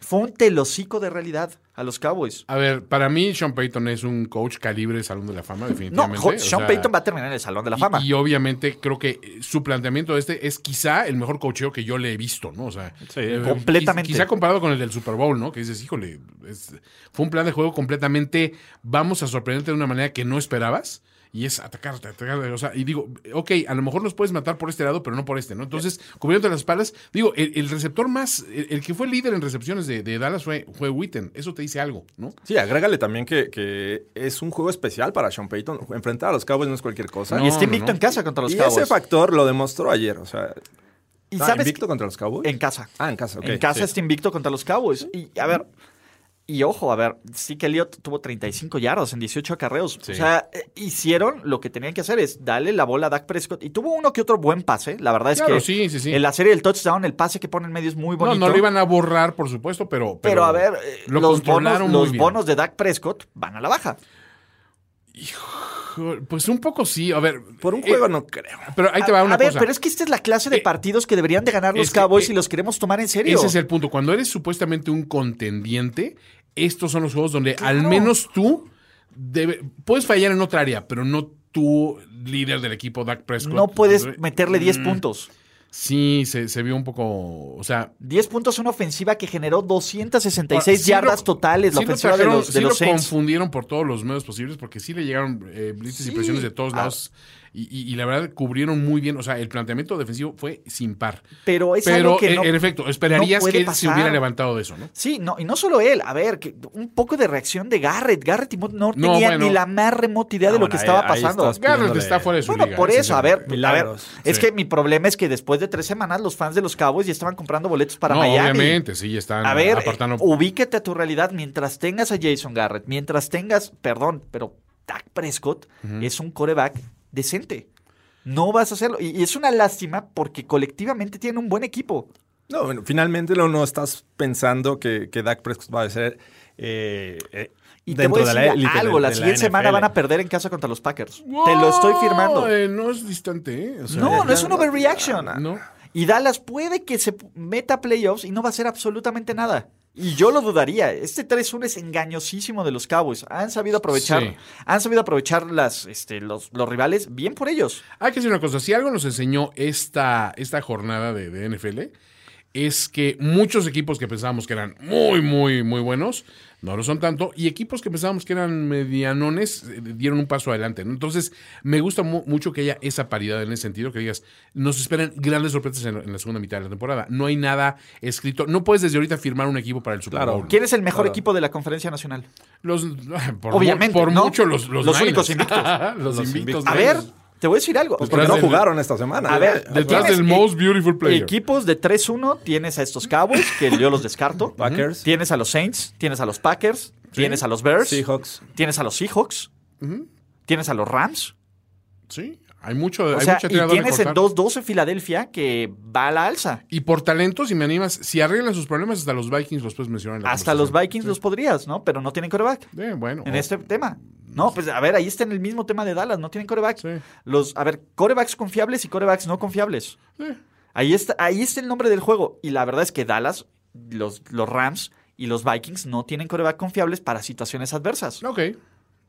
Fue un telocico de realidad a los Cowboys. A ver, para mí Sean Payton es un coach calibre Salón de la Fama, No, definitivamente. jo- O Sean sea, Payton va a terminar en el Salón de la Fama. Y, y obviamente creo que eh, su planteamiento este es quizá el mejor cocheo que yo le he visto, ¿no? O sea, eh, completamente. quiz- Quizá comparado con el del Super Bowl, ¿no? Que dices, híjole, es- fue un plan de juego completamente, vamos a sorprenderte de una manera que no esperabas. Y es atacarte, atacarte. O sea, y digo, ok, a lo mejor los puedes matar por este lado, pero no por este, ¿no? Entonces, cubriéndote las espaldas, digo, el, el receptor más, el, el que fue líder en recepciones de, de Dallas fue, fue Witten. Eso te dice algo, ¿no? Sí, agrégale también que, que es un juego especial para Sean Payton. Enfrentar a los Cowboys no es cualquier cosa. No, y está no, invicto no. en casa contra los y ese Cowboys. factor lo demostró ayer. O sea, ¿Y ah, sabes invicto qué? contra los Cowboys? En casa. Ah, en casa, ok. En casa sí. está invicto contra los Cowboys. Y a ver, y ojo, a ver, sí que Elliot tuvo 35 yardas en 18 acarreos. O sea, eh, hicieron lo que tenían que hacer es darle la bola a Dak Prescott. Y tuvo uno que otro buen pase. La verdad es Claro, que sí, sí, sí. en la serie del touchdown, el pase que pone en medio es muy bonito. No, no lo iban a borrar, por supuesto, pero. pero, a ver, eh, lo los, bonos, controlaron muy los bien. bonos de Dak Prescott van a la baja. Pues un poco sí, a ver. Por un eh, juego no creo. pero ahí te va a una ver, cosa. pero es que esta es la clase de Eh, partidos que deberían de ganar los es que, Cowboys eh, y los queremos tomar en serio. Ese es el punto. Cuando eres supuestamente un contendiente, estos son los juegos donde al menos tú debe- puedes fallar en otra área, pero no tú, líder del equipo, Dak Prescott. No puedes meterle 10 Mm, puntos. Sí, se, se vio un poco. O sea. 10 puntos, una ofensiva que generó 266 sí yardas lo- totales, la sí lo ofensiva de trajeron- los, de sí los lo Saints. confundieron por todos los medios posibles porque sí le llegaron eh, blitzes y presiones de todos Ah. lados. Y, y- y la verdad, cubrieron muy bien. O sea, el planteamiento defensivo fue sin par. Pero es Pero, algo que eh, no- en efecto, esperarías no puede que él se pasar. hubiera levantado de eso, ¿no? Sí, no, y no solo él, a ver, que un poco de reacción de Garrett. Garrett y Mott no No, tenía bueno. ni la más remota idea de No, lo que bueno, estaba ahí- ahí pasando. estás Garrett pidiéndole- está fuera de su Bueno, liga. por ese eso, es a el- ver, a ver, Milagros. es Sí. que mi problema es que después de tres semanas los fans de los Cowboys ya estaban comprando boletos para no, Miami. obviamente, sí, están A ver, apartando. eh, ubíquete a tu realidad mientras tengas a Jason Garrett, mientras tengas, perdón, pero Dak Prescott es un coreback decente. No vas a hacerlo. Y, y es una lástima porque colectivamente tiene un buen equipo. No, bueno, finalmente no, no estás pensando que, que Dak Prescott va a ser eh, eh, Y te dentro voy a de decir la élite de- algo, la de siguiente semana NFL. van a perder en casa contra los Packers. Te lo estoy firmando. No, eh, no es distante, ¿eh? O sea, no, no es un overreaction. no. Y Dallas puede que se meta a playoffs y no va a hacer absolutamente nada. Y yo lo dudaría. Este 3-1 es engañosísimo de los Cowboys. Han sabido aprovechar, Sí. han sabido aprovechar las, este, los, los rivales bien por ellos. Hay Ah, que decir una cosa, si algo nos enseñó esta, esta jornada de, de NFL, es que muchos equipos que pensábamos que eran muy, muy, muy buenos, no lo son tanto, y equipos que pensábamos que eran medianones, eh, dieron un paso adelante. ¿no? Entonces, me gusta mu- mucho que haya esa paridad en ese sentido, que digas, nos esperan grandes sorpresas en, en la segunda mitad de la temporada. No hay nada escrito, no puedes desde ahorita firmar un equipo para el Super Claro. Bowl. ¿Quién es el mejor equipo de la conferencia nacional? Los, ah, por mu- Obviamente, por ¿no? mucho los Los, Los Niners. únicos invictos. los, invictos. A ver, Niners. te voy a decir algo. Porque Detrás no del- jugaron esta semana. A ver, Detrás tienes del e- most beautiful player. Equipos de 3-1 tienes a estos Cowboys, que yo los descarto. Packers. Tienes a los Saints, tienes a los Packers, tienes a los Bears, Seahawks. tienes a los Seahawks, tienes a los Rams. Sí, hay mucho, O hay sea, mucha y tela de tienes en cortar. 2-12 Filadelfia que va a la alza. Y por talentos, si me animas, si arreglan sus problemas, hasta los Vikings los puedes mencionar. en la Hasta los conversación. Vikings los podrías, ¿no? Pero no tienen coreback Eh, bueno, en o- este tema. No, pues a ver, ahí está en el mismo tema de Dallas, no tienen coreback. oh, Sí. Los, a ver, corebacks confiables y corebacks no confiables. eh, Ahí está, ahí está el nombre del juego. Y la verdad es que Dallas, los, los Rams y los Vikings no tienen coreback confiables para situaciones adversas. ok.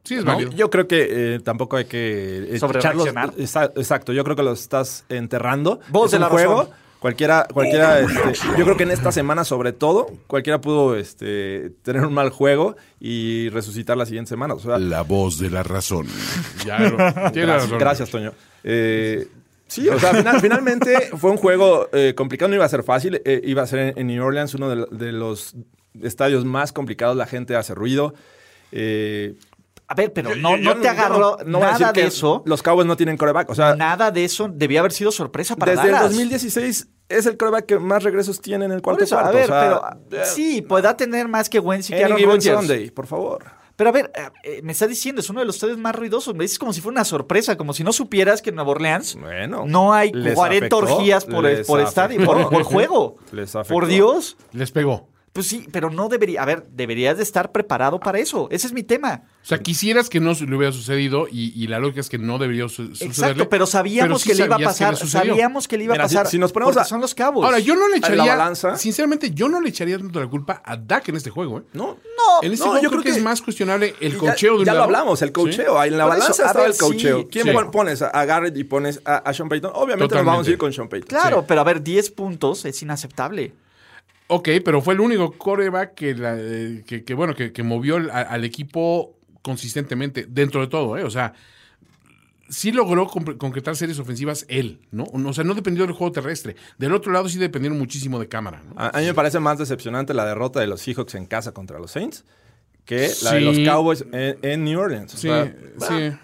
Sí, es No, válido. Yo creo que eh, tampoco hay que eh, Sobrereaccionar. echarlos- exa- Exacto, yo creo que los estás enterrando. Vos es de un la juego. razón. Cualquiera, cualquiera, este, yo creo que en esta semana sobre todo, cualquiera pudo este, tener un mal juego y resucitar la siguiente semana. O sea, La voz de la razón. Ya lo- tiene Gracias, razón. gracias, Toño. Eh, sí, o sea, final- finalmente fue un juego eh, complicado, no iba a ser fácil. eh, iba a ser en, en New Orleans uno de, la- de los estadios más complicados. La gente hace ruido. Eh, A ver, pero yo- no, yo- yo no te agarró no- no voy nada a decir de que eso. Los Cowboys no tienen coreback. O sea, Nada de eso debía haber sido sorpresa para desde el Dallas. 2016 es el coreback que más regresos tiene en el Por cuarto eso, cuarto. a ver, o sea, pero ah, eh, sí, podrá tener más que Wentz y que Any Aaron given Rodgers. Sunday, por favor. Pero a ver, eh, eh, me está diciendo, es uno de los tres más ruidosos. Me dices como si fuera una sorpresa, como si no supieras que en Nueva Orleans Bueno, no hay les 40 afectó, orgías por, les por estadio, afectó. por, por juego. Les por afectó. Dios. Les pegó. Pues sí, pero no debería. A ver, deberías de estar preparado para eso. Ese es mi tema. O sea, quisieras que no se- le hubiera sucedido y, y la lógica es que no debería su- sucederle. Exacto, pero sabíamos sí que le iba a sabías que le pasar. sucedió. sabíamos que le iba a Mira, si- pasar. si nos ponemos porque a- son los cabos. Ahora, yo no le En la echaría. balanza. Sinceramente, yo no le echaría tanto la culpa a Dak en este juego, ¿eh? No, en este no, juego yo creo que, es más cuestionable el Y cocheo ya, de un ya lo lado. hablamos, el Sí. cocheo. En la Por eso, balanza a estaba ver, el cocheo. sí. ¿Quién Sí. pon- pones? A- ¿A Garrett y pones a, a Sean Payton? Obviamente nos vamos Totalmente. a ir con Sean Payton. Claro, pero a ver, 10 puntos es inaceptable. Ok, pero fue el único coreback que, la- eh, que, que, bueno, que, que movió al, al equipo consistentemente, dentro de todo, ¿eh? O sea, sí logró compre- concretar series ofensivas él, ¿no? O sea, no dependió del juego terrestre. Del otro lado sí dependieron muchísimo de cámara, ¿no? A, a mí me parece más decepcionante la derrota de los Seahawks en casa contra los Saints que la de los Sí. Cowboys en, en New Orleans. O Sí, sea, ah. sí.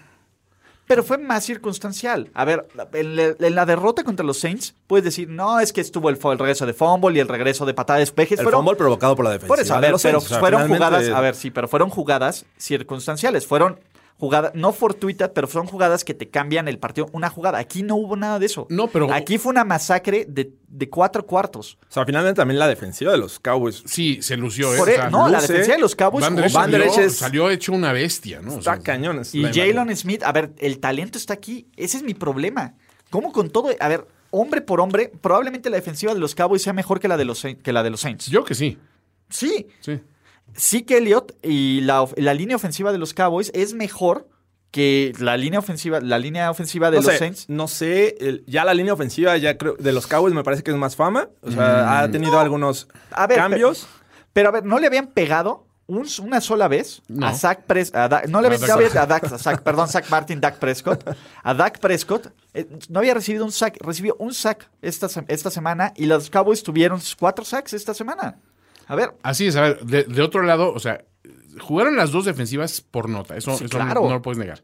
Pero fue más circunstancial. A ver, en la, en la derrota contra los Saints, puedes decir, no, es que estuvo el, fo- el regreso de fumble y el regreso de patada de espejes. El fueron- fumble provocado por la defensa. Por eso, a ver, pero fueron jugadas, a ver, sí, pero fueron jugadas circunstanciales, fueron jugadas, no fortuitas, pero fueron jugadas que te cambian el partido, una jugada. Aquí no hubo nada de eso. No, pero- Aquí fue una masacre de, de cuatro cuartos. O sea, finalmente también la defensiva de los Cowboys. Sí, se lució, ¿eh? Por O e- sea, no, la luce, defensa de los Cowboys Van jugó- Der Esch Van Der salió, Esch es- salió hecho una bestia, ¿no? O sea, Está cañones. Y Jalen Smith, a ver, el talento está aquí. Ese es mi problema. ¿Cómo con todo? A ver, hombre por hombre, probablemente la defensiva de los Cowboys sea mejor que la de los, Saints- que la de los Saints. Yo que sí, Sí, sí. sí que Elliot y la, of- la línea ofensiva de los Cowboys es mejor que la línea ofensiva, la línea ofensiva de no los sé, Saints. No sé, el- ya la línea ofensiva ya creo, de los Cowboys me parece que es más fama. O sea, ha tenido algunos Mm. A ver, cambios. Pero a ver, ¿no le habían pegado un- una sola vez No. a Zach Prescott? no le habían Dak ya había- Prescott. a Dak- a Zach- perdón, Zach Martin, Dak Prescott. A Dak Prescott eh, no había recibido un sack, recibió un sack esta, se- esta semana y los Cowboys tuvieron cuatro sacks esta semana. A ver, Así es, a ver, de, de otro lado, o sea, jugaron las dos defensas por nota, eso, Sí, eso claro. no, no lo puedes negar.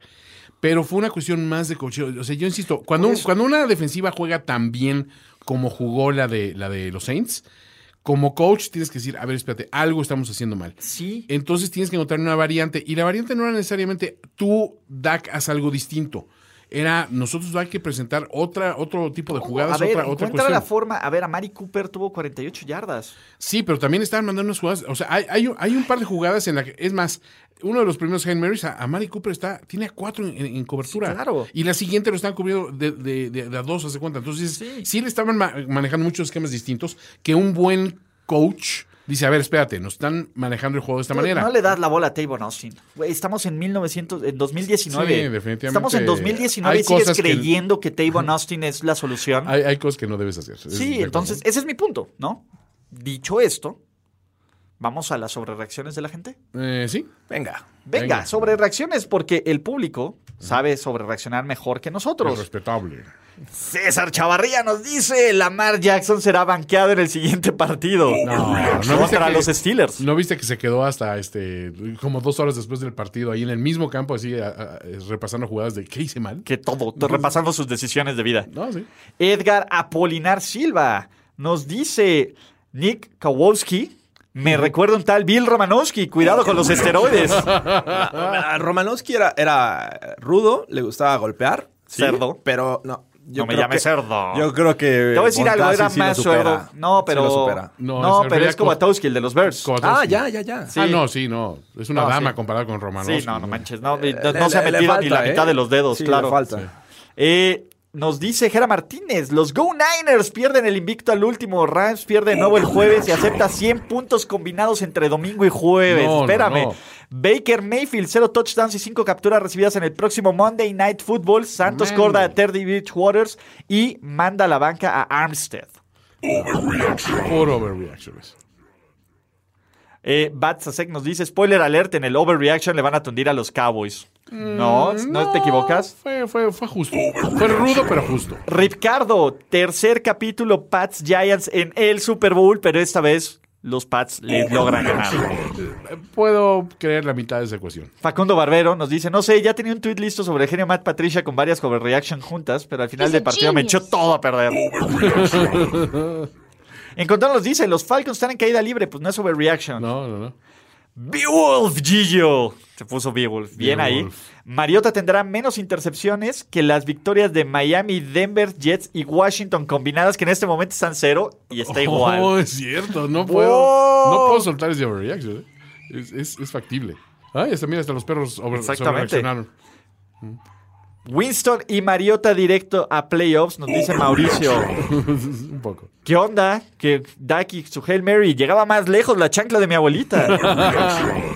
Pero fue una cuestión más de cocheo. O sea, yo insisto, cuando, un- cuando una defensiva juega tan bien como jugó la de, la de los Saints, como coach tienes que decir, a ver, espérate, algo estamos haciendo mal. sí. Eh, Entonces tienes que encontrar una variante. Y la variante no era necesariamente tú, Dak, haz algo distinto. era nosotros hay que presentar otra, otro tipo de jugadas, a ver, otra, otra encuentra cuestión. la forma. A ver, a Mari Cooper tuvo 48 yardas. Sí, pero también estaban mandando unas jugadas. O sea, hay, hay, un- hay un par de jugadas en la que. Es más, uno de los primeros Hail Marys, a, a Mari Cooper está, tiene a cuatro en, en cobertura. Sí, claro. Y la siguiente lo están cubriendo de, de- de- de a dos, hace cuenta. Entonces, sí, Sí. le estaban ma- manejando muchos esquemas distintos que un buen coach dice: A ver, espérate, nos están manejando el juego de esta No- manera. No le das la bola a Tavon Austin. Güey, Estamos en 1900, en 2019. Sí, definitivamente. Estamos en 2019 Hay y sigues cosas que- creyendo que, Tavon Austin es la solución. Hay, hay cosas que no debes hacer. Es de sí, acuerdo. entonces, ese es mi punto, ¿no? Dicho esto, vamos a las sobrereacciones de la gente. Eh, sí. Venga. Venga, Venga. sobrereacciones, porque el público sabe sobrereaccionar mejor que Es nosotros. respetable. César Chavarría nos dice, Lamar Jackson será banqueado en el siguiente partido. No, no viste contra que- los Steelers. ¿No viste que se quedó hasta este como dos horas después del partido ahí en el mismo campo, así a- a- repasando jugadas de qué hice mal? Que todo, repasando sus decisiones de vida. No, sí. Edgar Apolinar Silva nos dice Nick Kowalski. Me recuerda un tal Bill Romanowski. Cuidado con los esteroides. Ah, Romanowski era, era rudo, le gustaba golpear. sí, Cerdo. Pero no. No me llames cerdo. Yo creo que. Te voy a decir algo, era más suerdo. No, pero. No, se no, pero refería es con- Kowatowski, el de los Bears. Con- Ah, ya, ya, ya. Sí. Ah, no, sí, no. Es una No, dama sí. comparada con Romanowski. Sí, no, no manches. No, y no- Eh, Le- no se ha le- le metido ni falta, la ¿eh? mitad de los dedos, Sí, le claro. falta. Eh, nos dice Jera Martínez, los Go Niners pierden el invicto al último, Rams pierde de nuevo el jueves y acepta 100 puntos combinados entre domingo y jueves. No, no, Espérame. no. Baker Mayfield, 0 touchdowns y 5 capturas recibidas en el próximo Monday Night Football. Santos Man. corda a Terry Beach Waters y manda a la banca a Armstead. Por overreactions. Eh, Bat Sasek nos dice, spoiler alert, en el overreaction le van a tundir a los Cowboys. no, Mm, no te equivocas. Fue, fue, fue justo. Fue rudo, pero justo. Ricardo, tercer capítulo Pats Giants en el Super Bowl, pero esta vez los Pats le logran ganar. Eh, Puedo creer la mitad de esa ecuación. Facundo Barbero nos dice, no sé, ya tenía un tweet listo sobre el genio Matt Patricia con varias cover reaction juntas, pero al final He's del a partido me echó genius. todo a perder. Encontrón nos dice, los Falcons están en caída libre, pues no es overreaction. No, no, no. Beowulf, Gillo. Se puso Beowulf. Bien Beowulf. ahí. Mariota tendrá menos intercepciones que las victorias de Miami, Denver, Jets y Washington combinadas, que en este momento están cero y está igual. Oh, es cierto. No puedo, Wow. no puedo soltar ese overreaction. eh. Es, es- es factible. Ay, hasta mira, hasta los perros over, Exactamente. sobrereaccionaron. Winston y Mariota directo a playoffs, nos dice Mauricio. Un poco. ¿Qué onda? Que Daki, su Hail Mary, llegaba más lejos la chancla de mi abuelita.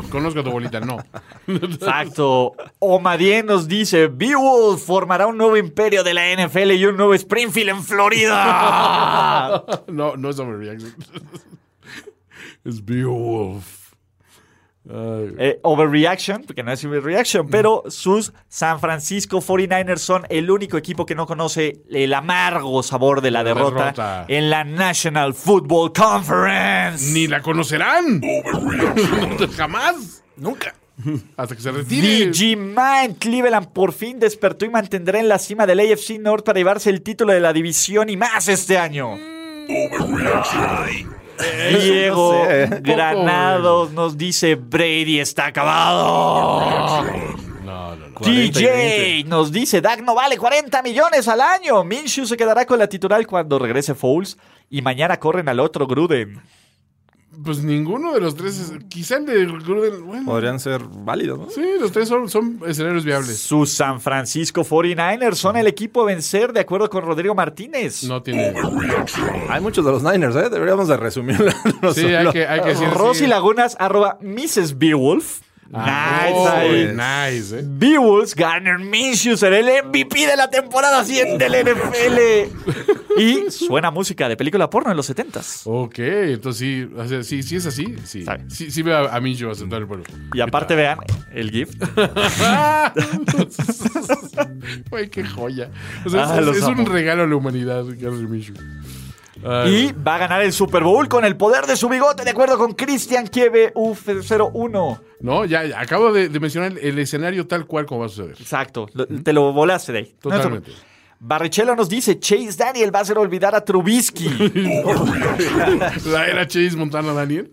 Conozco a tu abuelita, no. Exacto. Omadien nos dice, Beowulf formará un nuevo imperio de la NFL y un nuevo Springfield en Florida. No, no es overreaction. Es Beowulf. Ay, eh, overreaction, porque no es overreaction, pero sus San Francisco 49ers son el único equipo que no conoce el amargo sabor de la La derrota, derrota. en la National Football Conference. Ni la conocerán. Jamás. Nunca. Hasta que se retire. DG Man Cleveland por fin despertó y mantendrá en la cima del AFC North para llevarse el título de la división y más este año. Diego no sé, ¿eh? Granados nos dice Brady está acabado. No, no, no. TJ nos dice, Dak no vale 40 millones al año. Minshew se quedará con la titular cuando regrese Fouls y mañana corren al otro Gruden. Pues ninguno de los tres. es- Quizá el de Gruden. Bueno, Podrían ser válidos, ¿no? sí, los tres son, son escenarios viables. Sus San Francisco 49ers son el equipo a vencer de acuerdo con Rodrigo Martínez. No tiene. Hay muchos de los Niners, ¿eh? Deberíamos de resumir. Sí, hay que, hay que decir. Rosy sí. Lagunas, arroba Mrs. Beowulf. Ah, nice. oh, ahí. Nice, eh. Beowulf, Garner Minshew será el MVP de la temporada 100 del NFL. y suena música de película porno en los 70s. Ok, entonces sí, o sea, sí, sí es así. Sí, Sabe. sí, sí veo a, a Mincho aceptar el pueblo. Y aparte vean el GIF. Güey, qué joya. O sea, Ah, es, los es un amo. regalo a la humanidad, Carlos Michu. Y va a ganar el Super Bowl con el poder de su bigote, de acuerdo con Christian Kieve UF01. No, ya, ya, acabo de, de mencionar el, el escenario tal cual como va a suceder. Exacto, lo- te lo volaste de ahí. No te Totalmente. preocupes. Barrichello nos dice, Chase Daniel va a hacer olvidar a Trubisky. La era Chase Montana Daniel.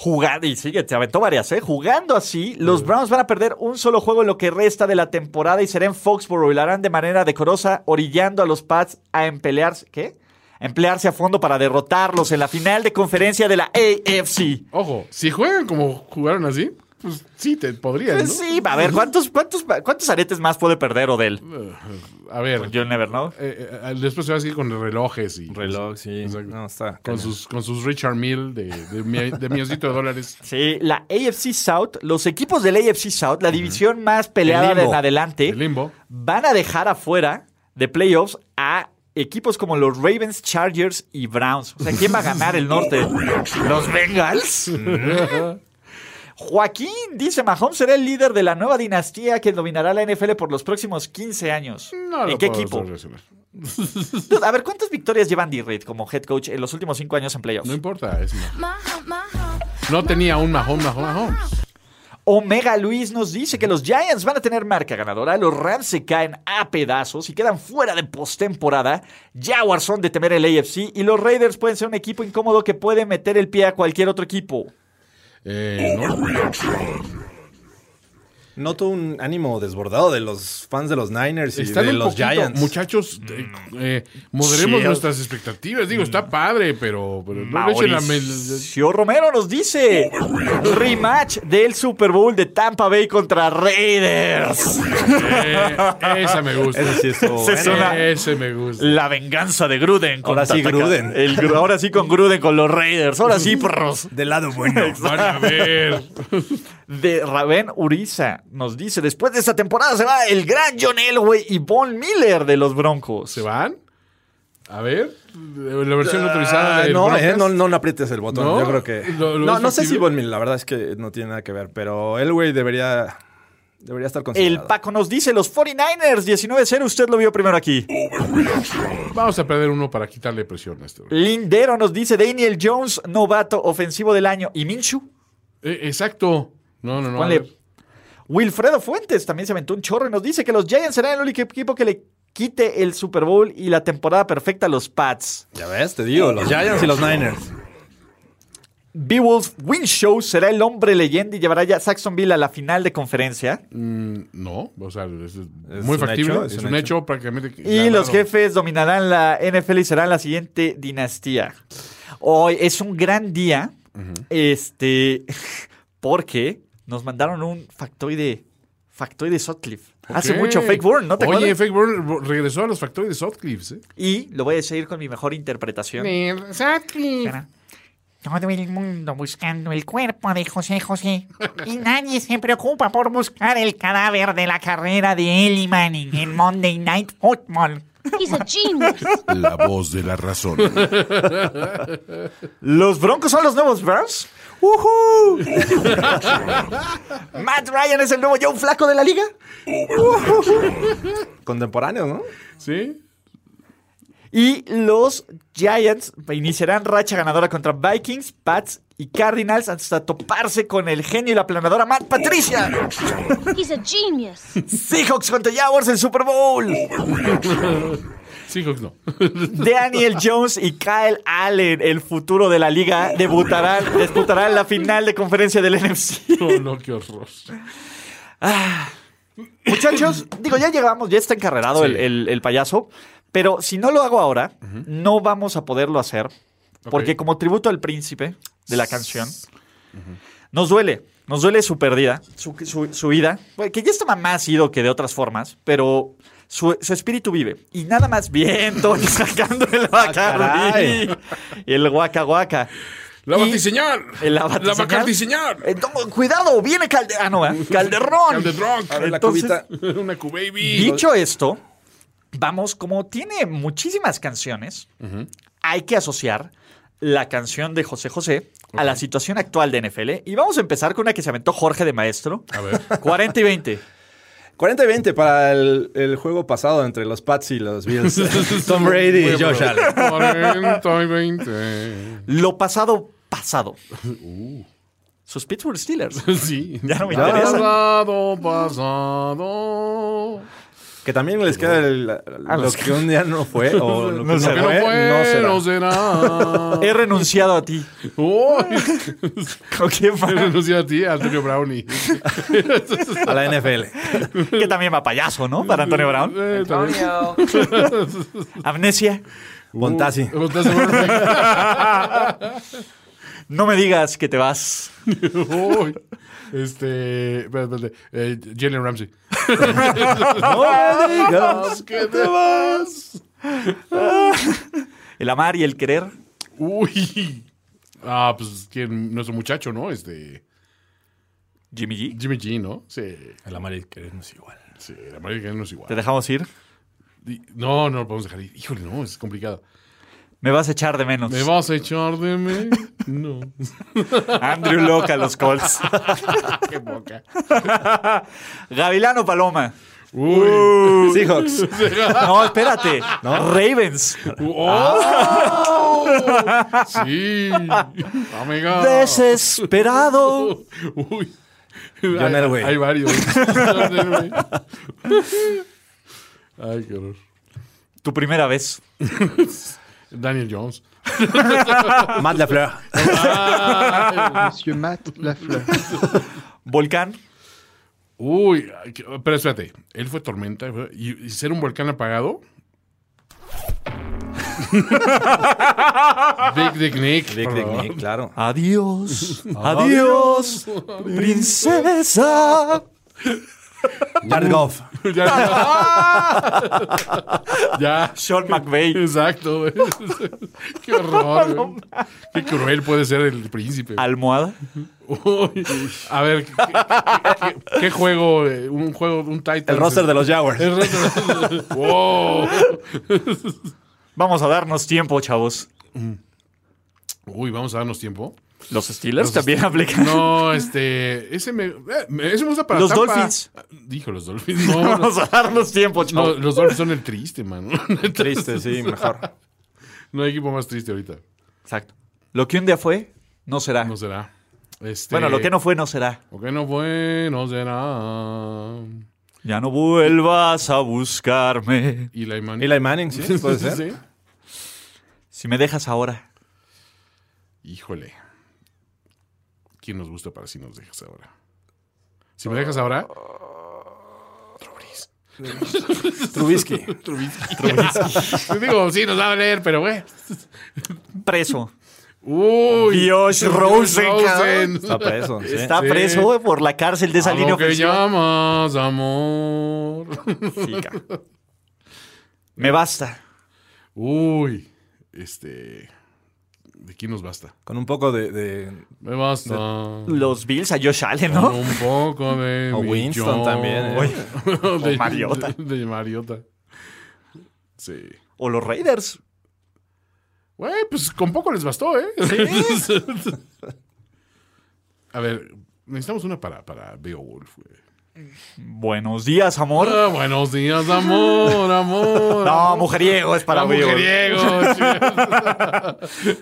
Jugando, y sigue, te aventó varias, ¿eh? Jugando así, los Browns van a perder un solo juego en lo que resta de la temporada y será en Foxborough y lo harán de manera decorosa, orillando a los Pats a empelearse. ¿Qué? A emplearse a fondo para derrotarlos en la final de conferencia de la AFC. Ojo, si juegan como jugaron así, pues sí, te podrías, ¿no? Pues sí, a ver, ¿cuántos, cuántos, cuántos aretes más puede perder Odell? A ver, You'll never know. eh, eh, después se va a seguir con relojes y... Reloj, sí. Exacto. No, está. Con sus, con sus Richard Mill de, de, mi- de milloncito de dólares. Sí, la AFC South, los equipos del AFC South, la división más peleada El de limbo. en adelante, El limbo. van a dejar afuera de playoffs a equipos como los Ravens, Chargers y Browns. O sea, ¿quién va a ganar el norte? ¿Los Bengals? Joaquín dice, Mahomes será el líder de la nueva dinastía que dominará la NFL por los próximos 15 años. No lo ¿En qué puedo equipo? solucionar. Dude, A ver, ¿cuántas victorias lleva Andy Reid como head coach en los últimos cinco años en playoffs? No importa, es más. No tenía un Mahomes, Mahomes, Mahomes. Omega Luis nos dice que los Giants van a tener marca ganadora, los Rams se caen a pedazos y quedan fuera de postemporada, Jaguars son de temer el AFC y los Raiders pueden ser un equipo incómodo que puede meter el pie a cualquier otro equipo. Eh, no. Noto un ánimo desbordado de los fans de los Niners Oh, y Están de un los poquito, Giants. muchachos, eh, eh, moderemos Sí, nuestras expectativas. Digo, está padre, pero, pero no le echen la mel- Mauricio Romero nos dice rematch del Super Bowl de Tampa Bay contra Raiders. Eh, esa me gusta. Ese sí estuvo Ese es bueno. una- Ese me gusta. La venganza de Gruden. Ahora sí, Tataca. Gruden. El Gru- ahora sí con Gruden, con los Raiders. Ahora sí, perros. Del lado bueno. Van a ver. de Raven Uriza nos dice, después de esta temporada se va el gran John Elway y Von Miller de los Broncos. ¿Se van? A ver. Eh, La versión autorizada. Ah, del no, eh, broadcast. no, no, no aprietes el botón. ¿No? Yo creo que. ¿Lo- lo no, ves no sé factible? si Von Miller, la verdad es que no tiene nada que ver, pero el güey debería, debería estar El considerado. Paco nos dice, los 49ers 19-0, usted lo vio primero aquí. Vamos a perder uno para quitarle presión a este. güey. Lindero nos dice, Daniel Jones, novato ofensivo del año. ¿Y Minshu? Eh, exacto. No, no, no. a Ponle- ver. Wilfredo Fuentes también se aventó un chorro y nos dice que los Giants serán el único equipo que le quite el Super Bowl y la temporada perfecta a los Pats. Ya ves, te digo, los Giants y los Niners. Beowulf Winshow será el hombre leyenda y llevará ya a Saxonville a la final de conferencia. No, o sea, es, es Es muy un factible. hecho, es, un hecho, prácticamente. que- Y los ganado. jefes dominarán la NFL y serán la siguiente dinastía. Hoy es un gran día, este, porque nos mandaron un factoide, factoide Sutcliffe. Hace Ok. mucho fake burn, ¿no te Oye, acuerdas? Fake Burn vo- regresó a los factores de Sotcliffs, ¿eh? Y lo voy a decir con mi mejor interpretación. Todo el mundo buscando el cuerpo de José José. Y nadie se preocupa por buscar el cadáver de la carrera de Eli Manning en Monday Night Football. He's a genius. La voz de la razón. ¿Los Broncos son los nuevos Browns? ¡Uhú! ¿Matt Ryan es el nuevo Joe Flaco de la liga? Contemporáneos, ¿no? ¿Sí? Y los Giants iniciarán racha ganadora contra Vikings, Pats y Cardinals hasta toparse con el genio y la planadora Matt Patricia. He's a genius. Seahawks contra Jaguars en Super Bowl. Sí, Hawks no. Daniel Jones y Kyle Allen, el futuro de la liga, debutarán, disputarán la final de conferencia del NFC. No, no, qué horror. Muchachos, digo, ya llegamos, ya está encarrerado el, el- el payaso, pero si no lo hago ahora, no vamos a poderlo hacer, porque como tributo al príncipe de la canción, nos duele, nos duele su pérdida, su, su, su ida, bueno, que ya estaba más ido que de otras formas, pero su, su espíritu vive. Y nada más viento y sacando el Ah, Bacardi, caray. el guaca guaca. La Y- batiseñal. El La abatiseñal. bacardiseñal. Eh, no, Cuidado, viene Calde- ah, no, ¿eh? Calderón. I'm the drunk. A ver, la Entonces- cubita. Una Q-Baby. Dicho esto, vamos, como tiene muchísimas canciones, hay que asociar la canción de José José a la situación actual de NFL. Y vamos a empezar con una que se aventó Jorge de Maestro. A ver. 40 y 20. 40 y 20 para el, el juego pasado entre los Pats y los Bills. Tom Brady y Josh Allen. 40 y 20. Lo pasado, pasado. Uh. Sus Pittsburgh Steelers. Sí. Ya no me interesa. Pasado, pasado. Que también les queda el- lo Ah, los que un día no fue o lo que eh, no, Lo que no fue, fue, no será. no será. He renunciado a ti. Uy, ¿Con quién va? renunció a ti, Antonio Brownie. A la NFL. Que también va payaso, ¿no? Para Antonio Brown. Eh, también. Antonio. Amnesia. Uh, Montasi. ¿Estás seguro? No me digas que te vas. Uy. Este, espérate, espérate. Eh, Jalen Ramsey. No me digas. ¿Qué te vas? El amar y el querer. Uy. Ah, pues ¿quién? nuestro muchacho, ¿no? Este Jimmy G. Jimmy G, ¿no? Sí. El amarillo que no es igual. Sí, la mayoría no es Te igual. dejamos ir. Y- No, no lo podemos dejar ir. Híjole, no, es complicado. Me vas a echar de menos. ¿Me vas a echar de mí? No. Andrew Locke a los Colts. Qué boca. Gavilano Paloma. Uy. Seahawks. No, espérate. Ravens. ¡Oh! Ah. Sí. Amiga. Desesperado. Uy. John Hay- Elway. Hay varios. John Elway. Ay, qué horror. Tu primera vez. Daniel Jones. Matt LaFleur. Monsieur Matt Lafleur. Volcán. Uy, ay, qué- pero espérate. Él fue tormenta. fue- Y, y ser un volcán apagado. Big Dick Nick. Dick, Dick, Nick, claro. Adiós. Adiós. Princesa. Jared Goff. Ya, ya. Sean McVay. Exacto. güey. Qué horror. güey. Qué cruel puede ser el príncipe. Ah. Almohada. Uy, a ver, ¿qué, qué- qué- qué juego? eh, Un juego, un Titan. El roster de los Jaguars. El roster. wow. Vamos a darnos tiempo, chavos. Uy, vamos a darnos tiempo. Los Steelers también aplican. No, este. Ese me. eh, me- ese me gusta para Los Tampa. Dolphins. Dijo los Dolphins. No, no, Vamos a darnos tiempo, no, chavos. los Dolphins son el triste, man. Triste, sí, mejor. No hay equipo más triste ahorita. Exacto. Lo que un día fue, no será. No será. Este, Bueno, lo que no fue, no será. Lo que no fue, no será. Ya no vuelvas a buscarme. Y la Iman. Eli Manning, sí, puede ser. Sí. Si me dejas ahora. Híjole. ¿Quién nos gusta para si nos dejas ahora? Si me Ah. dejas ahora. Trubris. Trubisky. Digo, sí, nos va a valer, pero güey. Preso. Uy. Dios, Rosen, cabrón. Está preso, sí. Está Sí. preso por la cárcel de esa A línea lo que ofensiva. llamas amor. Sí, cabrón. Me basta. Uy. Este. ¿De quién nos basta? Con un poco de... de- Me basta. Los Bills a Josh Allen, con ¿no? Un poco de. O mi Winston John. también, ¿eh? Uy. de, Mariota. De, de Mariota. Sí. O los Raiders. Güey, pues con poco les bastó, ¿eh? A ver, necesitamos una para, para Beowulf, güey. Buenos días, amor. Ah, buenos días, amor, amor. No, mujeriego es para para Will. mujeriego. sí.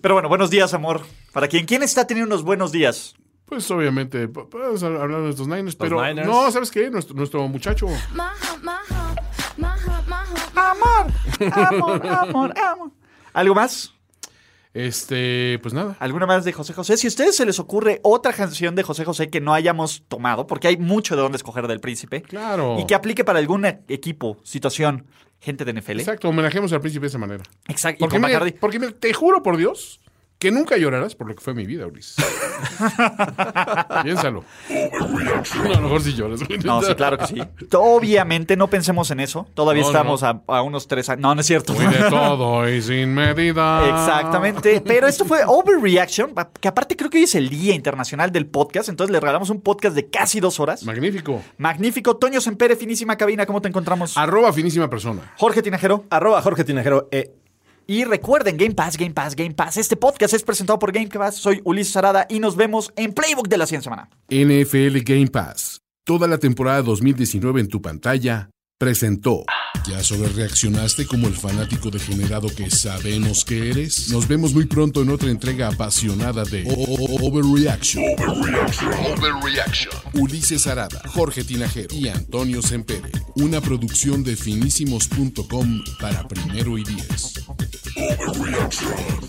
Pero bueno, buenos días, amor. Para quien, ¿quién está teniendo unos buenos días? Pues obviamente, p- podemos hab- hablar de nuestros Niners, pero. Niners. No, ¿sabes qué? Nuestro, nuestro muchacho. Amor, amor, amor, amor. ¿Algo más? Este, pues nada. ¿Alguna más de José José? Si a ustedes se les ocurre otra canción de José José que no hayamos tomado, porque hay mucho de dónde escoger del príncipe, Claro. y que aplique para algún e- equipo, situación, gente de NFL. Exacto, homenajemos al príncipe de esa manera. Exacto. Y Porque, con mira, Bacardi. porque mira, te juro por Dios que nunca llorarás por lo que fue mi vida, Ulises. Piénsalo. No, a lo mejor si lloras. güey. No, sí, claro que sí. Obviamente no pensemos en eso. Todavía No, no, estamos A, a unos tres años. No, no es cierto. Muy de todo y sin medida. Exactamente. Pero esto fue Overreaction, pa- que aparte creo que hoy es el Día Internacional del Podcast, entonces le regalamos un podcast de casi dos horas. Magnífico. Magnífico. Toño Sempere, finísima cabina, ¿cómo te encontramos? Arroba finísima persona. Jorge Tinajero. Arroba Jorge Tinajero E. Y recuerden, Game Pass, Game Pass, Game Pass. Este podcast es presentado por Game Pass. Soy Ulises Arada y nos vemos en Playbook de la Ciencia Semana. NFL Game Pass. Toda la temporada 2019 en tu pantalla presentó. ¿Ya sobre reaccionaste como el fanático degenerado que sabemos que eres? Nos vemos muy pronto en otra entrega apasionada de O- O- O- Overreaction. Overreaction. Ulises Arada, Jorge Tinajero y Antonio Sempere. Una producción de finísimos.com para primero y diez. Overreaction.